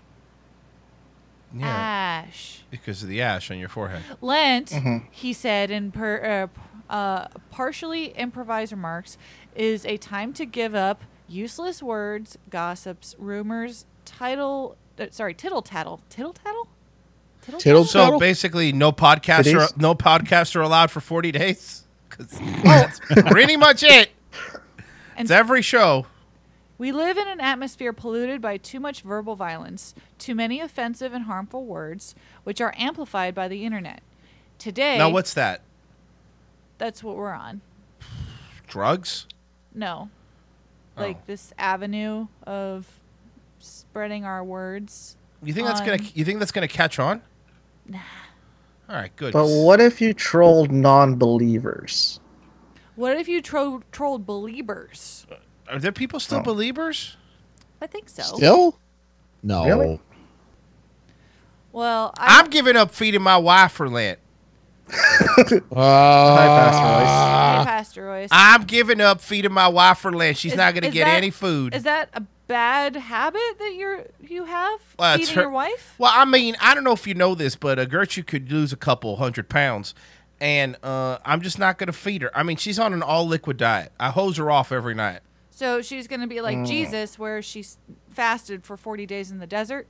[SPEAKER 3] Ash.
[SPEAKER 2] Because of the ash on your forehead.
[SPEAKER 3] Lent,
[SPEAKER 2] Mhm.
[SPEAKER 3] he said in per, uh, uh, partially improvised remarks, is a time to give up useless words, gossips, rumors, title, uh, sorry, tittle tattle. Tittle tattle?
[SPEAKER 2] Tittle so basically, no podcasts
[SPEAKER 6] Titties?
[SPEAKER 2] are no podcasts are allowed for forty days. 'Cause that's pretty much it.
[SPEAKER 3] And-
[SPEAKER 2] it's every show.
[SPEAKER 3] We live in an atmosphere polluted by too much verbal violence, too many offensive and harmful words, which are amplified by the internet. Today,
[SPEAKER 2] Now, what's that?
[SPEAKER 3] that's what we're on.
[SPEAKER 2] Drugs?
[SPEAKER 3] No.
[SPEAKER 2] Oh.
[SPEAKER 3] Like this avenue of spreading our words.
[SPEAKER 2] You think that's gonna?
[SPEAKER 3] on-
[SPEAKER 2] You think that's gonna catch on? Nah. All right, good.
[SPEAKER 8] But what if you trolled non-believers?
[SPEAKER 3] What if you tro- trolled believers?
[SPEAKER 2] Are there people still believers?
[SPEAKER 3] I think so.
[SPEAKER 8] Oh. Still?
[SPEAKER 12] No.
[SPEAKER 2] Really?
[SPEAKER 3] Well, I,
[SPEAKER 2] I'm giving up feeding my wife for Lent.
[SPEAKER 3] Hey, Pastor Royce.
[SPEAKER 2] I'm giving up feeding my wife for Lent. She's
[SPEAKER 3] Is-
[SPEAKER 2] not going to
[SPEAKER 3] is
[SPEAKER 2] get
[SPEAKER 3] that-
[SPEAKER 2] any food.
[SPEAKER 3] Is that a bad habit that you're you have?
[SPEAKER 2] Well, Uh, it's
[SPEAKER 3] feeding
[SPEAKER 2] her-
[SPEAKER 3] your wife?
[SPEAKER 2] Well, I mean, I don't know if you know this, but uh, Gertrude could lose a couple hundred pounds, and uh, I'm just not going to feed her. I mean, she's on an all liquid diet. I hose her off every night.
[SPEAKER 3] So she's going to be like
[SPEAKER 2] Mm.
[SPEAKER 3] Jesus, where she s- fasted for 40 days in the desert.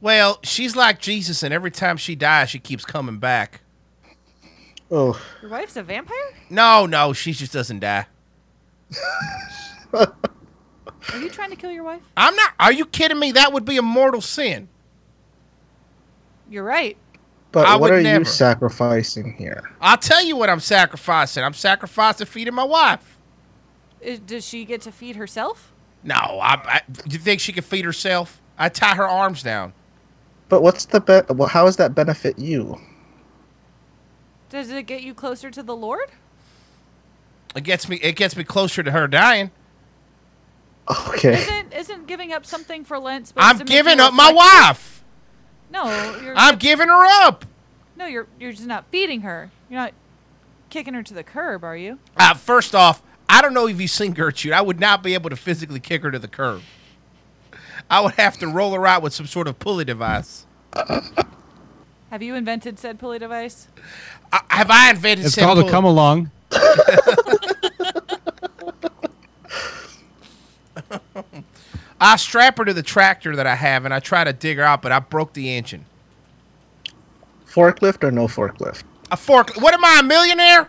[SPEAKER 2] Well, she's like Jesus, and every time she dies, she keeps coming back.
[SPEAKER 8] Oh
[SPEAKER 3] Your wife's a vampire?
[SPEAKER 2] no, no, she just doesn't die.
[SPEAKER 3] Are you trying to kill your wife?
[SPEAKER 2] I'm not. Are you kidding me? That would be a mortal sin.
[SPEAKER 3] You're right.
[SPEAKER 8] But
[SPEAKER 2] I
[SPEAKER 8] what
[SPEAKER 2] would
[SPEAKER 8] are
[SPEAKER 2] never.
[SPEAKER 8] you sacrificing here?
[SPEAKER 2] I'll tell you what I'm sacrificing. I'm sacrificing feeding my wife.
[SPEAKER 3] Is, does she get to feed herself?
[SPEAKER 2] No, I, I. You think she can feed herself? I tie her arms down.
[SPEAKER 8] But what's the bet? Well, how does that benefit you?
[SPEAKER 3] Does it get you closer to the Lord?
[SPEAKER 2] It gets me. It gets me closer to her dying.
[SPEAKER 8] Okay.
[SPEAKER 3] Isn't isn't giving up something for Lent supposed
[SPEAKER 2] I'm
[SPEAKER 3] to make you
[SPEAKER 2] giving up my
[SPEAKER 3] reflect-
[SPEAKER 2] wife.
[SPEAKER 3] No, Oh, you're
[SPEAKER 2] I'm giving her up.
[SPEAKER 3] no, you're you're just not feeding her. You're not kicking her to the curb, are you?
[SPEAKER 2] Uh, first off, I don't know if you've seen Gertrude. I would not be able to physically kick her to the curb. I would have to roll her out with some sort of pulley device.
[SPEAKER 3] Have you invented said pulley device?
[SPEAKER 2] I, Uh, have I invented?
[SPEAKER 6] It's
[SPEAKER 2] said
[SPEAKER 6] called a
[SPEAKER 2] pulley-
[SPEAKER 6] come along.
[SPEAKER 2] I strap her to the tractor that I have, and I try to dig her out, but I broke the engine.
[SPEAKER 8] forklift or no forklift?
[SPEAKER 2] A fork. What am I, a millionaire?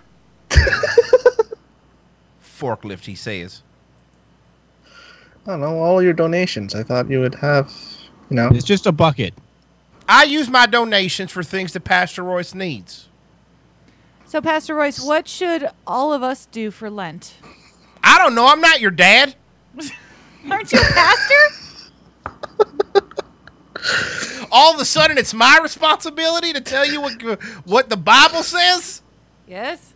[SPEAKER 2] Forklift, he says.
[SPEAKER 8] I don't know. All your donations. I thought you would have, you know. It's
[SPEAKER 6] just a bucket.
[SPEAKER 2] I use my donations for things that Pastor Royce needs.
[SPEAKER 3] So, Pastor Royce, what should all of us do for Lent?
[SPEAKER 2] I don't know. I'm not your dad.
[SPEAKER 3] Aren't you a pastor?
[SPEAKER 2] All of a sudden, it's my responsibility to tell you what what the Bible says.
[SPEAKER 3] Yes.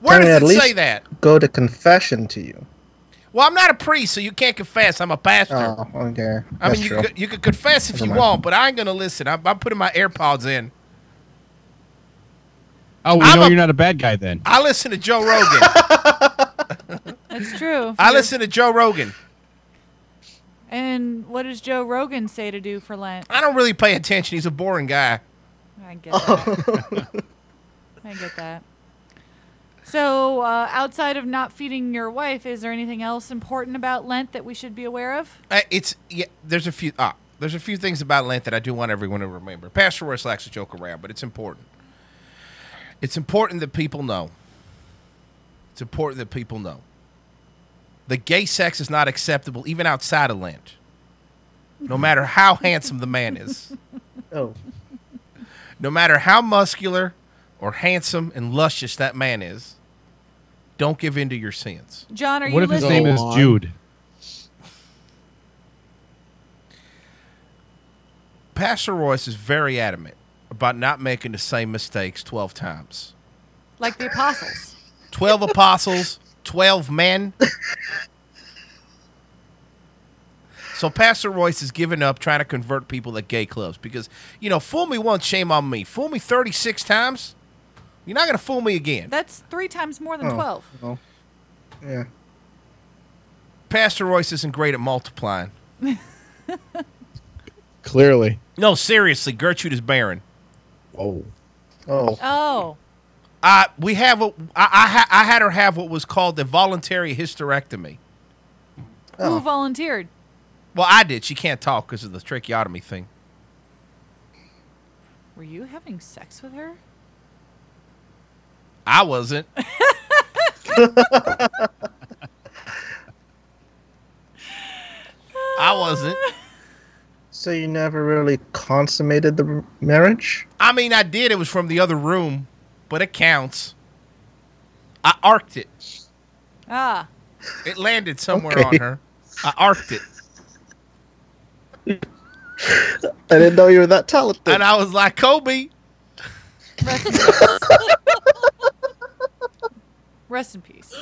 [SPEAKER 2] Where
[SPEAKER 8] Kinda
[SPEAKER 2] does
[SPEAKER 8] at
[SPEAKER 2] it
[SPEAKER 8] least
[SPEAKER 2] say that?
[SPEAKER 8] Go to confession to you.
[SPEAKER 2] Well, I'm not a priest, so you can't confess. I'm a pastor.
[SPEAKER 8] Oh, okay. That's
[SPEAKER 2] I mean, you
[SPEAKER 8] true.
[SPEAKER 2] could, you could confess if
[SPEAKER 8] Never
[SPEAKER 2] you
[SPEAKER 8] mind.
[SPEAKER 2] want, but I ain't gonna listen. I'm, I'm putting my AirPods in.
[SPEAKER 6] Oh, we
[SPEAKER 2] I'm
[SPEAKER 6] know
[SPEAKER 2] a-
[SPEAKER 6] you're not a bad guy then.
[SPEAKER 2] I listen to Joe Rogan.
[SPEAKER 3] That's true.
[SPEAKER 2] I listen to Joe Rogan.
[SPEAKER 3] And what does Joe Rogan say to do for Lent?
[SPEAKER 2] I don't really pay attention. He's a boring guy.
[SPEAKER 3] I get that. I get that. So, uh, outside of not feeding your wife, is there anything else important about Lent that we should be aware of?
[SPEAKER 2] Uh, it's yeah. There's a few. Ah, there's a few things about Lent that I do want everyone to remember. Pastor Royce likes to joke around, but it's important. It's important that people know. It's important that people know. The gay sex is not acceptable even outside of Lent. No matter how handsome the man is.
[SPEAKER 8] Oh.
[SPEAKER 2] No matter how muscular or handsome and luscious that man is, don't give in to your sins.
[SPEAKER 3] John, are
[SPEAKER 6] What
[SPEAKER 3] you
[SPEAKER 6] if his
[SPEAKER 3] listening?
[SPEAKER 6] name is Jude?
[SPEAKER 2] Pastor Royce is very adamant about not making the same mistakes 12 times.
[SPEAKER 3] Like the apostles.
[SPEAKER 2] 12 apostles, 12 men. So Pastor Royce has given up trying to convert people at gay clubs because, you know, fool me once, shame on me. Fool me 36 times, you're not going to fool me again.
[SPEAKER 3] That's three times more than
[SPEAKER 2] Oh.
[SPEAKER 3] 12.
[SPEAKER 8] Yeah.
[SPEAKER 2] Pastor Royce isn't great at multiplying.
[SPEAKER 5] Clearly.
[SPEAKER 2] No, seriously, Gertrude is barren.
[SPEAKER 5] Whoa.
[SPEAKER 8] Oh.
[SPEAKER 3] Oh.
[SPEAKER 2] I we have a I I, ha, I had her have what was called the voluntary hysterectomy.
[SPEAKER 3] Who volunteered?
[SPEAKER 2] Well, I did. She can't talk because of the tracheotomy thing.
[SPEAKER 3] Were you having sex with her?
[SPEAKER 2] I wasn't. I wasn't.
[SPEAKER 8] So you never really consummated the r- marriage?
[SPEAKER 2] I mean, I did. It was from the other room, but it counts. I arced it.
[SPEAKER 3] Ah.
[SPEAKER 2] It landed somewhere
[SPEAKER 8] Okay.
[SPEAKER 2] on her. I arced it,
[SPEAKER 8] I didn't know you were that talented.
[SPEAKER 2] and I was like, Kobe.
[SPEAKER 3] Rest in peace. Rest in peace.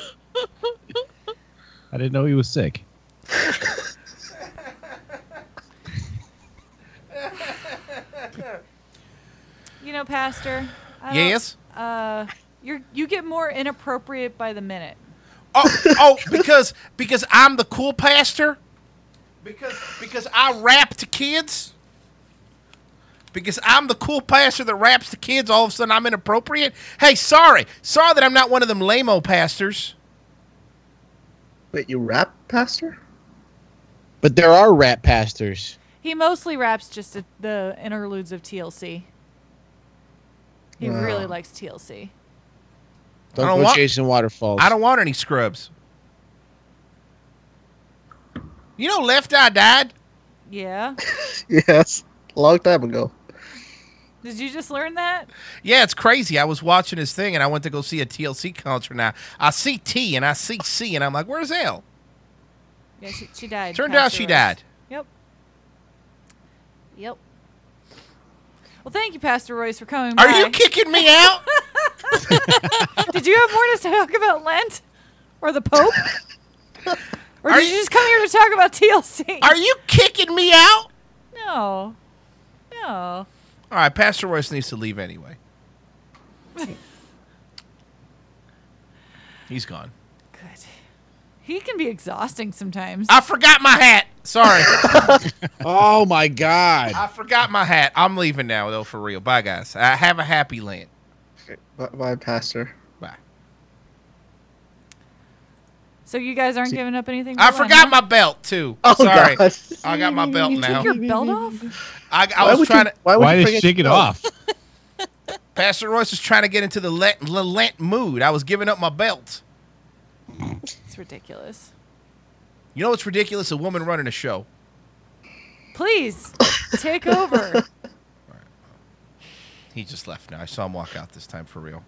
[SPEAKER 6] I didn't know he was sick.
[SPEAKER 3] You know, Pastor. I don't-
[SPEAKER 2] Yes?
[SPEAKER 3] Uh, you're, you get more inappropriate by the minute.
[SPEAKER 2] Oh, oh, because because I'm the cool pastor. Because because I rap to kids. Because I'm the cool pastor that raps to kids. All of a sudden, I'm inappropriate. Hey, sorry, sorry that I'm not one of them lameo pastors.
[SPEAKER 8] Wait, you rap, Pastor?
[SPEAKER 5] But there are rap pastors.
[SPEAKER 3] He mostly raps just at the interludes of TLC. He
[SPEAKER 5] Wow.
[SPEAKER 3] really likes TLC.
[SPEAKER 5] Don't,
[SPEAKER 2] I don't
[SPEAKER 5] go
[SPEAKER 2] want-
[SPEAKER 5] chasing waterfalls.
[SPEAKER 2] I don't want any scrubs. You know, Left Eye died.
[SPEAKER 3] Yeah.
[SPEAKER 8] Yes. A long time ago.
[SPEAKER 3] Did you just learn that?
[SPEAKER 2] Yeah, it's crazy. I was watching his thing, and I went to go see a TLC concert. Now I see T and I see C, and I'm like, "Where's L?"
[SPEAKER 3] Yeah, she, she died.
[SPEAKER 2] Turned out
[SPEAKER 3] Passed
[SPEAKER 2] she
[SPEAKER 3] away.
[SPEAKER 2] died.
[SPEAKER 3] Yep. Yep. Well, thank you, Pastor Royce, for coming.
[SPEAKER 2] Are
[SPEAKER 3] by.
[SPEAKER 2] you kicking me out?
[SPEAKER 3] Did you have more to talk about Lent or the Pope? or did you just come here to talk about TLC?
[SPEAKER 2] Are you kicking me out?
[SPEAKER 3] No. No.
[SPEAKER 2] All right, Pastor Royce needs to leave anyway. He's gone.
[SPEAKER 3] Good. He can be exhausting sometimes.
[SPEAKER 2] I forgot my hat. Sorry.
[SPEAKER 5] oh my god.
[SPEAKER 2] I forgot my hat. I'm leaving now though for real. Bye guys. Uh, have a happy Lent.
[SPEAKER 8] Bye, bye Pastor.
[SPEAKER 2] Bye.
[SPEAKER 3] So you guys aren't giving up anything?
[SPEAKER 2] I
[SPEAKER 3] for Lent,
[SPEAKER 2] forgot
[SPEAKER 3] huh?
[SPEAKER 2] my belt too.
[SPEAKER 8] Oh,
[SPEAKER 2] Sorry.
[SPEAKER 8] God.
[SPEAKER 2] I got my belt
[SPEAKER 3] You
[SPEAKER 2] now.
[SPEAKER 3] took your belt off?
[SPEAKER 2] I,
[SPEAKER 8] Why
[SPEAKER 2] I was
[SPEAKER 8] would
[SPEAKER 2] trying
[SPEAKER 8] you-
[SPEAKER 2] to
[SPEAKER 8] why would
[SPEAKER 6] Why
[SPEAKER 8] you
[SPEAKER 6] did
[SPEAKER 8] bring
[SPEAKER 6] she
[SPEAKER 8] it
[SPEAKER 6] get
[SPEAKER 8] up?
[SPEAKER 6] off?
[SPEAKER 2] Pastor Royce was trying to get into the Lent, the Lent mood. I was giving up my belt.
[SPEAKER 3] It's ridiculous.
[SPEAKER 2] You know what's ridiculous? A woman running a show.
[SPEAKER 3] Please take over.
[SPEAKER 2] He just left now. I saw him walk out this time for real.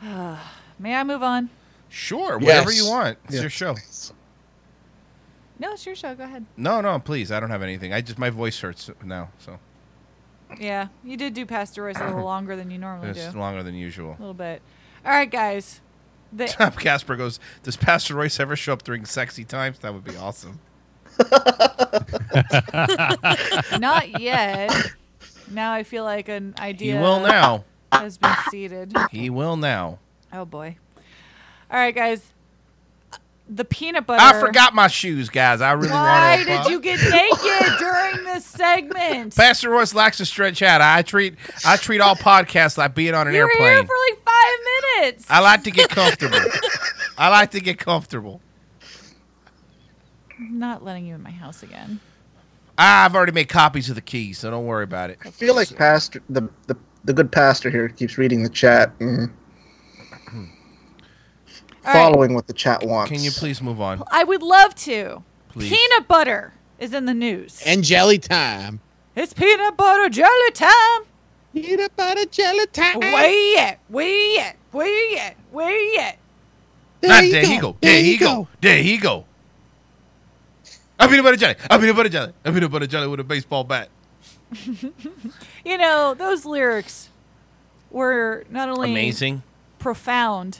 [SPEAKER 3] Ah, May I move on?
[SPEAKER 2] Sure,
[SPEAKER 3] Yes.
[SPEAKER 2] whatever you want. It's
[SPEAKER 3] Yeah.
[SPEAKER 2] your show.
[SPEAKER 3] No, it's your show. Go ahead.
[SPEAKER 2] No, no, please. I don't have anything. I just my voice hurts now, so
[SPEAKER 3] Yeah, you did do Pastor Royce a little longer than you normally
[SPEAKER 2] it's
[SPEAKER 3] do.
[SPEAKER 2] longer than
[SPEAKER 3] A
[SPEAKER 2] usual.
[SPEAKER 3] little bit. All right, guys. The,
[SPEAKER 2] Tom Casper goes, "Does Pastor Royce ever show up during sexy times? That would be awesome."
[SPEAKER 3] not yet. Now I feel like an idea
[SPEAKER 2] will now.
[SPEAKER 3] has been seeded.
[SPEAKER 2] He will now.
[SPEAKER 3] Oh boy. All right, guys. The peanut butter.
[SPEAKER 2] I forgot my shoes, guys. I really
[SPEAKER 3] Why
[SPEAKER 2] want.
[SPEAKER 3] did you get naked during this segment?
[SPEAKER 2] Pastor Royce likes to stretch out. I treat I treat all podcasts like being on an
[SPEAKER 3] You were here
[SPEAKER 2] airplane.
[SPEAKER 3] for like five minutes.
[SPEAKER 2] I like to get comfortable. I like to get comfortable.
[SPEAKER 3] I'm not letting you in my house again.
[SPEAKER 2] I've already made copies of the keys, so don't worry about it.
[SPEAKER 8] I feel like pastor the, the the good pastor here keeps reading the chat and
[SPEAKER 3] right.
[SPEAKER 8] following what the chat wants.
[SPEAKER 2] Can you please move on?
[SPEAKER 3] I would love to.
[SPEAKER 8] Please.
[SPEAKER 3] Peanut butter is in the news.
[SPEAKER 5] And jelly time.
[SPEAKER 3] It's peanut butter jelly time.
[SPEAKER 5] Peanut butter jelly time.
[SPEAKER 3] Where you at? Where you at? Where you at? Where you at?
[SPEAKER 2] Not there he go. There he go. There he go. I peanut butter jelly. I peanut butter jelly. I peanut butter jelly with a baseball bat.
[SPEAKER 3] You know those lyrics were not only
[SPEAKER 2] Amazing.
[SPEAKER 3] profound,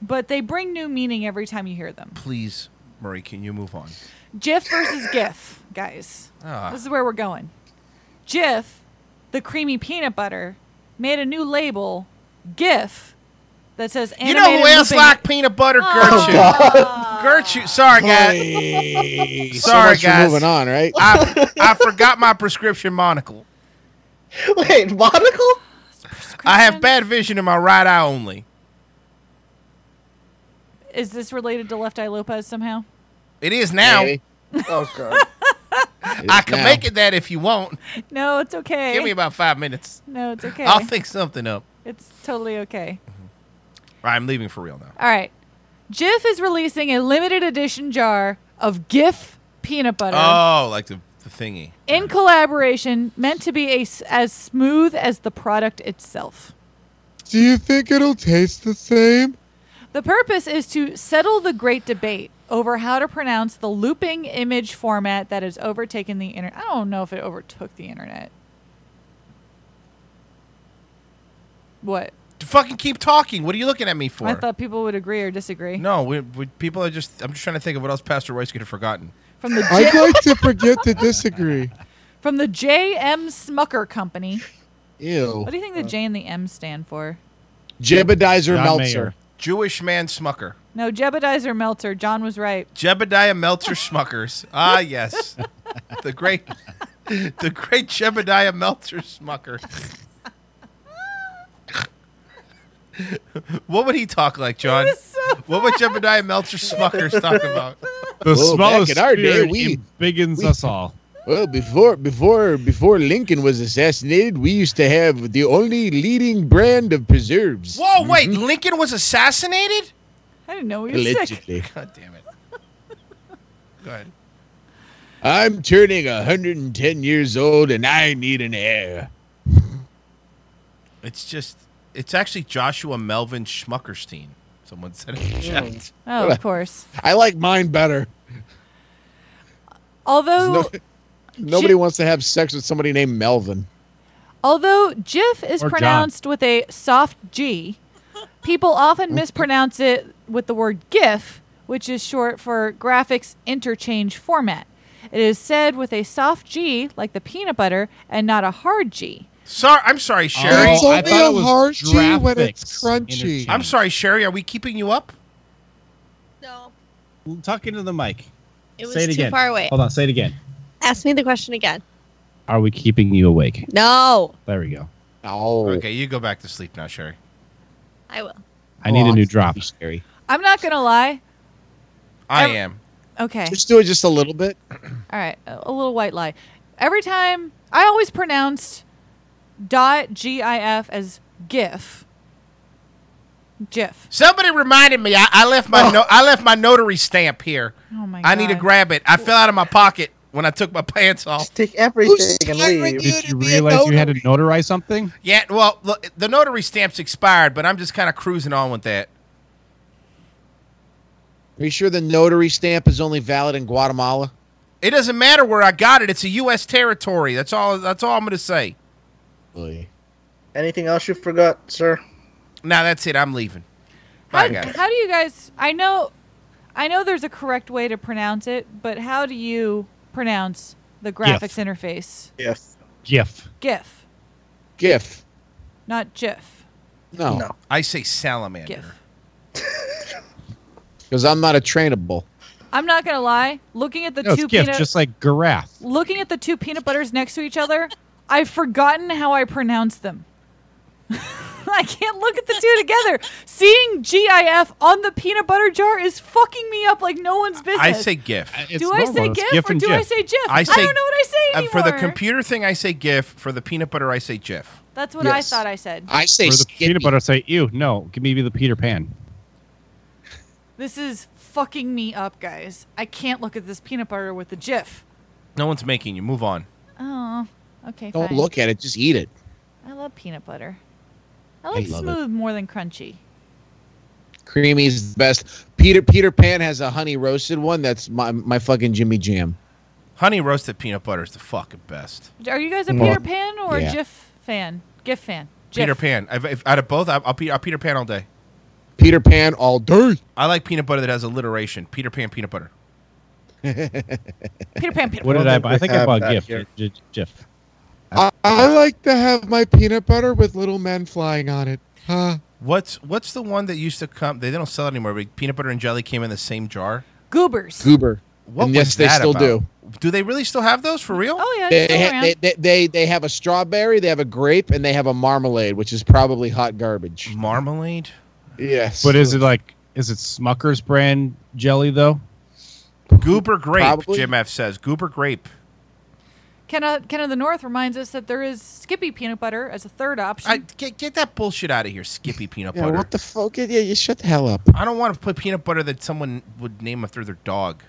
[SPEAKER 3] but they bring new meaning every time you hear them.
[SPEAKER 2] Please, Murray, can you move on?
[SPEAKER 3] GIF versus GIF, guys.
[SPEAKER 2] Ah.
[SPEAKER 3] This is where we're going. GIF, the creamy peanut butter, made a new label, GIF, that says
[SPEAKER 2] You know who
[SPEAKER 3] animated Oh,
[SPEAKER 2] else
[SPEAKER 3] looping-
[SPEAKER 2] like peanut butter? Gertrude. Gertrude. Sorry, guys.
[SPEAKER 5] Please. So
[SPEAKER 2] Sorry,
[SPEAKER 5] much for
[SPEAKER 2] guys.
[SPEAKER 5] moving on, right?
[SPEAKER 2] I, I forgot my prescription monocle.
[SPEAKER 8] Wait, monocle?
[SPEAKER 2] I have bad vision in my right eye only.
[SPEAKER 3] Is this related to Left Eye Lopez somehow?
[SPEAKER 2] It is now.
[SPEAKER 3] Maybe.
[SPEAKER 8] Oh god.
[SPEAKER 2] I can
[SPEAKER 3] now.
[SPEAKER 2] make it that if you want.
[SPEAKER 3] No, it's okay.
[SPEAKER 2] Give me about five minutes.
[SPEAKER 3] No, it's okay.
[SPEAKER 2] I'll think something up.
[SPEAKER 3] It's totally okay.
[SPEAKER 2] All right, I'm leaving for real now.
[SPEAKER 3] All right. GIF is releasing a limited edition jar of GIF peanut butter.
[SPEAKER 2] Oh, like the, the thingy.
[SPEAKER 3] in collaboration meant to be a s as smooth as the product itself.
[SPEAKER 4] Do you think it'll taste the same?
[SPEAKER 3] The purpose is to settle the great debate over how to pronounce the looping image format that has overtaken the internet. I don't know if it overtook the internet. What?
[SPEAKER 2] Fucking keep talking. What are you looking at me for?
[SPEAKER 3] I thought people would agree or disagree.
[SPEAKER 2] no, we, we, people are just. I'm just trying to think of what else Pastor Royce could have forgotten.
[SPEAKER 3] From the
[SPEAKER 4] I'd
[SPEAKER 3] J-
[SPEAKER 4] like to forget to disagree.
[SPEAKER 3] from the J.M. Smucker Company.
[SPEAKER 2] Oh,
[SPEAKER 5] Ew.
[SPEAKER 3] What do you think the J and the M stand for?
[SPEAKER 5] Jebedizer
[SPEAKER 2] John
[SPEAKER 5] Meltzer.
[SPEAKER 2] Mayer. Jewish man Smucker.
[SPEAKER 3] No, Jebedizer Melter. John was right.
[SPEAKER 2] Jebediah Meltzer Smuckers. Ah, yes, the great, the great Jebediah Meltzer Smucker. what would he talk like, John? what would Jebediah Meltzer Smuckers talk about?
[SPEAKER 6] The
[SPEAKER 5] Well,
[SPEAKER 6] small
[SPEAKER 5] back in our day,
[SPEAKER 6] spirit
[SPEAKER 5] we-
[SPEAKER 6] embiggens us all.
[SPEAKER 5] Well, before before before Lincoln was assassinated, we used to have the only leading brand of preserves.
[SPEAKER 2] Whoa, wait!
[SPEAKER 6] Mhm.
[SPEAKER 2] Lincoln was assassinated.
[SPEAKER 3] I didn't know he was sick.
[SPEAKER 5] Allegedly.
[SPEAKER 2] God damn it. Go ahead.
[SPEAKER 5] I'm turning 110 years old and I need an heir.
[SPEAKER 2] It's just, it's actually Joshua Melvin Schmuckerstein. Someone said it in the chat.
[SPEAKER 3] Oh, of course.
[SPEAKER 5] I like mine better.
[SPEAKER 3] Although
[SPEAKER 5] No- nobody wants to have sex with somebody named Melvin.
[SPEAKER 3] Although GIF is
[SPEAKER 5] Or John.
[SPEAKER 3] pronounced with a soft G, people often mispronounce it with the word GIF, which is short for Graphics Interchange Format. It is said with a soft G, like the peanut butter, and not a hard G.
[SPEAKER 2] Sorry, I'm sorry, Sherry.
[SPEAKER 4] it's only a hard G when it's crunchy.
[SPEAKER 2] I'm sorry, Sherry. Are we keeping you up?
[SPEAKER 6] Talk into the mic.
[SPEAKER 18] It was
[SPEAKER 6] say it
[SPEAKER 18] too
[SPEAKER 6] again.
[SPEAKER 18] far away.
[SPEAKER 6] Hold on. Say it again.
[SPEAKER 18] Ask me the question again.
[SPEAKER 6] Are we keeping you awake?
[SPEAKER 18] No,
[SPEAKER 6] There we go.
[SPEAKER 5] Oh.
[SPEAKER 2] Okay, you go back to sleep now, Sherry.
[SPEAKER 18] I will.
[SPEAKER 6] I need a new drop. Scary.
[SPEAKER 3] I'm not going to lie.
[SPEAKER 2] I am.
[SPEAKER 3] Okay.
[SPEAKER 5] Just do it just a little bit.
[SPEAKER 3] All right. A a little white lie. Every time, I always pronounced dot gif as GIF. GIF.
[SPEAKER 2] Somebody reminded me. I, I left
[SPEAKER 5] Oh.
[SPEAKER 2] my no, I left my notary stamp here.
[SPEAKER 3] Oh my
[SPEAKER 2] I need to
[SPEAKER 3] God.
[SPEAKER 2] grab it. I fell out of my pocket when I took my pants off.
[SPEAKER 8] Take everything and leave.
[SPEAKER 6] Did you realize you had to notarize something?
[SPEAKER 2] Yeah, well, look, the notary stamp's expired, but I'm just kind of cruising on with that.
[SPEAKER 5] Are you sure the notary stamp is only valid in Guatemala?
[SPEAKER 2] It doesn't matter where I got it. It's a U.S. territory. That's all. That's all I'm gonna say.
[SPEAKER 8] Anything else you forgot, sir?
[SPEAKER 2] Now that's it. I'm leaving.
[SPEAKER 3] How,
[SPEAKER 2] Bye, guys.
[SPEAKER 3] how do you guys? I know, I know. There's a correct way to pronounce it, but how do you pronounce the graphics interface?
[SPEAKER 8] Yes.
[SPEAKER 6] GIF.
[SPEAKER 3] GIF,
[SPEAKER 5] GIF.
[SPEAKER 3] not GIF.
[SPEAKER 5] No.
[SPEAKER 2] I say salamander.
[SPEAKER 5] Because I'm not a trainable.
[SPEAKER 3] I'm not gonna lie. Looking at the
[SPEAKER 5] No, it's
[SPEAKER 3] two
[SPEAKER 5] GIF,
[SPEAKER 3] peanut,
[SPEAKER 5] just like giraffe.
[SPEAKER 3] looking at the two peanut butters next to each other, I've forgotten how I pronounce them. I can't look at the two together. Seeing GIF on the peanut butter jar is fucking me up like no one's business.
[SPEAKER 2] I say GIF.
[SPEAKER 3] do I say Uh, GIF, or do I say GIF? I, don't know what I say
[SPEAKER 2] uh,
[SPEAKER 3] anymore.
[SPEAKER 2] for the computer thing, I say GIF. For the peanut butter, I say GIF.
[SPEAKER 3] That's what
[SPEAKER 2] Yes.
[SPEAKER 3] I thought I said.
[SPEAKER 6] Or the peanut butter. Say ew. No, give me the Peter Pan.
[SPEAKER 3] This is fucking me up, guys. I can't look at this peanut butter with the GIF.
[SPEAKER 2] No one's making you. Move on.
[SPEAKER 3] Oh, okay.
[SPEAKER 5] Don't
[SPEAKER 3] fine.
[SPEAKER 5] look at it. Just eat it.
[SPEAKER 3] I love peanut butter. I
[SPEAKER 5] I
[SPEAKER 3] like
[SPEAKER 5] love it.
[SPEAKER 3] smooth more than crunchy.
[SPEAKER 5] Creamy's the best. Peter Peter Pan has a honey roasted one. That's my my fucking Jimmy Jam.
[SPEAKER 2] Honey roasted peanut butter is the fucking best.
[SPEAKER 3] Are you guys a
[SPEAKER 5] Mm. Well,
[SPEAKER 3] Peter Pan or
[SPEAKER 5] yeah.
[SPEAKER 3] a GIF fan? GIF fan. GIF.
[SPEAKER 2] Peter Pan. I've, if, out of both, I'll, I'll, Pe- I'll Peter Pan all day.
[SPEAKER 5] Peter Pan all day.
[SPEAKER 2] I like peanut butter that has alliteration. Peter Pan peanut butter.
[SPEAKER 3] Peter Pan. Peter
[SPEAKER 6] What did I buy? I think I
[SPEAKER 5] have
[SPEAKER 6] bought
[SPEAKER 5] that
[SPEAKER 6] GIF.
[SPEAKER 5] here.
[SPEAKER 6] G- g- GIF.
[SPEAKER 4] I, I like to have my peanut butter with little men flying on it. Huh?
[SPEAKER 2] What's what's the one that used to come? They don't sell it anymore. But peanut butter and jelly came in the same jar.
[SPEAKER 3] Goobers.
[SPEAKER 5] Goober.
[SPEAKER 2] What
[SPEAKER 5] and
[SPEAKER 2] was
[SPEAKER 5] yes, they
[SPEAKER 2] that
[SPEAKER 5] still
[SPEAKER 2] about?
[SPEAKER 5] do.
[SPEAKER 2] Do they really still have those for real?
[SPEAKER 3] Oh yeah,
[SPEAKER 5] They, ha- they, they, they, they have a strawberry, they have a grape, and they have a marmalade, which is probably hot garbage.
[SPEAKER 2] Marmalade?
[SPEAKER 5] Yes.
[SPEAKER 6] But is it like? Is it Smucker's brand jelly though?
[SPEAKER 2] Goober grape.
[SPEAKER 6] Probably.
[SPEAKER 2] Jim F says Goober grape.
[SPEAKER 3] Kenna, Kenna uh, of the North reminds us that there is Skippy peanut butter as a third option.
[SPEAKER 2] I, get get that bullshit out of here, Skippy peanut
[SPEAKER 5] Yeah,
[SPEAKER 2] butter.
[SPEAKER 5] what the fuck? Yeah, you shut the hell up.
[SPEAKER 2] I don't want to put peanut butter that someone would name after their dog.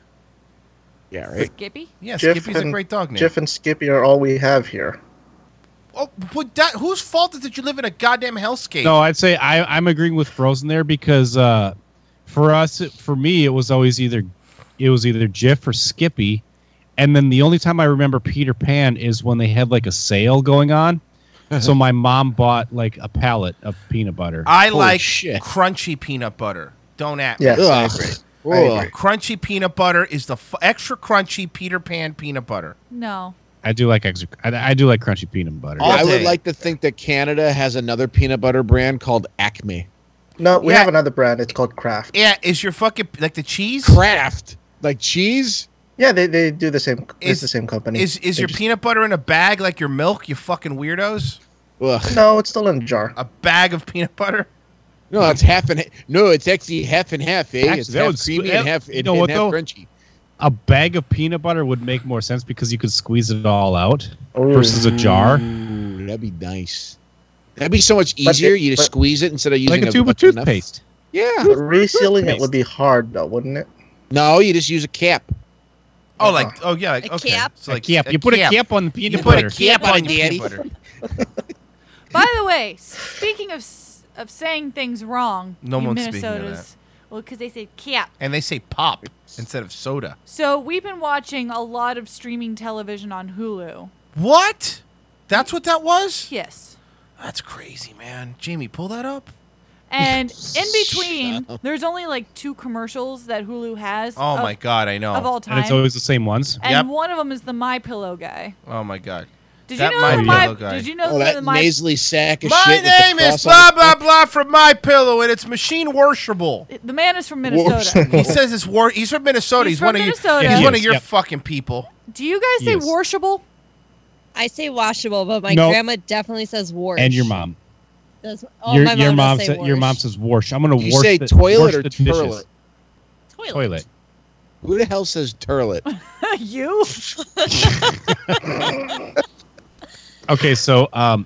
[SPEAKER 5] Yeah,
[SPEAKER 2] right?
[SPEAKER 3] Skippy?
[SPEAKER 2] Yeah,
[SPEAKER 8] Jif
[SPEAKER 2] Skippy's a
[SPEAKER 8] and-
[SPEAKER 2] great dog name.
[SPEAKER 8] Jif and Skippy are all we have here.
[SPEAKER 2] Oh, but that, whose fault is that you live in a goddamn hellscape?
[SPEAKER 6] No, I'd say I, I'm agreeing with Frozen there because uh, for us, for me, it was always either it was either Jif or Skippy, and then the only time I remember Peter Pan is when they had like a sale going on. so my mom bought like a pallet of peanut butter.
[SPEAKER 2] I like crunchy peanut butter. Don't at
[SPEAKER 6] Yes,
[SPEAKER 2] me.
[SPEAKER 6] I Ugh. agree. I Ugh. agree.
[SPEAKER 2] Crunchy peanut butter is the f- extra crunchy Peter Pan peanut butter.
[SPEAKER 3] no.
[SPEAKER 6] I do like extra. I, I do like crunchy peanut butter.
[SPEAKER 5] I would like to think that Canada has another peanut butter brand called Acme.
[SPEAKER 8] No, we
[SPEAKER 2] Yeah.
[SPEAKER 8] have another brand. It's called Kraft.
[SPEAKER 2] Yeah, is your fucking like the cheese?
[SPEAKER 5] Kraft, like cheese.
[SPEAKER 8] Yeah, they, they do the same. it's the same company.
[SPEAKER 2] Is is
[SPEAKER 8] They
[SPEAKER 2] your
[SPEAKER 8] just-
[SPEAKER 2] peanut butter in a bag like your milk? You fucking weirdos.
[SPEAKER 8] no? It's still in a jar.
[SPEAKER 2] A bag of peanut butter.
[SPEAKER 5] No, it's half and no, it's actually half and half. Eh?
[SPEAKER 6] Actually,
[SPEAKER 5] it's
[SPEAKER 6] that
[SPEAKER 5] half
[SPEAKER 6] would
[SPEAKER 5] creamy
[SPEAKER 6] sque-
[SPEAKER 5] and half,
[SPEAKER 6] you
[SPEAKER 5] and,
[SPEAKER 6] know
[SPEAKER 5] and
[SPEAKER 6] what,
[SPEAKER 5] half
[SPEAKER 6] though?
[SPEAKER 5] crunchy.
[SPEAKER 6] a bag of peanut butter would make more sense because you could squeeze it all out
[SPEAKER 5] Oh.
[SPEAKER 6] versus a jar.
[SPEAKER 5] Mm. Ooh, that'd be nice. That'd be so much easier. you just squeeze it instead of using
[SPEAKER 6] like a tube of
[SPEAKER 5] knife.
[SPEAKER 6] toothpaste.
[SPEAKER 5] Yeah,
[SPEAKER 8] But resealing it would be hard though, wouldn't it?
[SPEAKER 5] No, you just use a cap.
[SPEAKER 2] Oh, like oh yeah, like, okay. So like
[SPEAKER 6] cap. You put a cap on the peanut
[SPEAKER 2] you put
[SPEAKER 6] butter.
[SPEAKER 2] a cap
[SPEAKER 6] Cap
[SPEAKER 2] on
[SPEAKER 6] on
[SPEAKER 2] the
[SPEAKER 6] it,
[SPEAKER 2] peanut
[SPEAKER 6] Daddy.
[SPEAKER 2] butter.
[SPEAKER 3] By the way, speaking of s- of saying things wrong,
[SPEAKER 2] No
[SPEAKER 3] you
[SPEAKER 2] one's speaking of
[SPEAKER 3] Minnesotans. Well, because they say cap.
[SPEAKER 2] And they say pop instead of soda.
[SPEAKER 3] So we've been watching a lot of streaming television on Hulu.
[SPEAKER 2] What? That's what that was?
[SPEAKER 3] Yes.
[SPEAKER 2] That's crazy, man. Jamie, pull that up.
[SPEAKER 3] And in between, there's only like two commercials that Hulu has.
[SPEAKER 2] Oh
[SPEAKER 3] of-
[SPEAKER 2] my god, I know.
[SPEAKER 3] Of all time.
[SPEAKER 6] And it's always the same ones.
[SPEAKER 3] And one of them is the My Pillow guy.
[SPEAKER 2] Oh my god.
[SPEAKER 3] Did
[SPEAKER 2] That
[SPEAKER 3] you know
[SPEAKER 2] My
[SPEAKER 3] the My?
[SPEAKER 2] Pillow guy.
[SPEAKER 3] Did you know
[SPEAKER 5] Oh,
[SPEAKER 3] that
[SPEAKER 5] that
[SPEAKER 3] the My?
[SPEAKER 5] nasally sack of
[SPEAKER 2] My
[SPEAKER 5] shit. with the
[SPEAKER 2] name is
[SPEAKER 5] cross on
[SPEAKER 2] blah
[SPEAKER 5] it.
[SPEAKER 2] blah blah from my pillow and it's machine worshipable.
[SPEAKER 3] the man is from Minnesota.
[SPEAKER 2] he says it's war he's from Minnesota. He's,
[SPEAKER 3] He's from
[SPEAKER 2] one of
[SPEAKER 3] Minnesota.
[SPEAKER 2] your he's
[SPEAKER 3] Yes,
[SPEAKER 2] one of your
[SPEAKER 6] yep.
[SPEAKER 2] fucking people.
[SPEAKER 3] Do you guys say
[SPEAKER 6] Yes.
[SPEAKER 3] washable?
[SPEAKER 18] I say washable, but my
[SPEAKER 6] No.
[SPEAKER 18] grandma definitely says wash.
[SPEAKER 6] And your mom.
[SPEAKER 18] Does, oh,
[SPEAKER 6] your
[SPEAKER 18] my mom
[SPEAKER 6] your
[SPEAKER 18] does
[SPEAKER 6] mom
[SPEAKER 18] say
[SPEAKER 6] sa- your
[SPEAKER 18] wash.
[SPEAKER 6] mom says wash. I'm gonna
[SPEAKER 5] You
[SPEAKER 6] wash
[SPEAKER 5] say
[SPEAKER 6] the,
[SPEAKER 5] toilet
[SPEAKER 6] wash
[SPEAKER 5] or
[SPEAKER 6] the dishes.
[SPEAKER 5] turlet?
[SPEAKER 18] Toilet.
[SPEAKER 6] Toilet.
[SPEAKER 5] Who the hell says turlet?
[SPEAKER 3] you?
[SPEAKER 6] Okay, so um,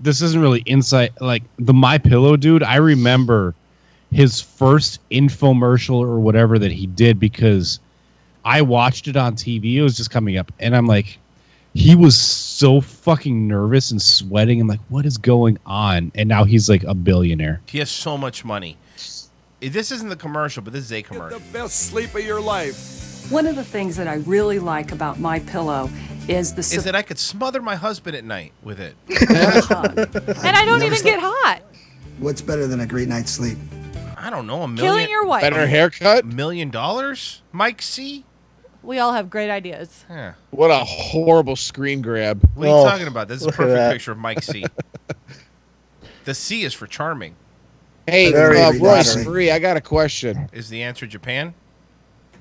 [SPEAKER 6] this isn't really insight. Like the My Pillow dude, I remember his first infomercial or whatever that he did because I watched it on TV. It was just coming up, and I'm like, he was so fucking nervous and sweating. I'm like, what is going on? And now he's like a billionaire.
[SPEAKER 2] He has so much money. This isn't the commercial, but this is a commercial.
[SPEAKER 7] Best sleep of your life.
[SPEAKER 11] One of the things that I really like about my pillow is the
[SPEAKER 2] Is that I could smother my husband at night with it.
[SPEAKER 3] Oh, And I don't even get hot.
[SPEAKER 23] What's better than a great night's sleep?
[SPEAKER 2] I don't know, a million.
[SPEAKER 3] Killing your wife. Better
[SPEAKER 2] haircut? Million dollars? Mike C?
[SPEAKER 3] We all have great ideas.
[SPEAKER 2] Yeah.
[SPEAKER 5] What a horrible screen grab.
[SPEAKER 2] What are you talking about? This is a perfect picture of Mike C. the C is for charming.
[SPEAKER 5] Hey,
[SPEAKER 2] Very
[SPEAKER 5] uh, Royce
[SPEAKER 2] flattering.
[SPEAKER 5] Free, I got a question.
[SPEAKER 2] Is the answer Japan?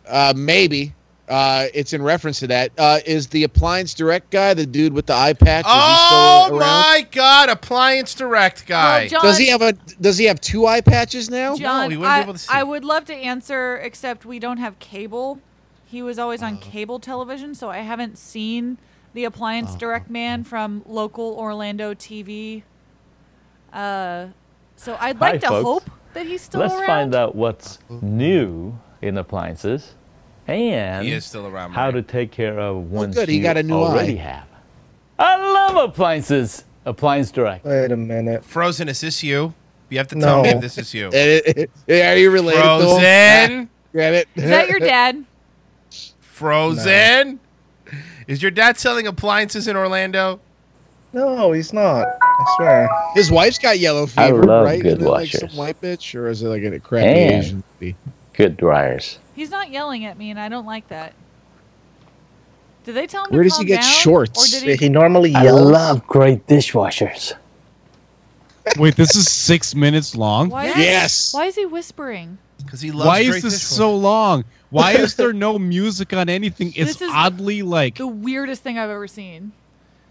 [SPEAKER 5] Uh, maybe. Uh, it's in reference to that. Uh, is the appliance direct guy the dude with the eye patch? is he
[SPEAKER 2] Oh
[SPEAKER 5] still around?
[SPEAKER 2] my God! Appliance Direct guy.
[SPEAKER 5] does he have a? Does he have two eye patches now?
[SPEAKER 3] John, I, I would love to answer, except we don't have cable. He was always on cable television, so I haven't seen the appliance direct man from local Orlando TV. Uh, so I'd
[SPEAKER 24] Hi,
[SPEAKER 3] like to
[SPEAKER 24] folks.
[SPEAKER 3] hope that he's still
[SPEAKER 24] Let's
[SPEAKER 3] around.
[SPEAKER 24] find out what's new in appliances and
[SPEAKER 2] He is still around,
[SPEAKER 24] how to take care of ones
[SPEAKER 5] good, he
[SPEAKER 24] you
[SPEAKER 5] got a new
[SPEAKER 24] already
[SPEAKER 5] eye.
[SPEAKER 24] have. I love appliances. Appliance Direct.
[SPEAKER 8] Wait a minute.
[SPEAKER 2] Frozen, is this you? You have to tell me
[SPEAKER 24] No.
[SPEAKER 2] if this is you.
[SPEAKER 5] are you related? to him?
[SPEAKER 2] Frozen.
[SPEAKER 5] Get it?
[SPEAKER 3] Is that your dad?
[SPEAKER 2] Frozen. Is your dad selling appliances in Orlando?
[SPEAKER 8] No, he's not. I swear.
[SPEAKER 5] His wife's got yellow fever,
[SPEAKER 24] love
[SPEAKER 5] right?
[SPEAKER 24] good
[SPEAKER 5] Isn't it like
[SPEAKER 24] washers.
[SPEAKER 5] some white bitch, or is it like a crappy Asian?
[SPEAKER 24] And good dryers.
[SPEAKER 3] He's not yelling at me, and I don't like that. Did they tell him?
[SPEAKER 24] Where
[SPEAKER 3] to
[SPEAKER 24] does he
[SPEAKER 3] calm
[SPEAKER 24] get
[SPEAKER 3] down,
[SPEAKER 24] shorts?
[SPEAKER 3] Or did
[SPEAKER 8] he normally
[SPEAKER 24] I
[SPEAKER 8] yells?
[SPEAKER 24] love great dishwashers.
[SPEAKER 6] Wait, this is six minutes long.
[SPEAKER 3] Why is- Why is he whispering?
[SPEAKER 2] Because he
[SPEAKER 3] loves
[SPEAKER 6] Why
[SPEAKER 3] great
[SPEAKER 6] is this
[SPEAKER 3] dishwasher.
[SPEAKER 6] so long? Why is there no music on anything? It's
[SPEAKER 3] This is
[SPEAKER 6] oddly like
[SPEAKER 3] The weirdest thing I've ever seen.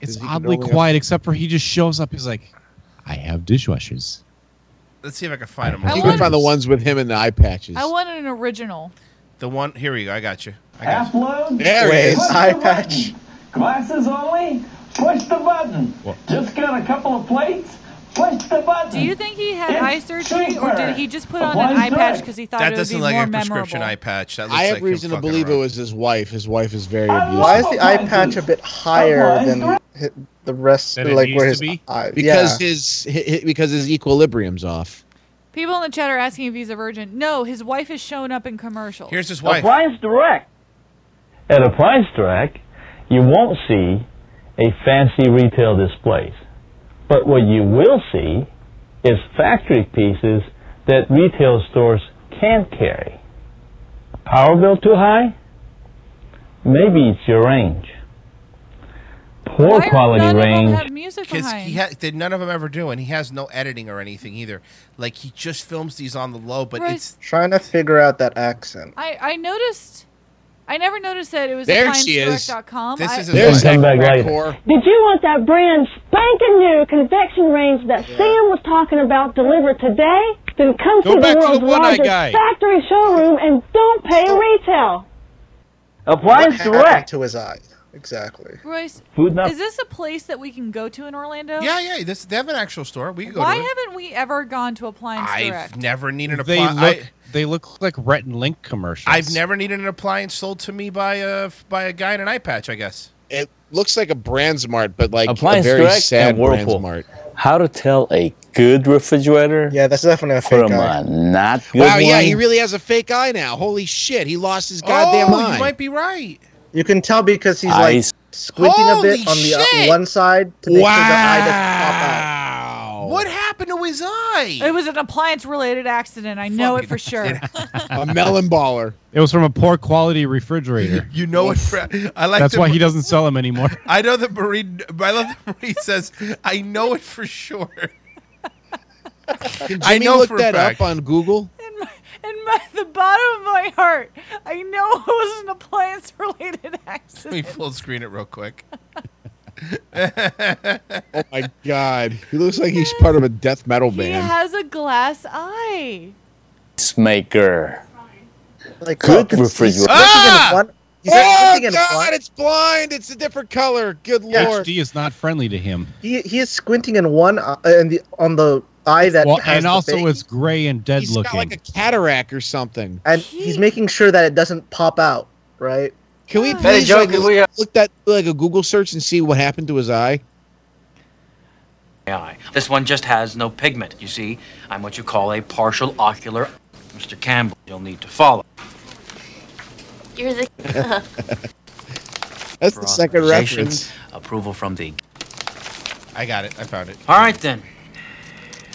[SPEAKER 6] it's
[SPEAKER 5] he can
[SPEAKER 6] oddly
[SPEAKER 5] only-
[SPEAKER 6] quiet, except for he just shows up. He's like, I have dishwashers.
[SPEAKER 2] Let's see if I can find him.
[SPEAKER 3] I
[SPEAKER 5] You
[SPEAKER 3] want-
[SPEAKER 5] can find the ones with him and the eye patches.
[SPEAKER 3] I want an original.
[SPEAKER 2] The one here we go. I got you. I got you.
[SPEAKER 19] Upload?
[SPEAKER 5] There it is.
[SPEAKER 19] Push the
[SPEAKER 5] Eye
[SPEAKER 19] button. Glasses only? Push the button. Just got a couple of plates? Push the button.
[SPEAKER 3] Do you think he had eye surgery, or did he just put on
[SPEAKER 19] Why
[SPEAKER 3] an eye patch
[SPEAKER 19] not?
[SPEAKER 3] because he thought
[SPEAKER 2] That
[SPEAKER 3] it would be
[SPEAKER 2] doesn't look like
[SPEAKER 3] more
[SPEAKER 2] a prescription
[SPEAKER 3] memorable?
[SPEAKER 2] eye patch. That looks
[SPEAKER 5] I have
[SPEAKER 2] like him
[SPEAKER 5] reason to
[SPEAKER 2] fucking
[SPEAKER 5] believe
[SPEAKER 2] around.
[SPEAKER 5] it was his wife. His wife is very
[SPEAKER 8] Why
[SPEAKER 5] abusive.
[SPEAKER 8] is the eye patch a bit higher than hi- the rest?
[SPEAKER 5] Than it
[SPEAKER 8] like
[SPEAKER 5] needs
[SPEAKER 8] where
[SPEAKER 5] to
[SPEAKER 8] his
[SPEAKER 5] be?
[SPEAKER 8] eye?
[SPEAKER 5] Because
[SPEAKER 8] yeah.
[SPEAKER 5] his hi- hi- because his equilibrium's off.
[SPEAKER 3] People in the chat are asking if he's a virgin. No, his wife has shown up in commercials.
[SPEAKER 2] Here's his
[SPEAKER 19] Appliance Direct.
[SPEAKER 24] At Appliance Direct, you won't see a fancy retail displays. But what you will see is factory pieces that retail stores can't carry. Power bill too high? Maybe it's your range. Poor
[SPEAKER 2] Why are
[SPEAKER 24] quality
[SPEAKER 2] none of them
[SPEAKER 24] range.
[SPEAKER 3] have music
[SPEAKER 2] Because
[SPEAKER 3] behind.
[SPEAKER 2] he ha- did none of them ever do, and he has no editing or anything either. Like he just films these on the low, but
[SPEAKER 3] Right.
[SPEAKER 2] it's
[SPEAKER 8] Trying to figure out that accent.
[SPEAKER 3] I, I noticed. I never noticed that it was
[SPEAKER 8] There she is.
[SPEAKER 3] appliancedirect.com.
[SPEAKER 8] This
[SPEAKER 3] I-
[SPEAKER 8] is his There's wife.
[SPEAKER 24] Come back
[SPEAKER 8] Crack
[SPEAKER 24] later.
[SPEAKER 8] whore.
[SPEAKER 25] Did you want that brand spanking new convection range that Sam was talking about delivered today? Then come to
[SPEAKER 24] Go
[SPEAKER 25] the
[SPEAKER 24] back to the
[SPEAKER 25] world's
[SPEAKER 24] one-eyed
[SPEAKER 25] largest
[SPEAKER 24] guy.
[SPEAKER 25] factory showroom and don't pay retail.
[SPEAKER 8] What
[SPEAKER 24] Appliance
[SPEAKER 8] happened
[SPEAKER 24] Direct.
[SPEAKER 8] to his eye? Exactly.
[SPEAKER 3] Royce,
[SPEAKER 24] Food not-
[SPEAKER 3] is this a place that we can go to in Orlando?
[SPEAKER 2] yeah, yeah. This they have an actual store. We can go.
[SPEAKER 3] Why
[SPEAKER 2] to it.
[SPEAKER 3] haven't we ever gone to Appliance
[SPEAKER 2] I've
[SPEAKER 3] Direct?
[SPEAKER 2] never needed a.
[SPEAKER 6] They
[SPEAKER 2] pli-
[SPEAKER 6] look
[SPEAKER 2] I,
[SPEAKER 6] they look like Rhett and Link commercials.
[SPEAKER 2] I've never needed an appliance sold to me by a by a guy in an eye patch. I guess.
[SPEAKER 5] It looks like a Brandsmart, but like
[SPEAKER 24] Appliance
[SPEAKER 5] a very
[SPEAKER 24] Direct
[SPEAKER 5] sad
[SPEAKER 24] and Whirlpool.
[SPEAKER 5] Brandsmart.
[SPEAKER 24] How to tell a good refrigerator? Yeah,
[SPEAKER 8] that's definitely a
[SPEAKER 24] from a not good
[SPEAKER 5] Wow,
[SPEAKER 24] one.
[SPEAKER 5] yeah, he really has a fake eye now. Holy shit, he lost his goddamn
[SPEAKER 2] oh,
[SPEAKER 5] eye.
[SPEAKER 2] you might be right.
[SPEAKER 8] You can tell because he's like
[SPEAKER 24] Eyes.
[SPEAKER 8] squinting a bit
[SPEAKER 2] Holy
[SPEAKER 8] on the uh,
[SPEAKER 2] shit!
[SPEAKER 8] one side to make sure the eye doesn't pop out.
[SPEAKER 2] What happened to his eye?
[SPEAKER 3] It was an appliance related accident. I know it for sure.
[SPEAKER 5] a melon baller.
[SPEAKER 6] It was from a poor quality refrigerator.
[SPEAKER 2] You know what? Fra- I like.
[SPEAKER 6] That's
[SPEAKER 2] the-
[SPEAKER 6] why he doesn't sell them anymore.
[SPEAKER 2] I know that Marie. I love that Marie says, "I know it for sure."
[SPEAKER 5] Can
[SPEAKER 2] I
[SPEAKER 5] Jimmy
[SPEAKER 2] know
[SPEAKER 5] look
[SPEAKER 2] for a
[SPEAKER 5] that
[SPEAKER 2] fact.
[SPEAKER 5] up on Google?
[SPEAKER 3] And my, the bottom of my heart, I know it was an appliance related
[SPEAKER 2] Let me
[SPEAKER 3] accident.
[SPEAKER 2] full screen it real quick.
[SPEAKER 5] Oh my god, he looks like he's part of a death metal
[SPEAKER 3] He
[SPEAKER 5] band.
[SPEAKER 3] has a glass eye.
[SPEAKER 24] Maker.
[SPEAKER 8] Like
[SPEAKER 24] Good
[SPEAKER 8] look, it's- he's
[SPEAKER 24] refrigerator.
[SPEAKER 2] Ah!
[SPEAKER 8] looking in one- He's not
[SPEAKER 5] oh
[SPEAKER 8] looking at a
[SPEAKER 5] God!
[SPEAKER 8] blind.
[SPEAKER 5] It's blind. It's a different color. Good lord.
[SPEAKER 6] HD is not friendly to him.
[SPEAKER 8] He he is squinting in one eye and the on the eye that
[SPEAKER 6] Well,
[SPEAKER 8] has
[SPEAKER 6] and
[SPEAKER 8] the
[SPEAKER 6] also
[SPEAKER 8] thing,
[SPEAKER 6] it's gray and dead
[SPEAKER 8] He's got,
[SPEAKER 6] looking.
[SPEAKER 8] like,
[SPEAKER 5] a cataract or something.
[SPEAKER 8] and he's making sure that it doesn't pop out. Right?
[SPEAKER 5] Can
[SPEAKER 3] Ah.
[SPEAKER 5] we
[SPEAKER 8] Hey,
[SPEAKER 5] please
[SPEAKER 8] Joe,
[SPEAKER 5] like,
[SPEAKER 8] can
[SPEAKER 5] look, look that like a Google search and see what happened to his eye?
[SPEAKER 9] eye. This one just has no pigment. You see, I'm what you call a partial ocular. Mr. Campbell, you'll need to follow.
[SPEAKER 10] You're the.
[SPEAKER 5] That's
[SPEAKER 9] For
[SPEAKER 5] the second
[SPEAKER 9] authorization,
[SPEAKER 5] reference.
[SPEAKER 9] Approval from the.
[SPEAKER 2] I got it. I found it.
[SPEAKER 9] All right then.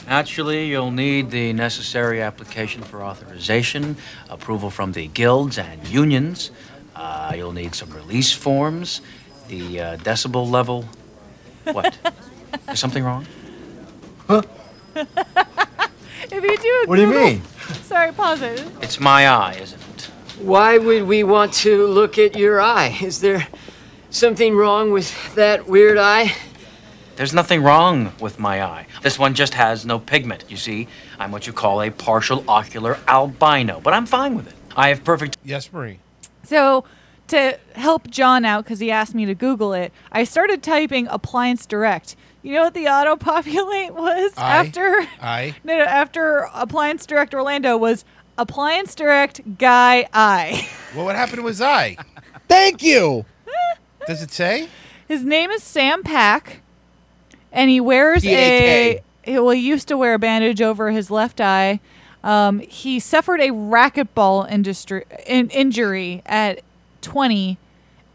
[SPEAKER 9] Naturally, you'll need the necessary application for authorization, approval from the guilds and unions. Uh, you'll need some release forms, the uh, decibel level. What? Is something wrong?
[SPEAKER 3] If you do, a
[SPEAKER 9] What do you
[SPEAKER 3] Google-
[SPEAKER 9] mean?
[SPEAKER 3] Sorry, pause it.
[SPEAKER 9] It's my eye, isn't it?
[SPEAKER 14] Why would we want to look at your eye? Is there something wrong with that weird eye?
[SPEAKER 9] There's nothing wrong with my eye. This one just has no pigment. You see, I'm what you call a partial ocular albino, but I'm fine with it. I have perfect.
[SPEAKER 2] Yes, Marie.
[SPEAKER 3] So, to help John out, because he asked me to Google it, I started typing appliance direct. You know what the auto populate was
[SPEAKER 2] I-
[SPEAKER 3] after?
[SPEAKER 2] I.
[SPEAKER 3] No, no, after appliance direct Orlando was appliance direct guy I.
[SPEAKER 2] Well, what happened to his eye?
[SPEAKER 5] Thank you.
[SPEAKER 2] Does it say?
[SPEAKER 3] His name is Sam Pack, and he wears
[SPEAKER 2] P.A.K..
[SPEAKER 3] a. He, well, he used to wear a bandage over his left eye. Um, he suffered a racquetball industry in, injury at 20,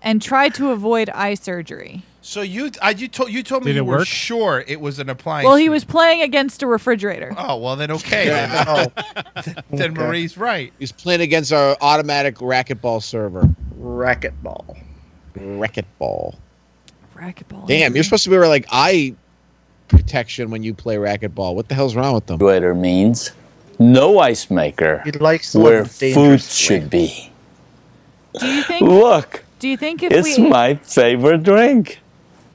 [SPEAKER 3] and tried to avoid eye surgery.
[SPEAKER 2] So you, I, you told you told me
[SPEAKER 6] Did
[SPEAKER 2] you
[SPEAKER 6] it
[SPEAKER 2] were
[SPEAKER 6] work?
[SPEAKER 2] sure it was an appliance.
[SPEAKER 3] Well, he was playing against a refrigerator.
[SPEAKER 2] Oh well, then okay. then. Then Marie's right.
[SPEAKER 5] He's playing against our automatic racquetball server.
[SPEAKER 8] Racquetball.
[SPEAKER 2] Oh,
[SPEAKER 5] Racquetball.
[SPEAKER 3] Racquetball.
[SPEAKER 5] Damn, you're supposed to be wearing like eye protection when you play racquetball. What the hell's wrong with them?
[SPEAKER 15] Refrigerator means no ice maker
[SPEAKER 8] likes
[SPEAKER 15] where food should be.
[SPEAKER 3] Do you think?
[SPEAKER 15] Look,
[SPEAKER 3] Do you think if
[SPEAKER 15] it's
[SPEAKER 3] we?
[SPEAKER 15] my favorite drink.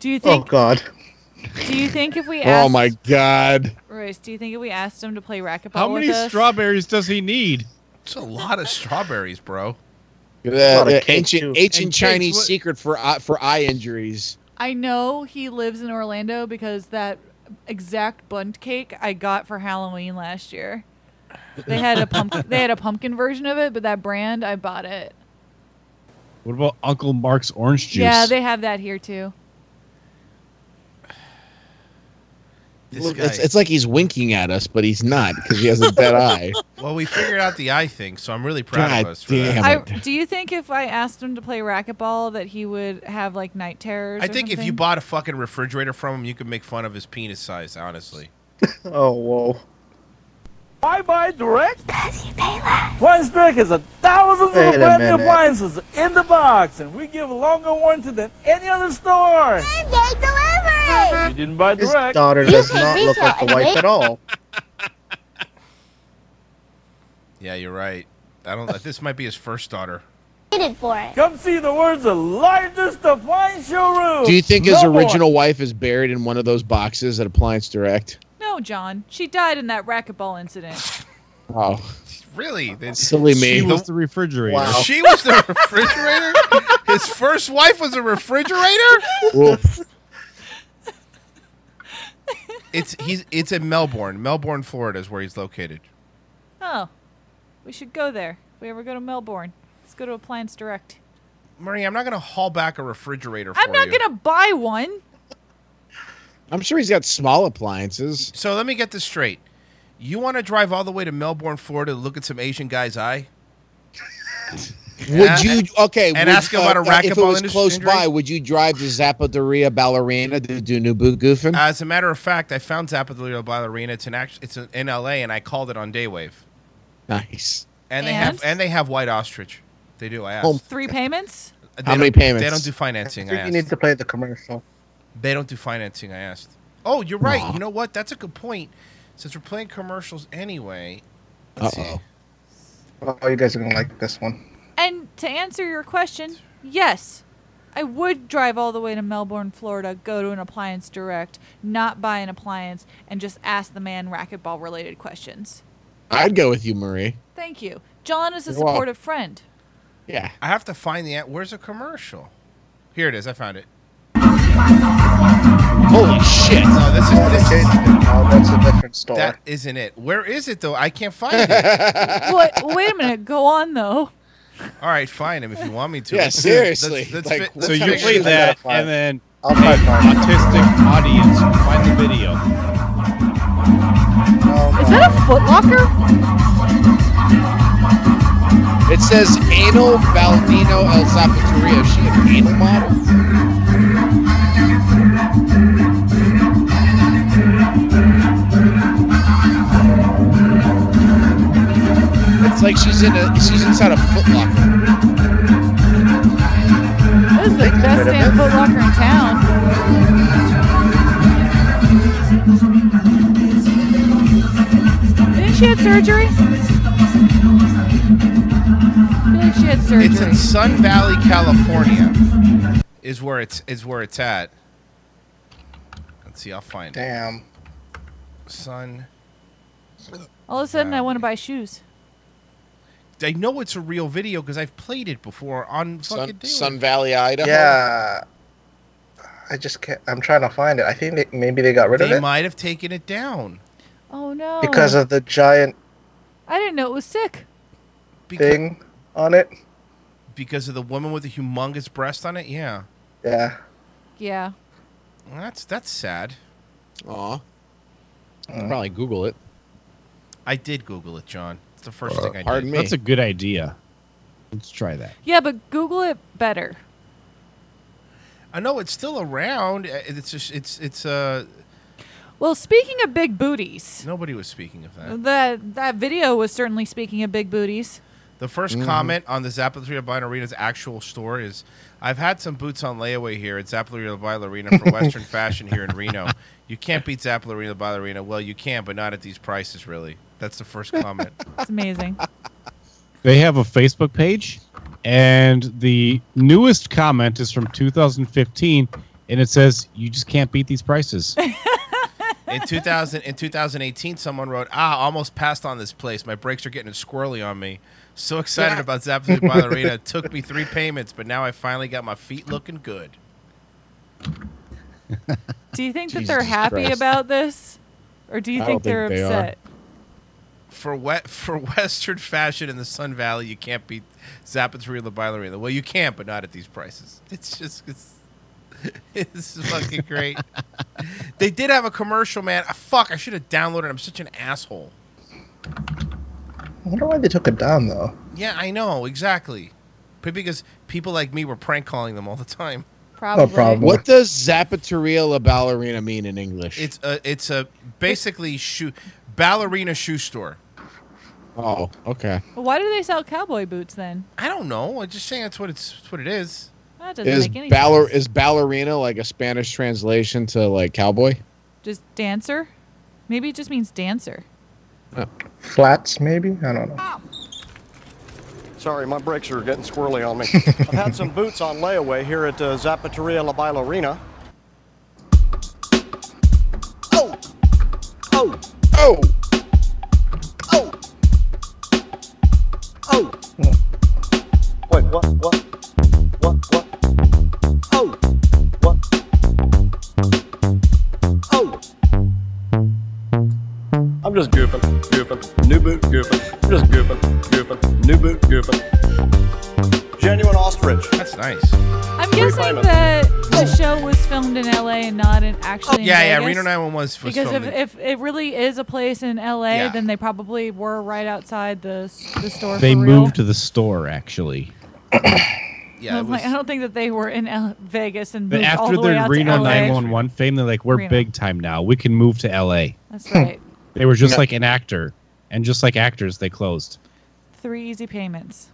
[SPEAKER 3] do
[SPEAKER 8] Oh,
[SPEAKER 3] you think?
[SPEAKER 15] God.
[SPEAKER 5] Oh.
[SPEAKER 3] Do you think if we asked?
[SPEAKER 5] God.
[SPEAKER 3] Royce, do you think if we asked him to play racquetball
[SPEAKER 6] How
[SPEAKER 3] with
[SPEAKER 6] many
[SPEAKER 3] us?
[SPEAKER 6] strawberries does he need?
[SPEAKER 2] It's a lot of strawberries, bro.
[SPEAKER 5] Uh, uh,
[SPEAKER 2] And
[SPEAKER 5] ancient ancient
[SPEAKER 2] cakes,
[SPEAKER 5] Chinese
[SPEAKER 2] what-
[SPEAKER 5] secret for eye, for eye injuries.
[SPEAKER 3] I know he lives in Orlando because that exact bunt cake I got for Halloween last year. They had a pumpkin. they had a pumpkin version of it, but that brand I bought it.
[SPEAKER 6] What about Uncle Mark's orange juice?
[SPEAKER 3] Yeah, they have that here too.
[SPEAKER 5] Look, it's, it's like he's winking at us, but he's not because he has a dead eye.
[SPEAKER 2] Well, we figured out the eye thing, so I'm really proud
[SPEAKER 5] God
[SPEAKER 2] of us. For that.
[SPEAKER 3] I, do you think if I asked him to play racquetball that he would have like night terrors?
[SPEAKER 2] I
[SPEAKER 3] or
[SPEAKER 2] think if you
[SPEAKER 3] something?
[SPEAKER 2] bought a fucking refrigerator from him, you could make fun of his penis size. Honestly,
[SPEAKER 8] Oh whoa.
[SPEAKER 20] Bye bye direct. Appliance direct has a thousand
[SPEAKER 8] Wait
[SPEAKER 20] little
[SPEAKER 8] a
[SPEAKER 20] brand new
[SPEAKER 8] minute.
[SPEAKER 20] appliances in the box, and we give longer warranty than any other store. And they delivery. You didn't buy
[SPEAKER 8] His
[SPEAKER 20] direct.
[SPEAKER 8] daughter does not look like the wife at all.
[SPEAKER 2] yeah, you're right. I don't. uh, This might be his first daughter.
[SPEAKER 20] Come see the world's largest appliance showroom.
[SPEAKER 5] Do you think his
[SPEAKER 20] No more.
[SPEAKER 5] original wife is buried in one of those boxes at Appliance Direct?
[SPEAKER 3] No, John. She died in that racquetball incident.
[SPEAKER 5] Oh,
[SPEAKER 2] Really? They-
[SPEAKER 5] silly me.
[SPEAKER 6] She was the refrigerator.
[SPEAKER 2] She was the refrigerator. His first wife was a refrigerator. It's he's it's in Melbourne, Melbourne, Florida is where he's located.
[SPEAKER 3] Oh, we should go there. If we ever go to Melbourne, let's go to Appliance Direct.
[SPEAKER 2] Marie, I'm not gonna haul back a refrigerator. For
[SPEAKER 3] I'm not
[SPEAKER 2] you.
[SPEAKER 3] gonna buy one.
[SPEAKER 5] I'm sure he's got small appliances.
[SPEAKER 2] So let me get this straight. You want to drive all the way to Melbourne, Florida, to look at some Asian guy's eye?
[SPEAKER 5] Would you okay?
[SPEAKER 2] And
[SPEAKER 5] would-
[SPEAKER 2] ask him about a
[SPEAKER 5] uh, If it
[SPEAKER 2] racquetball
[SPEAKER 5] was
[SPEAKER 2] indus-
[SPEAKER 5] close
[SPEAKER 2] injury?
[SPEAKER 5] by, would you drive to Zapateria Ballerina to do new boot goofing?
[SPEAKER 2] As a matter of fact, I found Zappadillo by the arena. It's an act- it's an- in LA, and I called it on Daywave.
[SPEAKER 5] nice.
[SPEAKER 2] And, they have and they have white ostrich. They do. I asked.
[SPEAKER 5] Oh,
[SPEAKER 3] Three payments.
[SPEAKER 2] They
[SPEAKER 5] How many
[SPEAKER 2] don't-
[SPEAKER 5] payments?
[SPEAKER 2] They don't do financing. I
[SPEAKER 8] You
[SPEAKER 2] asked.
[SPEAKER 8] need to play the commercial.
[SPEAKER 2] They don't do financing. I asked. Oh, you're right. You know what? That's a good point. Since we're playing commercials anyway,
[SPEAKER 8] Uh
[SPEAKER 2] let's see.
[SPEAKER 8] Oh, you guys are gonna like this one.
[SPEAKER 3] And to answer your question, yes, I would drive all the way to Melbourne, Florida, go to an appliance direct, not buy an appliance, and just ask the man racquetball related questions.
[SPEAKER 5] I'd go with you, Marie.
[SPEAKER 3] Thank you. John is a
[SPEAKER 5] You're welcome.
[SPEAKER 3] supportive friend.
[SPEAKER 5] Yeah.
[SPEAKER 2] I have to find the. ad- Where's a commercial? Here it is. I found it.
[SPEAKER 5] Holy shit!
[SPEAKER 2] No, this is this is
[SPEAKER 8] No, that's a different store.
[SPEAKER 2] that isn't it. Where is it though? I can't find it.
[SPEAKER 3] What? Wait a minute. Go on though.
[SPEAKER 2] All right, find him if you want me to.
[SPEAKER 5] Yeah,
[SPEAKER 2] Let's-
[SPEAKER 5] seriously.
[SPEAKER 2] let's- let's
[SPEAKER 5] Like,
[SPEAKER 2] fi-
[SPEAKER 5] so
[SPEAKER 2] let's
[SPEAKER 5] you
[SPEAKER 2] finish
[SPEAKER 5] played
[SPEAKER 2] it.
[SPEAKER 5] that,
[SPEAKER 6] and then
[SPEAKER 8] I'll try to find it.
[SPEAKER 6] autistic audience find the video.
[SPEAKER 3] Is that a Foot Locker?
[SPEAKER 5] It says anal Baldino El Zapatoria. Is she an anal model? It's like she's in a she's inside a Foot Locker.
[SPEAKER 3] This is the best damn Foot Locker in town. Didn't she have surgery? I feel like she had surgery.
[SPEAKER 2] It's in Sun Valley, California. Is where it's is where it's at. Let's see. I'll find
[SPEAKER 8] Damn.
[SPEAKER 2] it. Sun.
[SPEAKER 3] All of a sudden, I want to buy shoes.
[SPEAKER 2] I know it's a real video because I've played it before on fucking
[SPEAKER 5] Sun,
[SPEAKER 2] Daily.
[SPEAKER 5] Sun Valley, Idaho.
[SPEAKER 8] Yeah. I just can't. I'm trying to find it. I think they, maybe they got rid of
[SPEAKER 2] They
[SPEAKER 8] it
[SPEAKER 2] might have taken it down
[SPEAKER 3] Oh no!
[SPEAKER 8] because of the giant
[SPEAKER 3] I didn't know it was sick.
[SPEAKER 2] because,
[SPEAKER 8] thing on it.
[SPEAKER 2] because of the woman with the humongous breast on it. Yeah,
[SPEAKER 8] Yeah.
[SPEAKER 3] Yeah.
[SPEAKER 2] Well, that's that's sad.
[SPEAKER 8] Mm.
[SPEAKER 5] Aw. Probably Google it.
[SPEAKER 2] I did Google it, John. It's the
[SPEAKER 8] Uh,
[SPEAKER 2] first thing I
[SPEAKER 5] pardon
[SPEAKER 2] did.
[SPEAKER 5] me.
[SPEAKER 6] That's a good idea. Let's try that.
[SPEAKER 3] Yeah, but Google it better.
[SPEAKER 2] I know it's still around. Uh, It's just, it's it's uh
[SPEAKER 3] Well, speaking of big booties,
[SPEAKER 2] nobody was speaking of that.
[SPEAKER 3] that that video was certainly speaking of big booties.
[SPEAKER 2] The 1st
[SPEAKER 5] Mhm.
[SPEAKER 2] comment on the Zappateria Blind Arena's actual store is I've had some boots on layaway here at Zappateria Blind Arena for Western fashion here in Reno. You can't beat Zappateria Blind Arena. Well, you can, but not at these prices, really. That's the first comment.
[SPEAKER 3] It's amazing.
[SPEAKER 6] They have a Facebook page, and the newest comment is from 2015, and it says, "You just can't beat these prices."
[SPEAKER 2] In 2000 in 2018, someone wrote, "Ah, almost passed on this place. My brakes are getting squirrely on me. So excited
[SPEAKER 5] Yeah.
[SPEAKER 2] about Zappateria Blind Arena. Took me 3 payments, but now I finally got my feet looking good."
[SPEAKER 3] Do you think that they're
[SPEAKER 5] Jesus
[SPEAKER 3] happy
[SPEAKER 5] Christ.
[SPEAKER 3] about this, or do you
[SPEAKER 5] I
[SPEAKER 3] think
[SPEAKER 5] don't
[SPEAKER 3] they're
[SPEAKER 5] think they are.
[SPEAKER 3] upset?
[SPEAKER 2] for wet for Western fashion in the Sun Valley, you can't beat Zappateria La Bailarina. Well, you can't, but not at these prices. It's just it's it's fucking great. they did have a commercial, man. Ah, fuck, I should have downloaded. it. I'm such an asshole.
[SPEAKER 8] I wonder why they took it down though.
[SPEAKER 2] Yeah, I know exactly. But because people like me were prank calling them all the time.
[SPEAKER 3] Probably.
[SPEAKER 8] problem.
[SPEAKER 5] What does Zapateria La Ballerina mean in English?
[SPEAKER 2] It's a it's a basically shoe ballerina shoe store.
[SPEAKER 5] oh, okay.
[SPEAKER 3] Why do they sell cowboy boots then?
[SPEAKER 2] I don't know. I'm just saying that's what it's that's what it is.
[SPEAKER 3] That doesn't
[SPEAKER 5] Is
[SPEAKER 3] make any
[SPEAKER 5] baller
[SPEAKER 3] sense.
[SPEAKER 5] is ballerina like a Spanish translation to like cowboy?
[SPEAKER 3] Just dancer? Maybe it just means dancer.
[SPEAKER 5] Oh.
[SPEAKER 8] Flats maybe? I don't
[SPEAKER 3] Ah.
[SPEAKER 8] know.
[SPEAKER 21] Sorry, my brakes are getting squirrely on me. I've had some boots on layaway here at uh, Zapateria La Bailarina. Oh! Oh!
[SPEAKER 5] Oh,
[SPEAKER 21] Oh! Oh! Wait, what? What? What? What? Oh! What? Oh! I'm just goofing, goofing, new boot goofing, just goofing, goofing, new boot goofing. Genuine ostrich.
[SPEAKER 2] That's nice.
[SPEAKER 3] I'm
[SPEAKER 21] Free
[SPEAKER 3] guessing
[SPEAKER 21] climate.
[SPEAKER 3] that the show was filmed in LA and not in actually in
[SPEAKER 2] Yeah, yeah.
[SPEAKER 3] Vegas,
[SPEAKER 2] Reno 911 was was
[SPEAKER 3] Because
[SPEAKER 2] filmed
[SPEAKER 3] if, if
[SPEAKER 2] in-
[SPEAKER 3] it really is a place in LA,
[SPEAKER 2] Yeah.
[SPEAKER 3] then they probably were right outside the s- the store.
[SPEAKER 6] they
[SPEAKER 3] for real.
[SPEAKER 6] moved to the store actually.
[SPEAKER 2] yeah.
[SPEAKER 3] I,
[SPEAKER 2] it
[SPEAKER 3] was like,
[SPEAKER 2] was-
[SPEAKER 3] I don't think that they were in L- Vegas and
[SPEAKER 6] But
[SPEAKER 3] moved all
[SPEAKER 6] after
[SPEAKER 3] the way
[SPEAKER 6] their
[SPEAKER 3] out
[SPEAKER 6] Reno
[SPEAKER 3] to LA.
[SPEAKER 6] 911 fame, they're like, "We're
[SPEAKER 3] Reno.
[SPEAKER 6] big time now. We can move to LA."
[SPEAKER 3] That's right.
[SPEAKER 6] They were just
[SPEAKER 8] Yeah.
[SPEAKER 6] like an actor, and just like actors, they closed.
[SPEAKER 3] Three easy payments.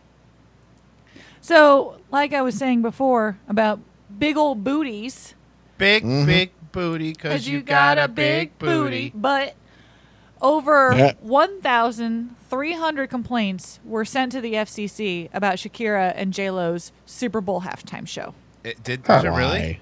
[SPEAKER 3] So, like I was saying before about big old booties.
[SPEAKER 2] Big,
[SPEAKER 6] Mm-hmm.
[SPEAKER 5] Mhm.
[SPEAKER 2] big booty, because you, got, a big, booty.
[SPEAKER 3] But over
[SPEAKER 5] Yeah.
[SPEAKER 3] 1,300 complaints were sent to the FCC about Shakira and J-Lo's Super Bowl halftime show.
[SPEAKER 2] It did was it
[SPEAKER 5] Why?
[SPEAKER 2] really?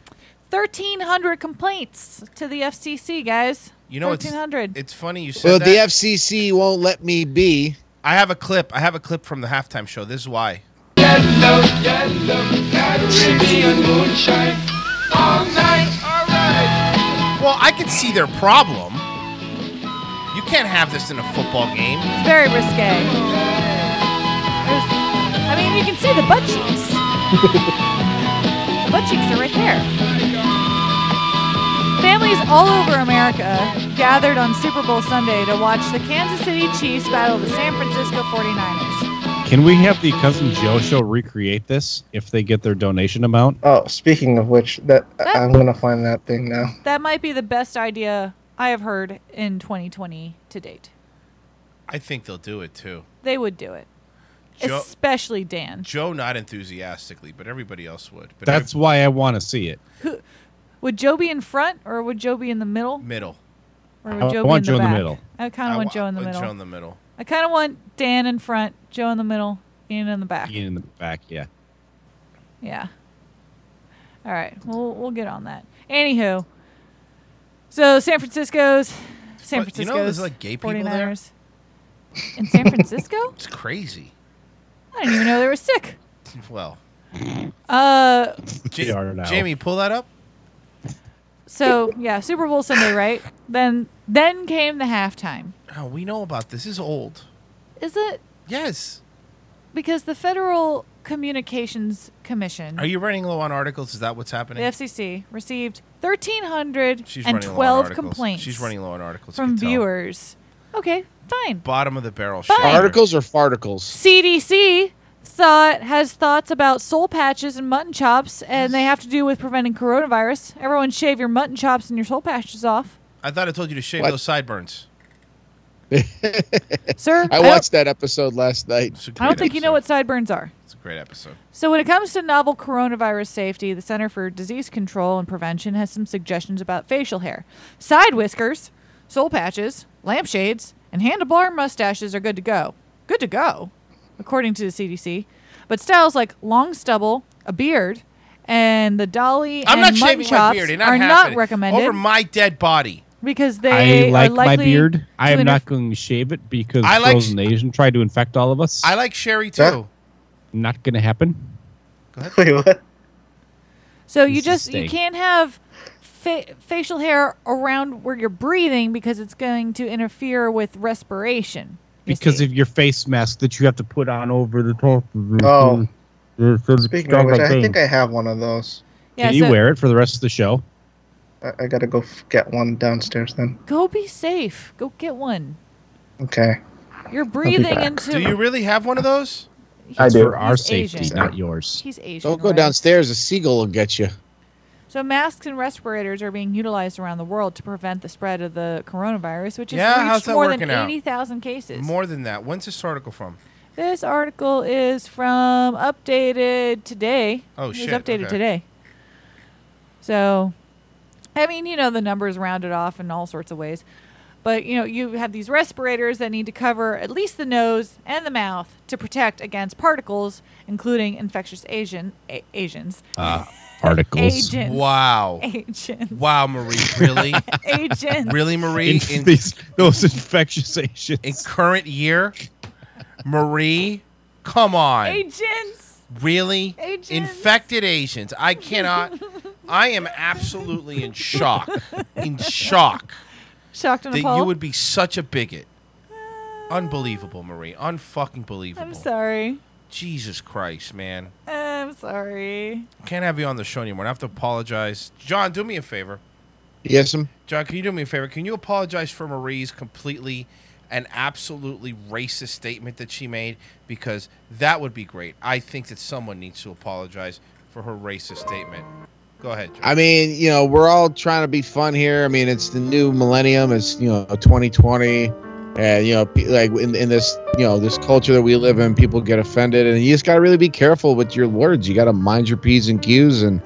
[SPEAKER 3] 1,300 complaints to the FCC, guys.
[SPEAKER 2] You know, it's
[SPEAKER 3] 1,300.
[SPEAKER 2] it's funny you said
[SPEAKER 5] Well,
[SPEAKER 2] that.
[SPEAKER 5] the FCC won't let me be.
[SPEAKER 2] I have a clip. I have a clip from the halftime show. This is why.
[SPEAKER 24] Yeah,
[SPEAKER 20] yellow, yellow, Caribbean moonshine. All night, alright.
[SPEAKER 2] Well, I can see their problem. You can't have this in a football game.
[SPEAKER 3] It's very risque. There's- I mean, you can see the butt cheeks. the butt cheeks are right there. Families all over America gathered on Super Bowl Sunday to watch the Kansas City Chiefs battle the San Francisco 49ers.
[SPEAKER 6] Can we have the cousin Joe show recreate this if they get their donation amount?
[SPEAKER 8] Oh, speaking of which, that I- I'm gonna find that thing now.
[SPEAKER 3] That might be the best idea I have heard in 2020 to date.
[SPEAKER 2] I think they'll do it too.
[SPEAKER 3] They would do it,
[SPEAKER 2] Joe-
[SPEAKER 3] especially Dan.
[SPEAKER 2] Joe, not enthusiastically, but everybody else would. But
[SPEAKER 6] That's why I want to see it.
[SPEAKER 3] Would Joe be in front or would Joe be in the middle?
[SPEAKER 2] Middle.
[SPEAKER 3] Or
[SPEAKER 6] I
[SPEAKER 3] would Joe
[SPEAKER 6] want
[SPEAKER 3] be in the
[SPEAKER 6] Joe in the
[SPEAKER 3] back?
[SPEAKER 6] middle.
[SPEAKER 3] I kind
[SPEAKER 2] I
[SPEAKER 3] of want
[SPEAKER 2] wa-
[SPEAKER 3] Joe in the
[SPEAKER 2] uh,
[SPEAKER 3] middle.
[SPEAKER 2] Joe in the middle.
[SPEAKER 3] I kind of want Dan in front, Joe in the middle, Ian in the back.
[SPEAKER 6] Ian in the back, yeah.
[SPEAKER 3] Yeah. All right. We'll we'll get on that. Anywho. So San Francisco's San
[SPEAKER 2] But
[SPEAKER 3] Francisco's
[SPEAKER 2] you know there's, like, gay people there?
[SPEAKER 3] 49ers. In San Francisco?
[SPEAKER 2] It's crazy.
[SPEAKER 3] I didn't even know they were sick.
[SPEAKER 2] Well,
[SPEAKER 3] Uh
[SPEAKER 2] Ja-
[SPEAKER 6] are now.
[SPEAKER 2] Jamie, pull that up.
[SPEAKER 3] so yeah, Super Bowl Sunday, right? Then then came the halftime.
[SPEAKER 2] Oh, we know about this. This is old.
[SPEAKER 3] Is it
[SPEAKER 2] Yes.
[SPEAKER 3] because the Federal Communications Commission
[SPEAKER 2] Are you running low on articles? Is that what's
[SPEAKER 3] The
[SPEAKER 2] happening?
[SPEAKER 3] FCC received
[SPEAKER 2] She's running low on
[SPEAKER 3] 1,312
[SPEAKER 2] articles.
[SPEAKER 3] complaints
[SPEAKER 2] She's running low on articles. you
[SPEAKER 3] from
[SPEAKER 2] can tell.
[SPEAKER 3] viewers. Okay, fine.
[SPEAKER 2] Bottom of the barrel.
[SPEAKER 3] Fine.
[SPEAKER 2] shit.
[SPEAKER 5] Articles or farticles?
[SPEAKER 3] CDC thought has thoughts about soul patches and mutton chops, and they have to do with preventing coronavirus. Everyone, shave your mutton chops and your soul patches off,
[SPEAKER 2] I thought I told you to shave
[SPEAKER 5] What?
[SPEAKER 2] those sideburns.
[SPEAKER 3] sir.
[SPEAKER 5] I watched that episode last night.
[SPEAKER 3] I don't think you know what sideburns are.
[SPEAKER 2] It's a great episode.
[SPEAKER 3] So, when it comes to novel coronavirus safety, the Center for Disease Control and Prevention has some suggestions about facial hair. Side whiskers, soul patches, lampshades, and handlebar mustaches are good to go. Good to go, according to the CDC. But styles like long stubble, a beard, and the dolly
[SPEAKER 2] I'm
[SPEAKER 3] and
[SPEAKER 2] not
[SPEAKER 3] mutton
[SPEAKER 2] shaving my
[SPEAKER 3] chops
[SPEAKER 2] beard. It's
[SPEAKER 3] are
[SPEAKER 2] happening.
[SPEAKER 3] not recommended
[SPEAKER 2] Over my dead body.
[SPEAKER 3] because they
[SPEAKER 6] I like
[SPEAKER 3] are
[SPEAKER 6] my
[SPEAKER 3] likely
[SPEAKER 6] beard. I
[SPEAKER 3] to
[SPEAKER 6] am
[SPEAKER 3] interfere-
[SPEAKER 6] not going to shave it because
[SPEAKER 2] I like-
[SPEAKER 6] frozen Asian tried to infect all of us.
[SPEAKER 2] I like Sherry too.
[SPEAKER 6] Huh? not going to happen.
[SPEAKER 8] Wait, what?
[SPEAKER 3] So you
[SPEAKER 6] It's a
[SPEAKER 3] just you
[SPEAKER 6] steak.
[SPEAKER 3] can't have fa- facial hair around where you're breathing because it's going to interfere with respiration.
[SPEAKER 6] Because of your face mask that you have to put on over the top. of your-
[SPEAKER 8] Oh.
[SPEAKER 6] your- your
[SPEAKER 8] Speaking of which, I
[SPEAKER 6] thing.
[SPEAKER 8] think I have one of those.
[SPEAKER 3] Yeah,
[SPEAKER 6] Can you
[SPEAKER 3] so-
[SPEAKER 6] wear it for the rest of the show?
[SPEAKER 8] I, I gotta go f- get one downstairs then.
[SPEAKER 3] Go be safe. Go get one.
[SPEAKER 8] Okay.
[SPEAKER 3] You're breathing
[SPEAKER 8] back.
[SPEAKER 3] into.
[SPEAKER 2] Do you really have one of those?
[SPEAKER 8] I
[SPEAKER 6] It's
[SPEAKER 8] do.
[SPEAKER 6] For our
[SPEAKER 3] He's
[SPEAKER 6] safety,
[SPEAKER 3] Asian.
[SPEAKER 6] not yours.
[SPEAKER 3] He's Asian.
[SPEAKER 5] Don't go
[SPEAKER 3] right?
[SPEAKER 5] downstairs. A seagull will get you.
[SPEAKER 3] So masks and respirators are being utilized around the world to prevent the spread of the coronavirus, which has
[SPEAKER 2] Yeah, how's
[SPEAKER 3] reached
[SPEAKER 2] that
[SPEAKER 3] more than
[SPEAKER 2] working out?
[SPEAKER 3] eighty thousand cases.
[SPEAKER 2] More than that. When's this article from?
[SPEAKER 3] This article is from updated today.
[SPEAKER 2] Oh,
[SPEAKER 3] it
[SPEAKER 2] shit,
[SPEAKER 3] was updated
[SPEAKER 2] okay.
[SPEAKER 3] today. So, I mean, you know, the numbers rounded off in all sorts of ways, but you know, you have these respirators that need to cover at least the nose and the mouth to protect against particles, including infectious Asian a- Asians.
[SPEAKER 6] Uh,
[SPEAKER 2] Ah,
[SPEAKER 6] articles.
[SPEAKER 3] Agents.
[SPEAKER 2] Wow.
[SPEAKER 3] Agents.
[SPEAKER 2] Wow, Marie. Really?
[SPEAKER 3] Agents.
[SPEAKER 2] really, Marie?
[SPEAKER 6] Inf-
[SPEAKER 2] In,
[SPEAKER 6] these- those infectious Asians.
[SPEAKER 2] in current year? Marie? Come on.
[SPEAKER 3] Agents.
[SPEAKER 2] Really?
[SPEAKER 3] Agents.
[SPEAKER 2] Infected Asians. I cannot. I am absolutely in shock. In shock
[SPEAKER 3] Shocked and
[SPEAKER 2] that you
[SPEAKER 3] appalled.
[SPEAKER 2] would be such a bigot. Unbelievable, Marie. Unfucking believable.
[SPEAKER 3] I'm sorry.
[SPEAKER 2] Jesus Christ, man.
[SPEAKER 3] I'm sorry.
[SPEAKER 2] Can't have you on the show anymore. I have to apologize. John, do me a favor.
[SPEAKER 5] Yes, um,
[SPEAKER 2] John, can you do me a favor? Can you apologize for Marie's completely and absolutely racist statement that she made? Because that would be great. I think that someone needs to apologize for her racist statement. Go ahead, John.
[SPEAKER 5] I mean, you know, we're all trying to be fun here. I mean, it's the new millennium. It's you know, 2020, and you know, pe- like in, in this you know this culture that we live in, people get offended, and you just got to really be careful with your words. You got to mind your p's and q's, and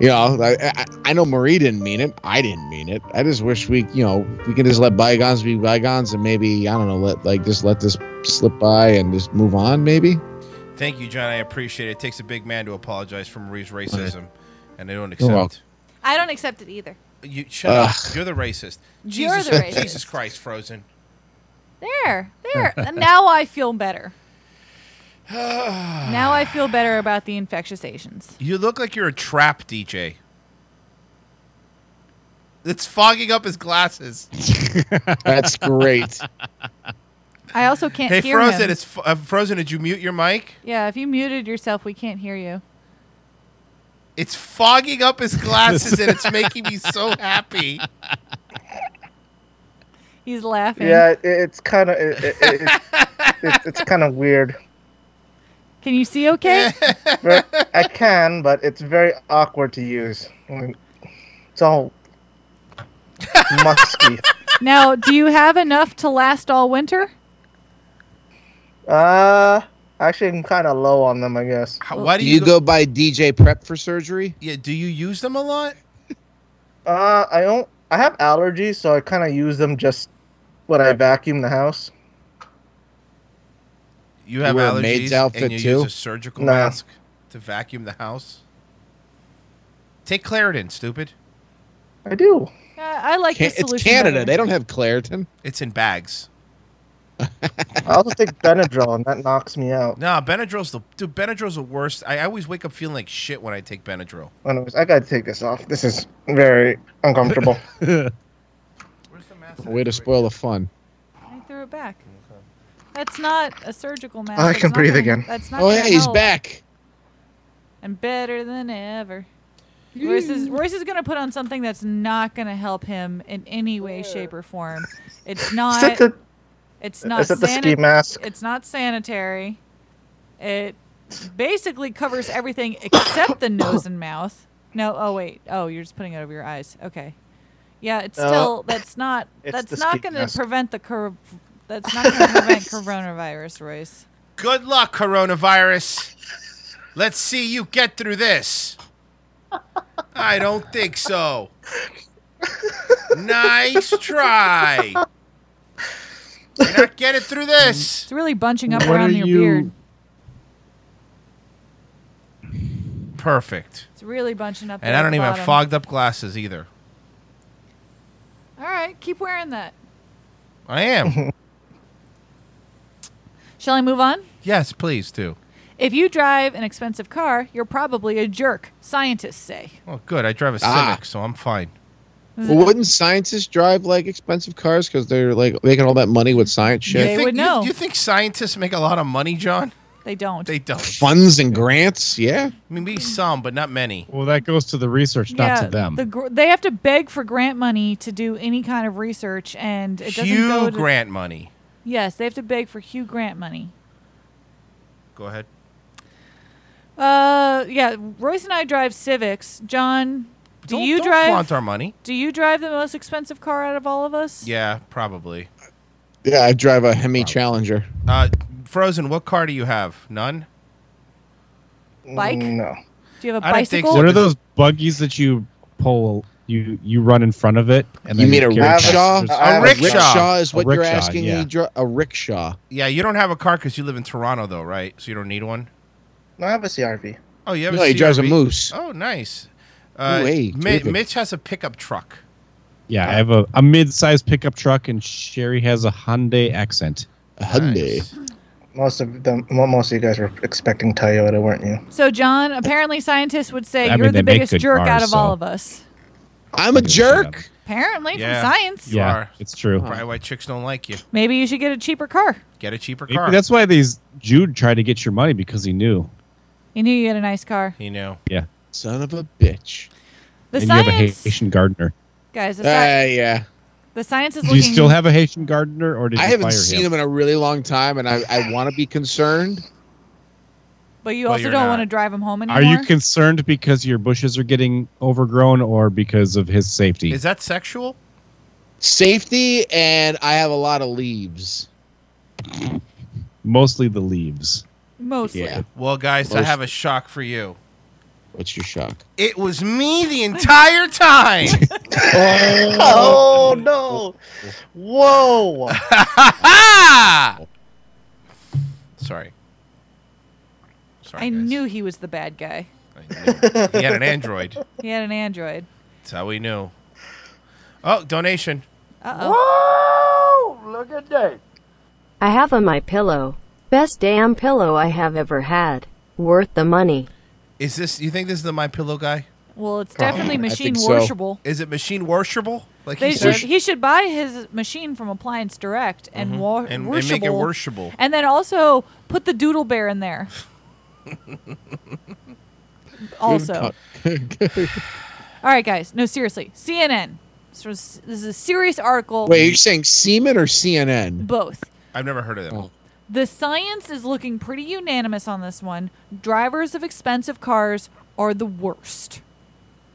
[SPEAKER 5] you know, I, I, I know Marie didn't mean it. I didn't mean it. I just wish we, you know, we can just let bygones be bygones, and maybe I don't know, let like just let this slip by and just move on, maybe.
[SPEAKER 2] Thank you, John. I appreciate it. It takes a big man to apologize for Marie's racism, and I don't accept.
[SPEAKER 5] welcome.
[SPEAKER 3] I don't accept it either.
[SPEAKER 2] You shut up. You're the racist.
[SPEAKER 3] You're
[SPEAKER 2] Jesus,
[SPEAKER 3] the racist.
[SPEAKER 2] Jesus Christ, Frozen.
[SPEAKER 3] There, there. now I feel better. now I feel better about the infectious Asians.
[SPEAKER 2] You look like you're a trap DJ. It's fogging up his glasses.
[SPEAKER 5] That's great.
[SPEAKER 3] I also can't
[SPEAKER 2] hey,
[SPEAKER 3] hear
[SPEAKER 2] Frozen,
[SPEAKER 3] him.
[SPEAKER 2] it's f- uh, Frozen. Did you mute your mic?
[SPEAKER 3] yeah, if you muted yourself, we can't hear you.
[SPEAKER 2] It's fogging up his glasses, and it's making me so happy.
[SPEAKER 3] He's laughing.
[SPEAKER 8] Yeah, it, it's kind of it, it, it's, it's, it's kind of weird.
[SPEAKER 3] Can you see okay?
[SPEAKER 8] But I can, but it's very awkward to use. I mean, It's all musky.
[SPEAKER 3] now, do you have enough to last all winter?
[SPEAKER 8] Uh, actually, I'm kind of low on them, I guess.
[SPEAKER 2] why
[SPEAKER 5] do you, go, by DJ prep for surgery?
[SPEAKER 2] Yeah. Do you use them a lot?
[SPEAKER 8] Uh, I don't. I have allergies, so I kind of use them just when I vacuum the house.
[SPEAKER 2] You have
[SPEAKER 5] wear a
[SPEAKER 2] allergies,
[SPEAKER 5] maid's outfit
[SPEAKER 2] and you
[SPEAKER 5] too?
[SPEAKER 2] use a surgical
[SPEAKER 5] Nah.
[SPEAKER 2] mask to vacuum the house. Take Claritin, stupid.
[SPEAKER 8] I do.
[SPEAKER 3] I like
[SPEAKER 5] Ca-
[SPEAKER 3] this solution.
[SPEAKER 5] it's Canada.
[SPEAKER 3] better.
[SPEAKER 5] They don't have Claritin.
[SPEAKER 2] It's in bags.
[SPEAKER 8] I also take Benadryl, and that knocks me out.
[SPEAKER 2] Nah, Benadryl's the dude. Benadryl's the worst. I, I always wake up feeling like shit when I take Benadryl.
[SPEAKER 8] Anyways, I gotta take this off. This is very uncomfortable.
[SPEAKER 5] Way to spoil the fun.
[SPEAKER 3] I threw it back. That's not a surgical mask.
[SPEAKER 5] I
[SPEAKER 3] That's
[SPEAKER 5] can
[SPEAKER 3] not
[SPEAKER 5] breathe
[SPEAKER 3] gonna-
[SPEAKER 5] again.
[SPEAKER 3] That's not
[SPEAKER 5] Oh,
[SPEAKER 3] gonna
[SPEAKER 5] yeah, he's
[SPEAKER 3] help.
[SPEAKER 5] back.
[SPEAKER 3] And better than ever. Royce is, Royce is going to put on something that's not going to help him in any way, shape, or form. It's not.
[SPEAKER 8] that the-
[SPEAKER 3] it's not.
[SPEAKER 8] is that the ski
[SPEAKER 3] sanit-
[SPEAKER 8] mask?
[SPEAKER 3] It's not sanitary. It basically covers everything except the nose and mouth. No. Oh wait. Oh, you're just putting it over your eyes. Okay. Yeah. It's
[SPEAKER 8] Uh,
[SPEAKER 3] still. That's not.
[SPEAKER 8] it's the
[SPEAKER 3] That's not
[SPEAKER 8] ski
[SPEAKER 3] going to
[SPEAKER 8] mask.
[SPEAKER 3] prevent the curve. That's not going to prevent coronavirus, Royce.
[SPEAKER 2] Good luck, coronavirus. Let's see you get through this. I don't think so. Nice try. You're not getting through this.
[SPEAKER 3] It's really bunching up
[SPEAKER 2] What
[SPEAKER 3] around
[SPEAKER 2] are
[SPEAKER 3] your
[SPEAKER 2] you-
[SPEAKER 3] beard.
[SPEAKER 2] Perfect.
[SPEAKER 3] It's really bunching up.
[SPEAKER 2] And
[SPEAKER 3] there
[SPEAKER 2] I
[SPEAKER 3] at
[SPEAKER 2] don't
[SPEAKER 3] the
[SPEAKER 2] even have
[SPEAKER 3] bottom.
[SPEAKER 2] fogged up glasses either.
[SPEAKER 3] All right, keep wearing that.
[SPEAKER 2] I am.
[SPEAKER 3] Shall I move on?
[SPEAKER 2] yes, please do.
[SPEAKER 3] If you drive an expensive car, you're probably a jerk, scientists say.
[SPEAKER 2] Well, Oh, good. I drive a Civic,
[SPEAKER 5] Ah.
[SPEAKER 2] so I'm fine.
[SPEAKER 5] Well, wouldn't scientists drive like expensive cars because they're like making all that money with science shit?
[SPEAKER 3] They would know.
[SPEAKER 2] You, you think scientists make a lot of money, John?
[SPEAKER 3] They don't. Mm.
[SPEAKER 2] They don't.
[SPEAKER 5] Funds and grants, yeah.
[SPEAKER 2] Maybe some, but not many.
[SPEAKER 6] Well, that goes to the research, not
[SPEAKER 3] yeah,
[SPEAKER 6] to them.
[SPEAKER 3] The gr- they have to beg for grant money to do any kind of research, and it doesn't go
[SPEAKER 2] Hugh
[SPEAKER 3] to-
[SPEAKER 2] Grant money.
[SPEAKER 3] Yes, they have to beg for Hugh Grant money.
[SPEAKER 2] Go ahead.
[SPEAKER 3] Uh, yeah. Royce and I drive Civics. John, do
[SPEAKER 2] Don't-
[SPEAKER 3] you
[SPEAKER 2] don't
[SPEAKER 3] drive?
[SPEAKER 2] flaunt our money.
[SPEAKER 3] Do you drive the most expensive car out of all of us?
[SPEAKER 2] Yeah, probably.
[SPEAKER 5] Yeah, I drive a Hemi Challenger.
[SPEAKER 2] Uh, Frozen, what car do you have? None?
[SPEAKER 3] Bike?
[SPEAKER 8] No.
[SPEAKER 3] Do you have a
[SPEAKER 2] I don't think
[SPEAKER 3] bicycle?
[SPEAKER 2] so.
[SPEAKER 6] What are those buggies that you pull? You you run in front of it, and
[SPEAKER 5] You
[SPEAKER 6] then
[SPEAKER 5] mean a
[SPEAKER 6] carry
[SPEAKER 5] rickshaw?
[SPEAKER 6] passengers?
[SPEAKER 5] A rickshaw is what
[SPEAKER 6] A
[SPEAKER 5] you're
[SPEAKER 6] rickshaw,
[SPEAKER 5] asking
[SPEAKER 6] yeah.
[SPEAKER 5] me. Dri- a rickshaw.
[SPEAKER 2] Yeah, you don't have a car because you live in Toronto, though, right? So you don't need one?
[SPEAKER 8] No, I have a CRV.
[SPEAKER 2] Oh, you have
[SPEAKER 5] No,
[SPEAKER 2] a
[SPEAKER 5] he drives a
[SPEAKER 2] CRV?
[SPEAKER 5] moose.
[SPEAKER 2] Oh, nice. Uh,
[SPEAKER 5] Ooh, hey,
[SPEAKER 2] Mi-
[SPEAKER 5] terrific.
[SPEAKER 2] Mitch has a pickup truck.
[SPEAKER 6] Yeah, I have a, a mid-sized pickup truck, and Sherry has a Hyundai accent.
[SPEAKER 5] A Hyundai.
[SPEAKER 8] Most of them, mo- most of you guys were expecting Toyota, weren't you?
[SPEAKER 3] So, John, apparently scientists would say
[SPEAKER 8] I
[SPEAKER 3] you're
[SPEAKER 8] mean,
[SPEAKER 3] the
[SPEAKER 8] they make
[SPEAKER 3] biggest
[SPEAKER 8] good
[SPEAKER 3] jerk out
[SPEAKER 8] cars,
[SPEAKER 3] of all
[SPEAKER 8] so-
[SPEAKER 3] of us.
[SPEAKER 5] I'm a jerk.
[SPEAKER 3] Apparently,
[SPEAKER 2] Yeah.
[SPEAKER 3] from science.
[SPEAKER 2] You
[SPEAKER 6] Yeah,
[SPEAKER 2] are.
[SPEAKER 6] it's true.
[SPEAKER 2] Probably why chicks don't like you.
[SPEAKER 3] Maybe you should get a cheaper car.
[SPEAKER 2] Get a cheaper
[SPEAKER 6] Maybe
[SPEAKER 2] car.
[SPEAKER 6] that's why these Jude tried to get your money because he knew.
[SPEAKER 3] You knew you had a nice car.
[SPEAKER 2] He knew.
[SPEAKER 6] Yeah.
[SPEAKER 5] Son of a bitch.
[SPEAKER 3] The
[SPEAKER 6] and you have a
[SPEAKER 3] science,
[SPEAKER 6] Haitian gardener.
[SPEAKER 3] guys. The,
[SPEAKER 5] Ah,
[SPEAKER 3] sci-
[SPEAKER 5] yeah.
[SPEAKER 3] the science is
[SPEAKER 6] Do
[SPEAKER 3] looking.
[SPEAKER 6] you still have a Haitian gardener, or did you
[SPEAKER 5] I haven't
[SPEAKER 6] fire
[SPEAKER 5] seen
[SPEAKER 6] him?
[SPEAKER 5] him in a really long time, and I, I want to be concerned.
[SPEAKER 3] but you
[SPEAKER 5] Well,
[SPEAKER 3] also
[SPEAKER 5] you're
[SPEAKER 3] don't
[SPEAKER 5] not.
[SPEAKER 3] want to drive him home anymore.
[SPEAKER 6] Are you concerned because your bushes are getting overgrown, or because of his safety?
[SPEAKER 2] Is that sexual?
[SPEAKER 5] Safety, and I have a lot of leaves.
[SPEAKER 6] Mostly the leaves.
[SPEAKER 3] Mostly.
[SPEAKER 5] Yeah.
[SPEAKER 2] Well, guys, I
[SPEAKER 5] Most-
[SPEAKER 2] have a shock for you.
[SPEAKER 5] What's your shock?
[SPEAKER 2] It was me the entire time.
[SPEAKER 8] Oh no! Whoa!
[SPEAKER 2] Sorry.
[SPEAKER 3] I knew he was the bad guy.
[SPEAKER 2] He had an Android.
[SPEAKER 3] He had an Android.
[SPEAKER 2] That's how we knew. Oh, donation.
[SPEAKER 3] Uh oh.
[SPEAKER 20] Look at that.
[SPEAKER 1] I have on my pillow Best damn pillow I have ever had. Worth the money.
[SPEAKER 2] Is this? You think this is the My Pillow guy?
[SPEAKER 3] Well,
[SPEAKER 6] Oh,
[SPEAKER 3] it's definitely machine washable.
[SPEAKER 2] Is it machine worshable? Like
[SPEAKER 3] They
[SPEAKER 2] he
[SPEAKER 3] should,
[SPEAKER 2] said,
[SPEAKER 3] he should buy his machine from Appliance Direct and,
[SPEAKER 2] Mhm.
[SPEAKER 3] wa-
[SPEAKER 2] And- and make it
[SPEAKER 3] washable.
[SPEAKER 2] washable.
[SPEAKER 3] And then also put the doodle bear in there. also. All right, guys. No, seriously. CNN. This, was, this is a serious article.
[SPEAKER 5] Wait, you're saying semen or CNN?
[SPEAKER 3] Both.
[SPEAKER 2] I've never heard of them.
[SPEAKER 5] Oh.
[SPEAKER 3] The science is looking pretty unanimous on this one. Drivers of expensive cars are the worst.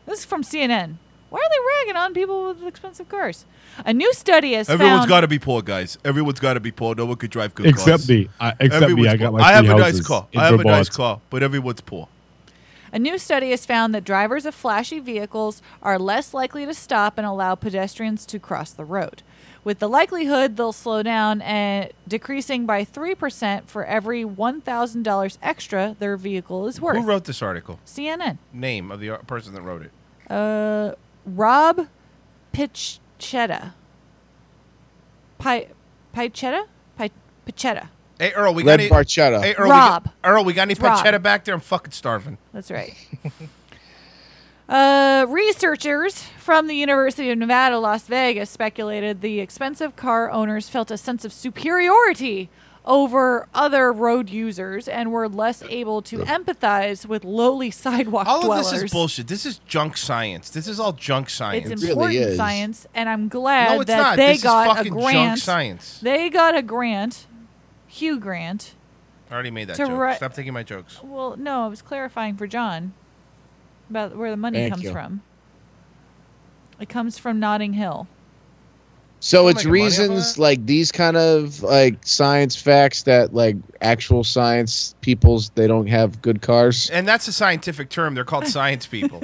[SPEAKER 3] This is from CNN. Why are they ragging on people with expensive cars? A new study has
[SPEAKER 2] Everyone's
[SPEAKER 3] found
[SPEAKER 2] got to be poor, guys. Everyone's got to be poor. No one could drive good
[SPEAKER 6] Except
[SPEAKER 2] cars.
[SPEAKER 6] me. I- except
[SPEAKER 2] Everyone's
[SPEAKER 6] me. I got
[SPEAKER 2] poor.
[SPEAKER 6] my
[SPEAKER 2] I have
[SPEAKER 6] three
[SPEAKER 2] a nice
[SPEAKER 6] houses
[SPEAKER 2] car.
[SPEAKER 6] in
[SPEAKER 2] I have a nice
[SPEAKER 6] Brevard.
[SPEAKER 2] car, but everyone's poor.
[SPEAKER 3] a new study has found that drivers of flashy vehicles are less likely to stop and allow pedestrians to cross the road. With the likelihood they'll slow down and decreasing by 3% for every $1,000 extra their vehicle is worth.
[SPEAKER 2] Who wrote this article?
[SPEAKER 3] CNN.
[SPEAKER 2] Name of the ar- person that wrote it.
[SPEAKER 3] Uh, Rob Pichetta. Pi- Pichetta? Pi- Pichetta.
[SPEAKER 2] Hey Earl, we
[SPEAKER 5] Red
[SPEAKER 2] got
[SPEAKER 5] Barchetta.
[SPEAKER 2] Hey Earl,
[SPEAKER 3] Rob.
[SPEAKER 2] We got, Earl, we got any
[SPEAKER 3] It's Rob.
[SPEAKER 2] pancetta back there? I'm fucking starving.
[SPEAKER 3] That's right. Uh, researchers from the University of Nevada, Las Vegas speculated the expensive car owners felt a sense of superiority over other road users and were less able to empathize with lowly sidewalk
[SPEAKER 2] All
[SPEAKER 3] dwellers.
[SPEAKER 2] of this is bullshit. This is junk science. This is all junk science.
[SPEAKER 3] It's important science, and I'm glad
[SPEAKER 2] No, it's
[SPEAKER 3] that
[SPEAKER 2] not.
[SPEAKER 3] they
[SPEAKER 2] This is
[SPEAKER 3] got a
[SPEAKER 2] fucking junk
[SPEAKER 3] grant.
[SPEAKER 2] science.
[SPEAKER 3] They got a grant, Hugh Grant.
[SPEAKER 2] I already made that
[SPEAKER 3] To
[SPEAKER 2] joke.
[SPEAKER 3] ri-
[SPEAKER 2] Stop taking my jokes.
[SPEAKER 3] Well, no, I was clarifying for John about where the money
[SPEAKER 5] Thank
[SPEAKER 3] comes
[SPEAKER 5] you.
[SPEAKER 3] from. It comes from Notting Hill.
[SPEAKER 5] So
[SPEAKER 3] Don't
[SPEAKER 5] it's
[SPEAKER 3] make money off of
[SPEAKER 5] reasons like these kind of like science facts that like actual science peoples they don't have good cars.
[SPEAKER 2] And that's a scientific term. They're called science people.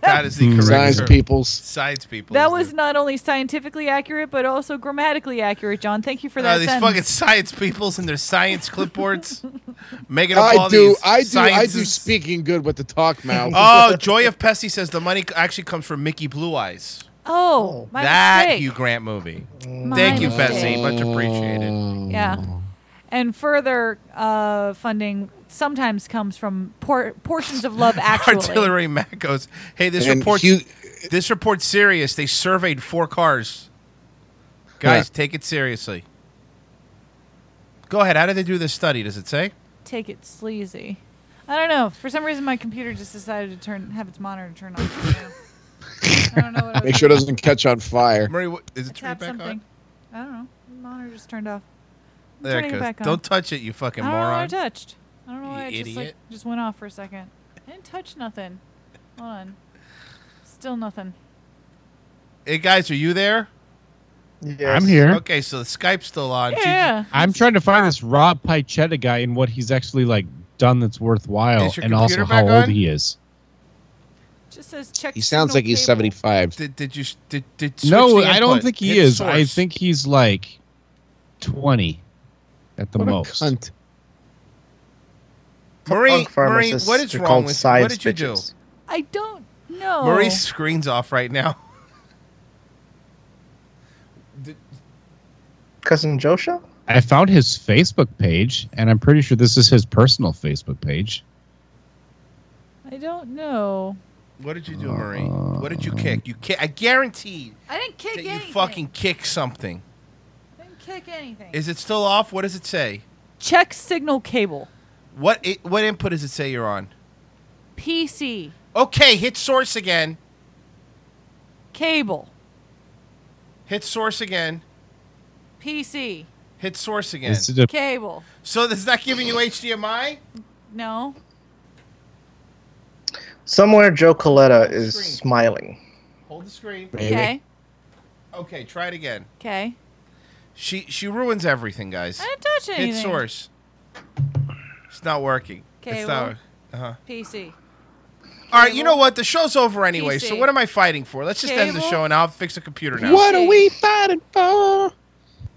[SPEAKER 2] that is the
[SPEAKER 5] Hmm.
[SPEAKER 2] correct
[SPEAKER 5] Science
[SPEAKER 2] term.
[SPEAKER 5] peoples.
[SPEAKER 2] Science people.
[SPEAKER 3] That was not only scientifically accurate, but also grammatically accurate, John. Thank you for that.
[SPEAKER 2] Uh, these
[SPEAKER 3] sentence.
[SPEAKER 2] fucking science peoples and their science clipboards making up
[SPEAKER 5] I
[SPEAKER 2] all
[SPEAKER 5] do,
[SPEAKER 2] these
[SPEAKER 5] I do, I do.
[SPEAKER 2] sciences.
[SPEAKER 5] Speaking good with the talk mouth.
[SPEAKER 2] Oh, Joy of Pesci says the money c- actually comes from Mickey Blue Eyes.
[SPEAKER 3] Oh, my
[SPEAKER 2] that
[SPEAKER 3] mistake.
[SPEAKER 2] Hugh Grant movie.
[SPEAKER 3] My
[SPEAKER 2] Thank you,
[SPEAKER 3] mistake.
[SPEAKER 2] Pesci. Much
[SPEAKER 5] Oh.
[SPEAKER 2] appreciated.
[SPEAKER 3] Yeah. And further uh, funding sometimes comes from por- portions of love, actually.
[SPEAKER 2] Artillery Mac goes, "Hey, this
[SPEAKER 5] And
[SPEAKER 2] report,
[SPEAKER 5] Hugh-
[SPEAKER 2] this report's serious. They surveyed four cars. Guys, take it seriously. Go ahead. How did they do this study? Does it say?
[SPEAKER 3] Take it sleazy. I don't know. For some reason, my computer just decided to turn have its monitor turn on. I don't know what it was
[SPEAKER 5] Make sure it doesn't catch on fire.
[SPEAKER 2] Murray, what, is it
[SPEAKER 3] I
[SPEAKER 2] turned
[SPEAKER 3] tapped
[SPEAKER 2] back on?
[SPEAKER 3] something. I don't know. The monitor just turned off. I'm
[SPEAKER 2] There
[SPEAKER 3] turning
[SPEAKER 2] it
[SPEAKER 3] it
[SPEAKER 2] goes.
[SPEAKER 3] back on.
[SPEAKER 2] Don't touch it, you fucking
[SPEAKER 3] I don't know what I
[SPEAKER 2] moron.
[SPEAKER 3] touched. I don't know why
[SPEAKER 2] You
[SPEAKER 3] it just, like,
[SPEAKER 2] idiot.
[SPEAKER 3] just went off for a second. I didn't touch nothing. Hold on. Still nothing.
[SPEAKER 2] Hey, guys, are you there?
[SPEAKER 6] I'm here.
[SPEAKER 2] Okay, so the Skype's still on. She-
[SPEAKER 3] Yeah.
[SPEAKER 6] I'm trying to find this Rob Pichetta guy and what he's actually like done that's worthwhile,
[SPEAKER 2] Is your
[SPEAKER 6] and also
[SPEAKER 2] computer
[SPEAKER 6] how
[SPEAKER 2] back
[SPEAKER 6] old
[SPEAKER 2] on?
[SPEAKER 6] he is.
[SPEAKER 3] Just says check.
[SPEAKER 5] He sounds like he's
[SPEAKER 3] signal cable.
[SPEAKER 5] 75.
[SPEAKER 2] Did, did you s- did, did
[SPEAKER 6] no,
[SPEAKER 2] switch the
[SPEAKER 6] I don't
[SPEAKER 2] input.
[SPEAKER 6] think he
[SPEAKER 2] Hit
[SPEAKER 6] is. I
[SPEAKER 2] source.
[SPEAKER 6] think he's like twenty at the
[SPEAKER 5] What a
[SPEAKER 6] most.
[SPEAKER 5] cunt.
[SPEAKER 2] Marie,
[SPEAKER 8] Punk
[SPEAKER 2] Marie,
[SPEAKER 8] pharmacists
[SPEAKER 2] what is
[SPEAKER 8] are
[SPEAKER 2] wrong
[SPEAKER 8] called
[SPEAKER 2] with you?
[SPEAKER 8] science
[SPEAKER 2] What did you do?
[SPEAKER 8] bitches.
[SPEAKER 3] I don't know.
[SPEAKER 2] Marie's screen's off right now.
[SPEAKER 8] Cousin Josha?
[SPEAKER 6] I found his Facebook page, and I'm pretty sure this is his personal Facebook page.
[SPEAKER 3] I don't know.
[SPEAKER 2] What did you do, Marie? What did you kick? You kick. I guarantee
[SPEAKER 3] I didn't kick
[SPEAKER 2] that you
[SPEAKER 3] anything.
[SPEAKER 2] fucking kick something.
[SPEAKER 3] I didn't kick anything.
[SPEAKER 2] Is it still off? What does it say?
[SPEAKER 3] Check signal cable.
[SPEAKER 2] What it, what input does it say you're on?
[SPEAKER 3] PC.
[SPEAKER 2] Okay, hit source again.
[SPEAKER 3] Cable.
[SPEAKER 2] Hit source again.
[SPEAKER 3] PC.
[SPEAKER 2] Hit source again.
[SPEAKER 6] Is it a-
[SPEAKER 3] Cable.
[SPEAKER 2] so this is not giving you HDMI?
[SPEAKER 3] No.
[SPEAKER 8] Somewhere Joe Coletta is smiling.
[SPEAKER 2] Hold the screen.
[SPEAKER 8] Maybe. Okay.
[SPEAKER 2] Okay, try it again.
[SPEAKER 3] Okay.
[SPEAKER 2] She she ruins everything, guys.
[SPEAKER 3] I didn't touch
[SPEAKER 2] Hit
[SPEAKER 3] anything.
[SPEAKER 2] source. It's not working.
[SPEAKER 3] Cable.
[SPEAKER 2] It's not. Uh-huh.
[SPEAKER 3] PC.
[SPEAKER 2] All right, you know what? The show's over anyway, so
[SPEAKER 3] PC.
[SPEAKER 2] what am I fighting for? Let's just end the
[SPEAKER 3] Cable.
[SPEAKER 2] show and I'll fix the computer now.
[SPEAKER 5] What are we fighting for?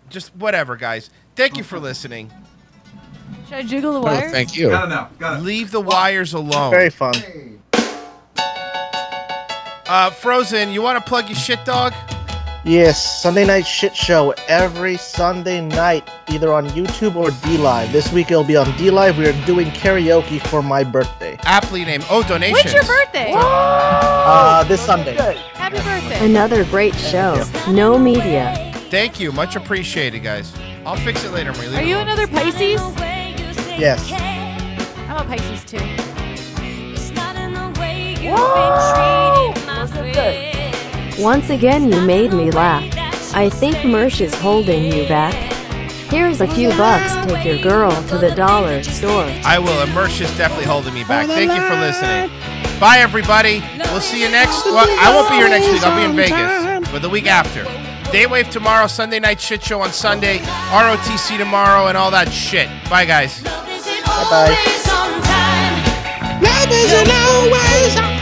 [SPEAKER 2] Just whatever, guys. Thank you for listening.
[SPEAKER 3] Should I jiggle the
[SPEAKER 5] Oh,
[SPEAKER 3] wires?
[SPEAKER 2] Leave the wires alone.
[SPEAKER 8] Very fun.
[SPEAKER 2] Uh, Frozen, you want to plug your shit, dog?
[SPEAKER 8] Yes, Sunday Night Shit Show every Sunday night, either on YouTube or D Live. This week it'll be on D Live. We are doing karaoke for my birthday.
[SPEAKER 2] Aptly named. Oh, donations.
[SPEAKER 3] When's your birthday?
[SPEAKER 8] Uh, this Sunday.
[SPEAKER 3] Happy birthday.
[SPEAKER 13] Another great show. No media.
[SPEAKER 2] Thank you. Much appreciated, guys. I'll fix it later, Marie.
[SPEAKER 3] Are you another Pisces?
[SPEAKER 8] Yes.
[SPEAKER 3] I'm a Pisces too.
[SPEAKER 13] Once again, you made me laugh. I think Mersh is holding you back. Here's a few bucks. Take your girl to the dollar store.
[SPEAKER 2] I will. Immerse is definitely holding me back. Thank you for listening. Bye, everybody. We'll see you next. Well, I won't be here next week. I'll be in Vegas, but the week after. Daywave tomorrow, Sunday night shit show on Sunday, ROTC tomorrow, and all that shit. Bye, guys.
[SPEAKER 8] Bye bye.
[SPEAKER 1] Love isn't always on oh, oh,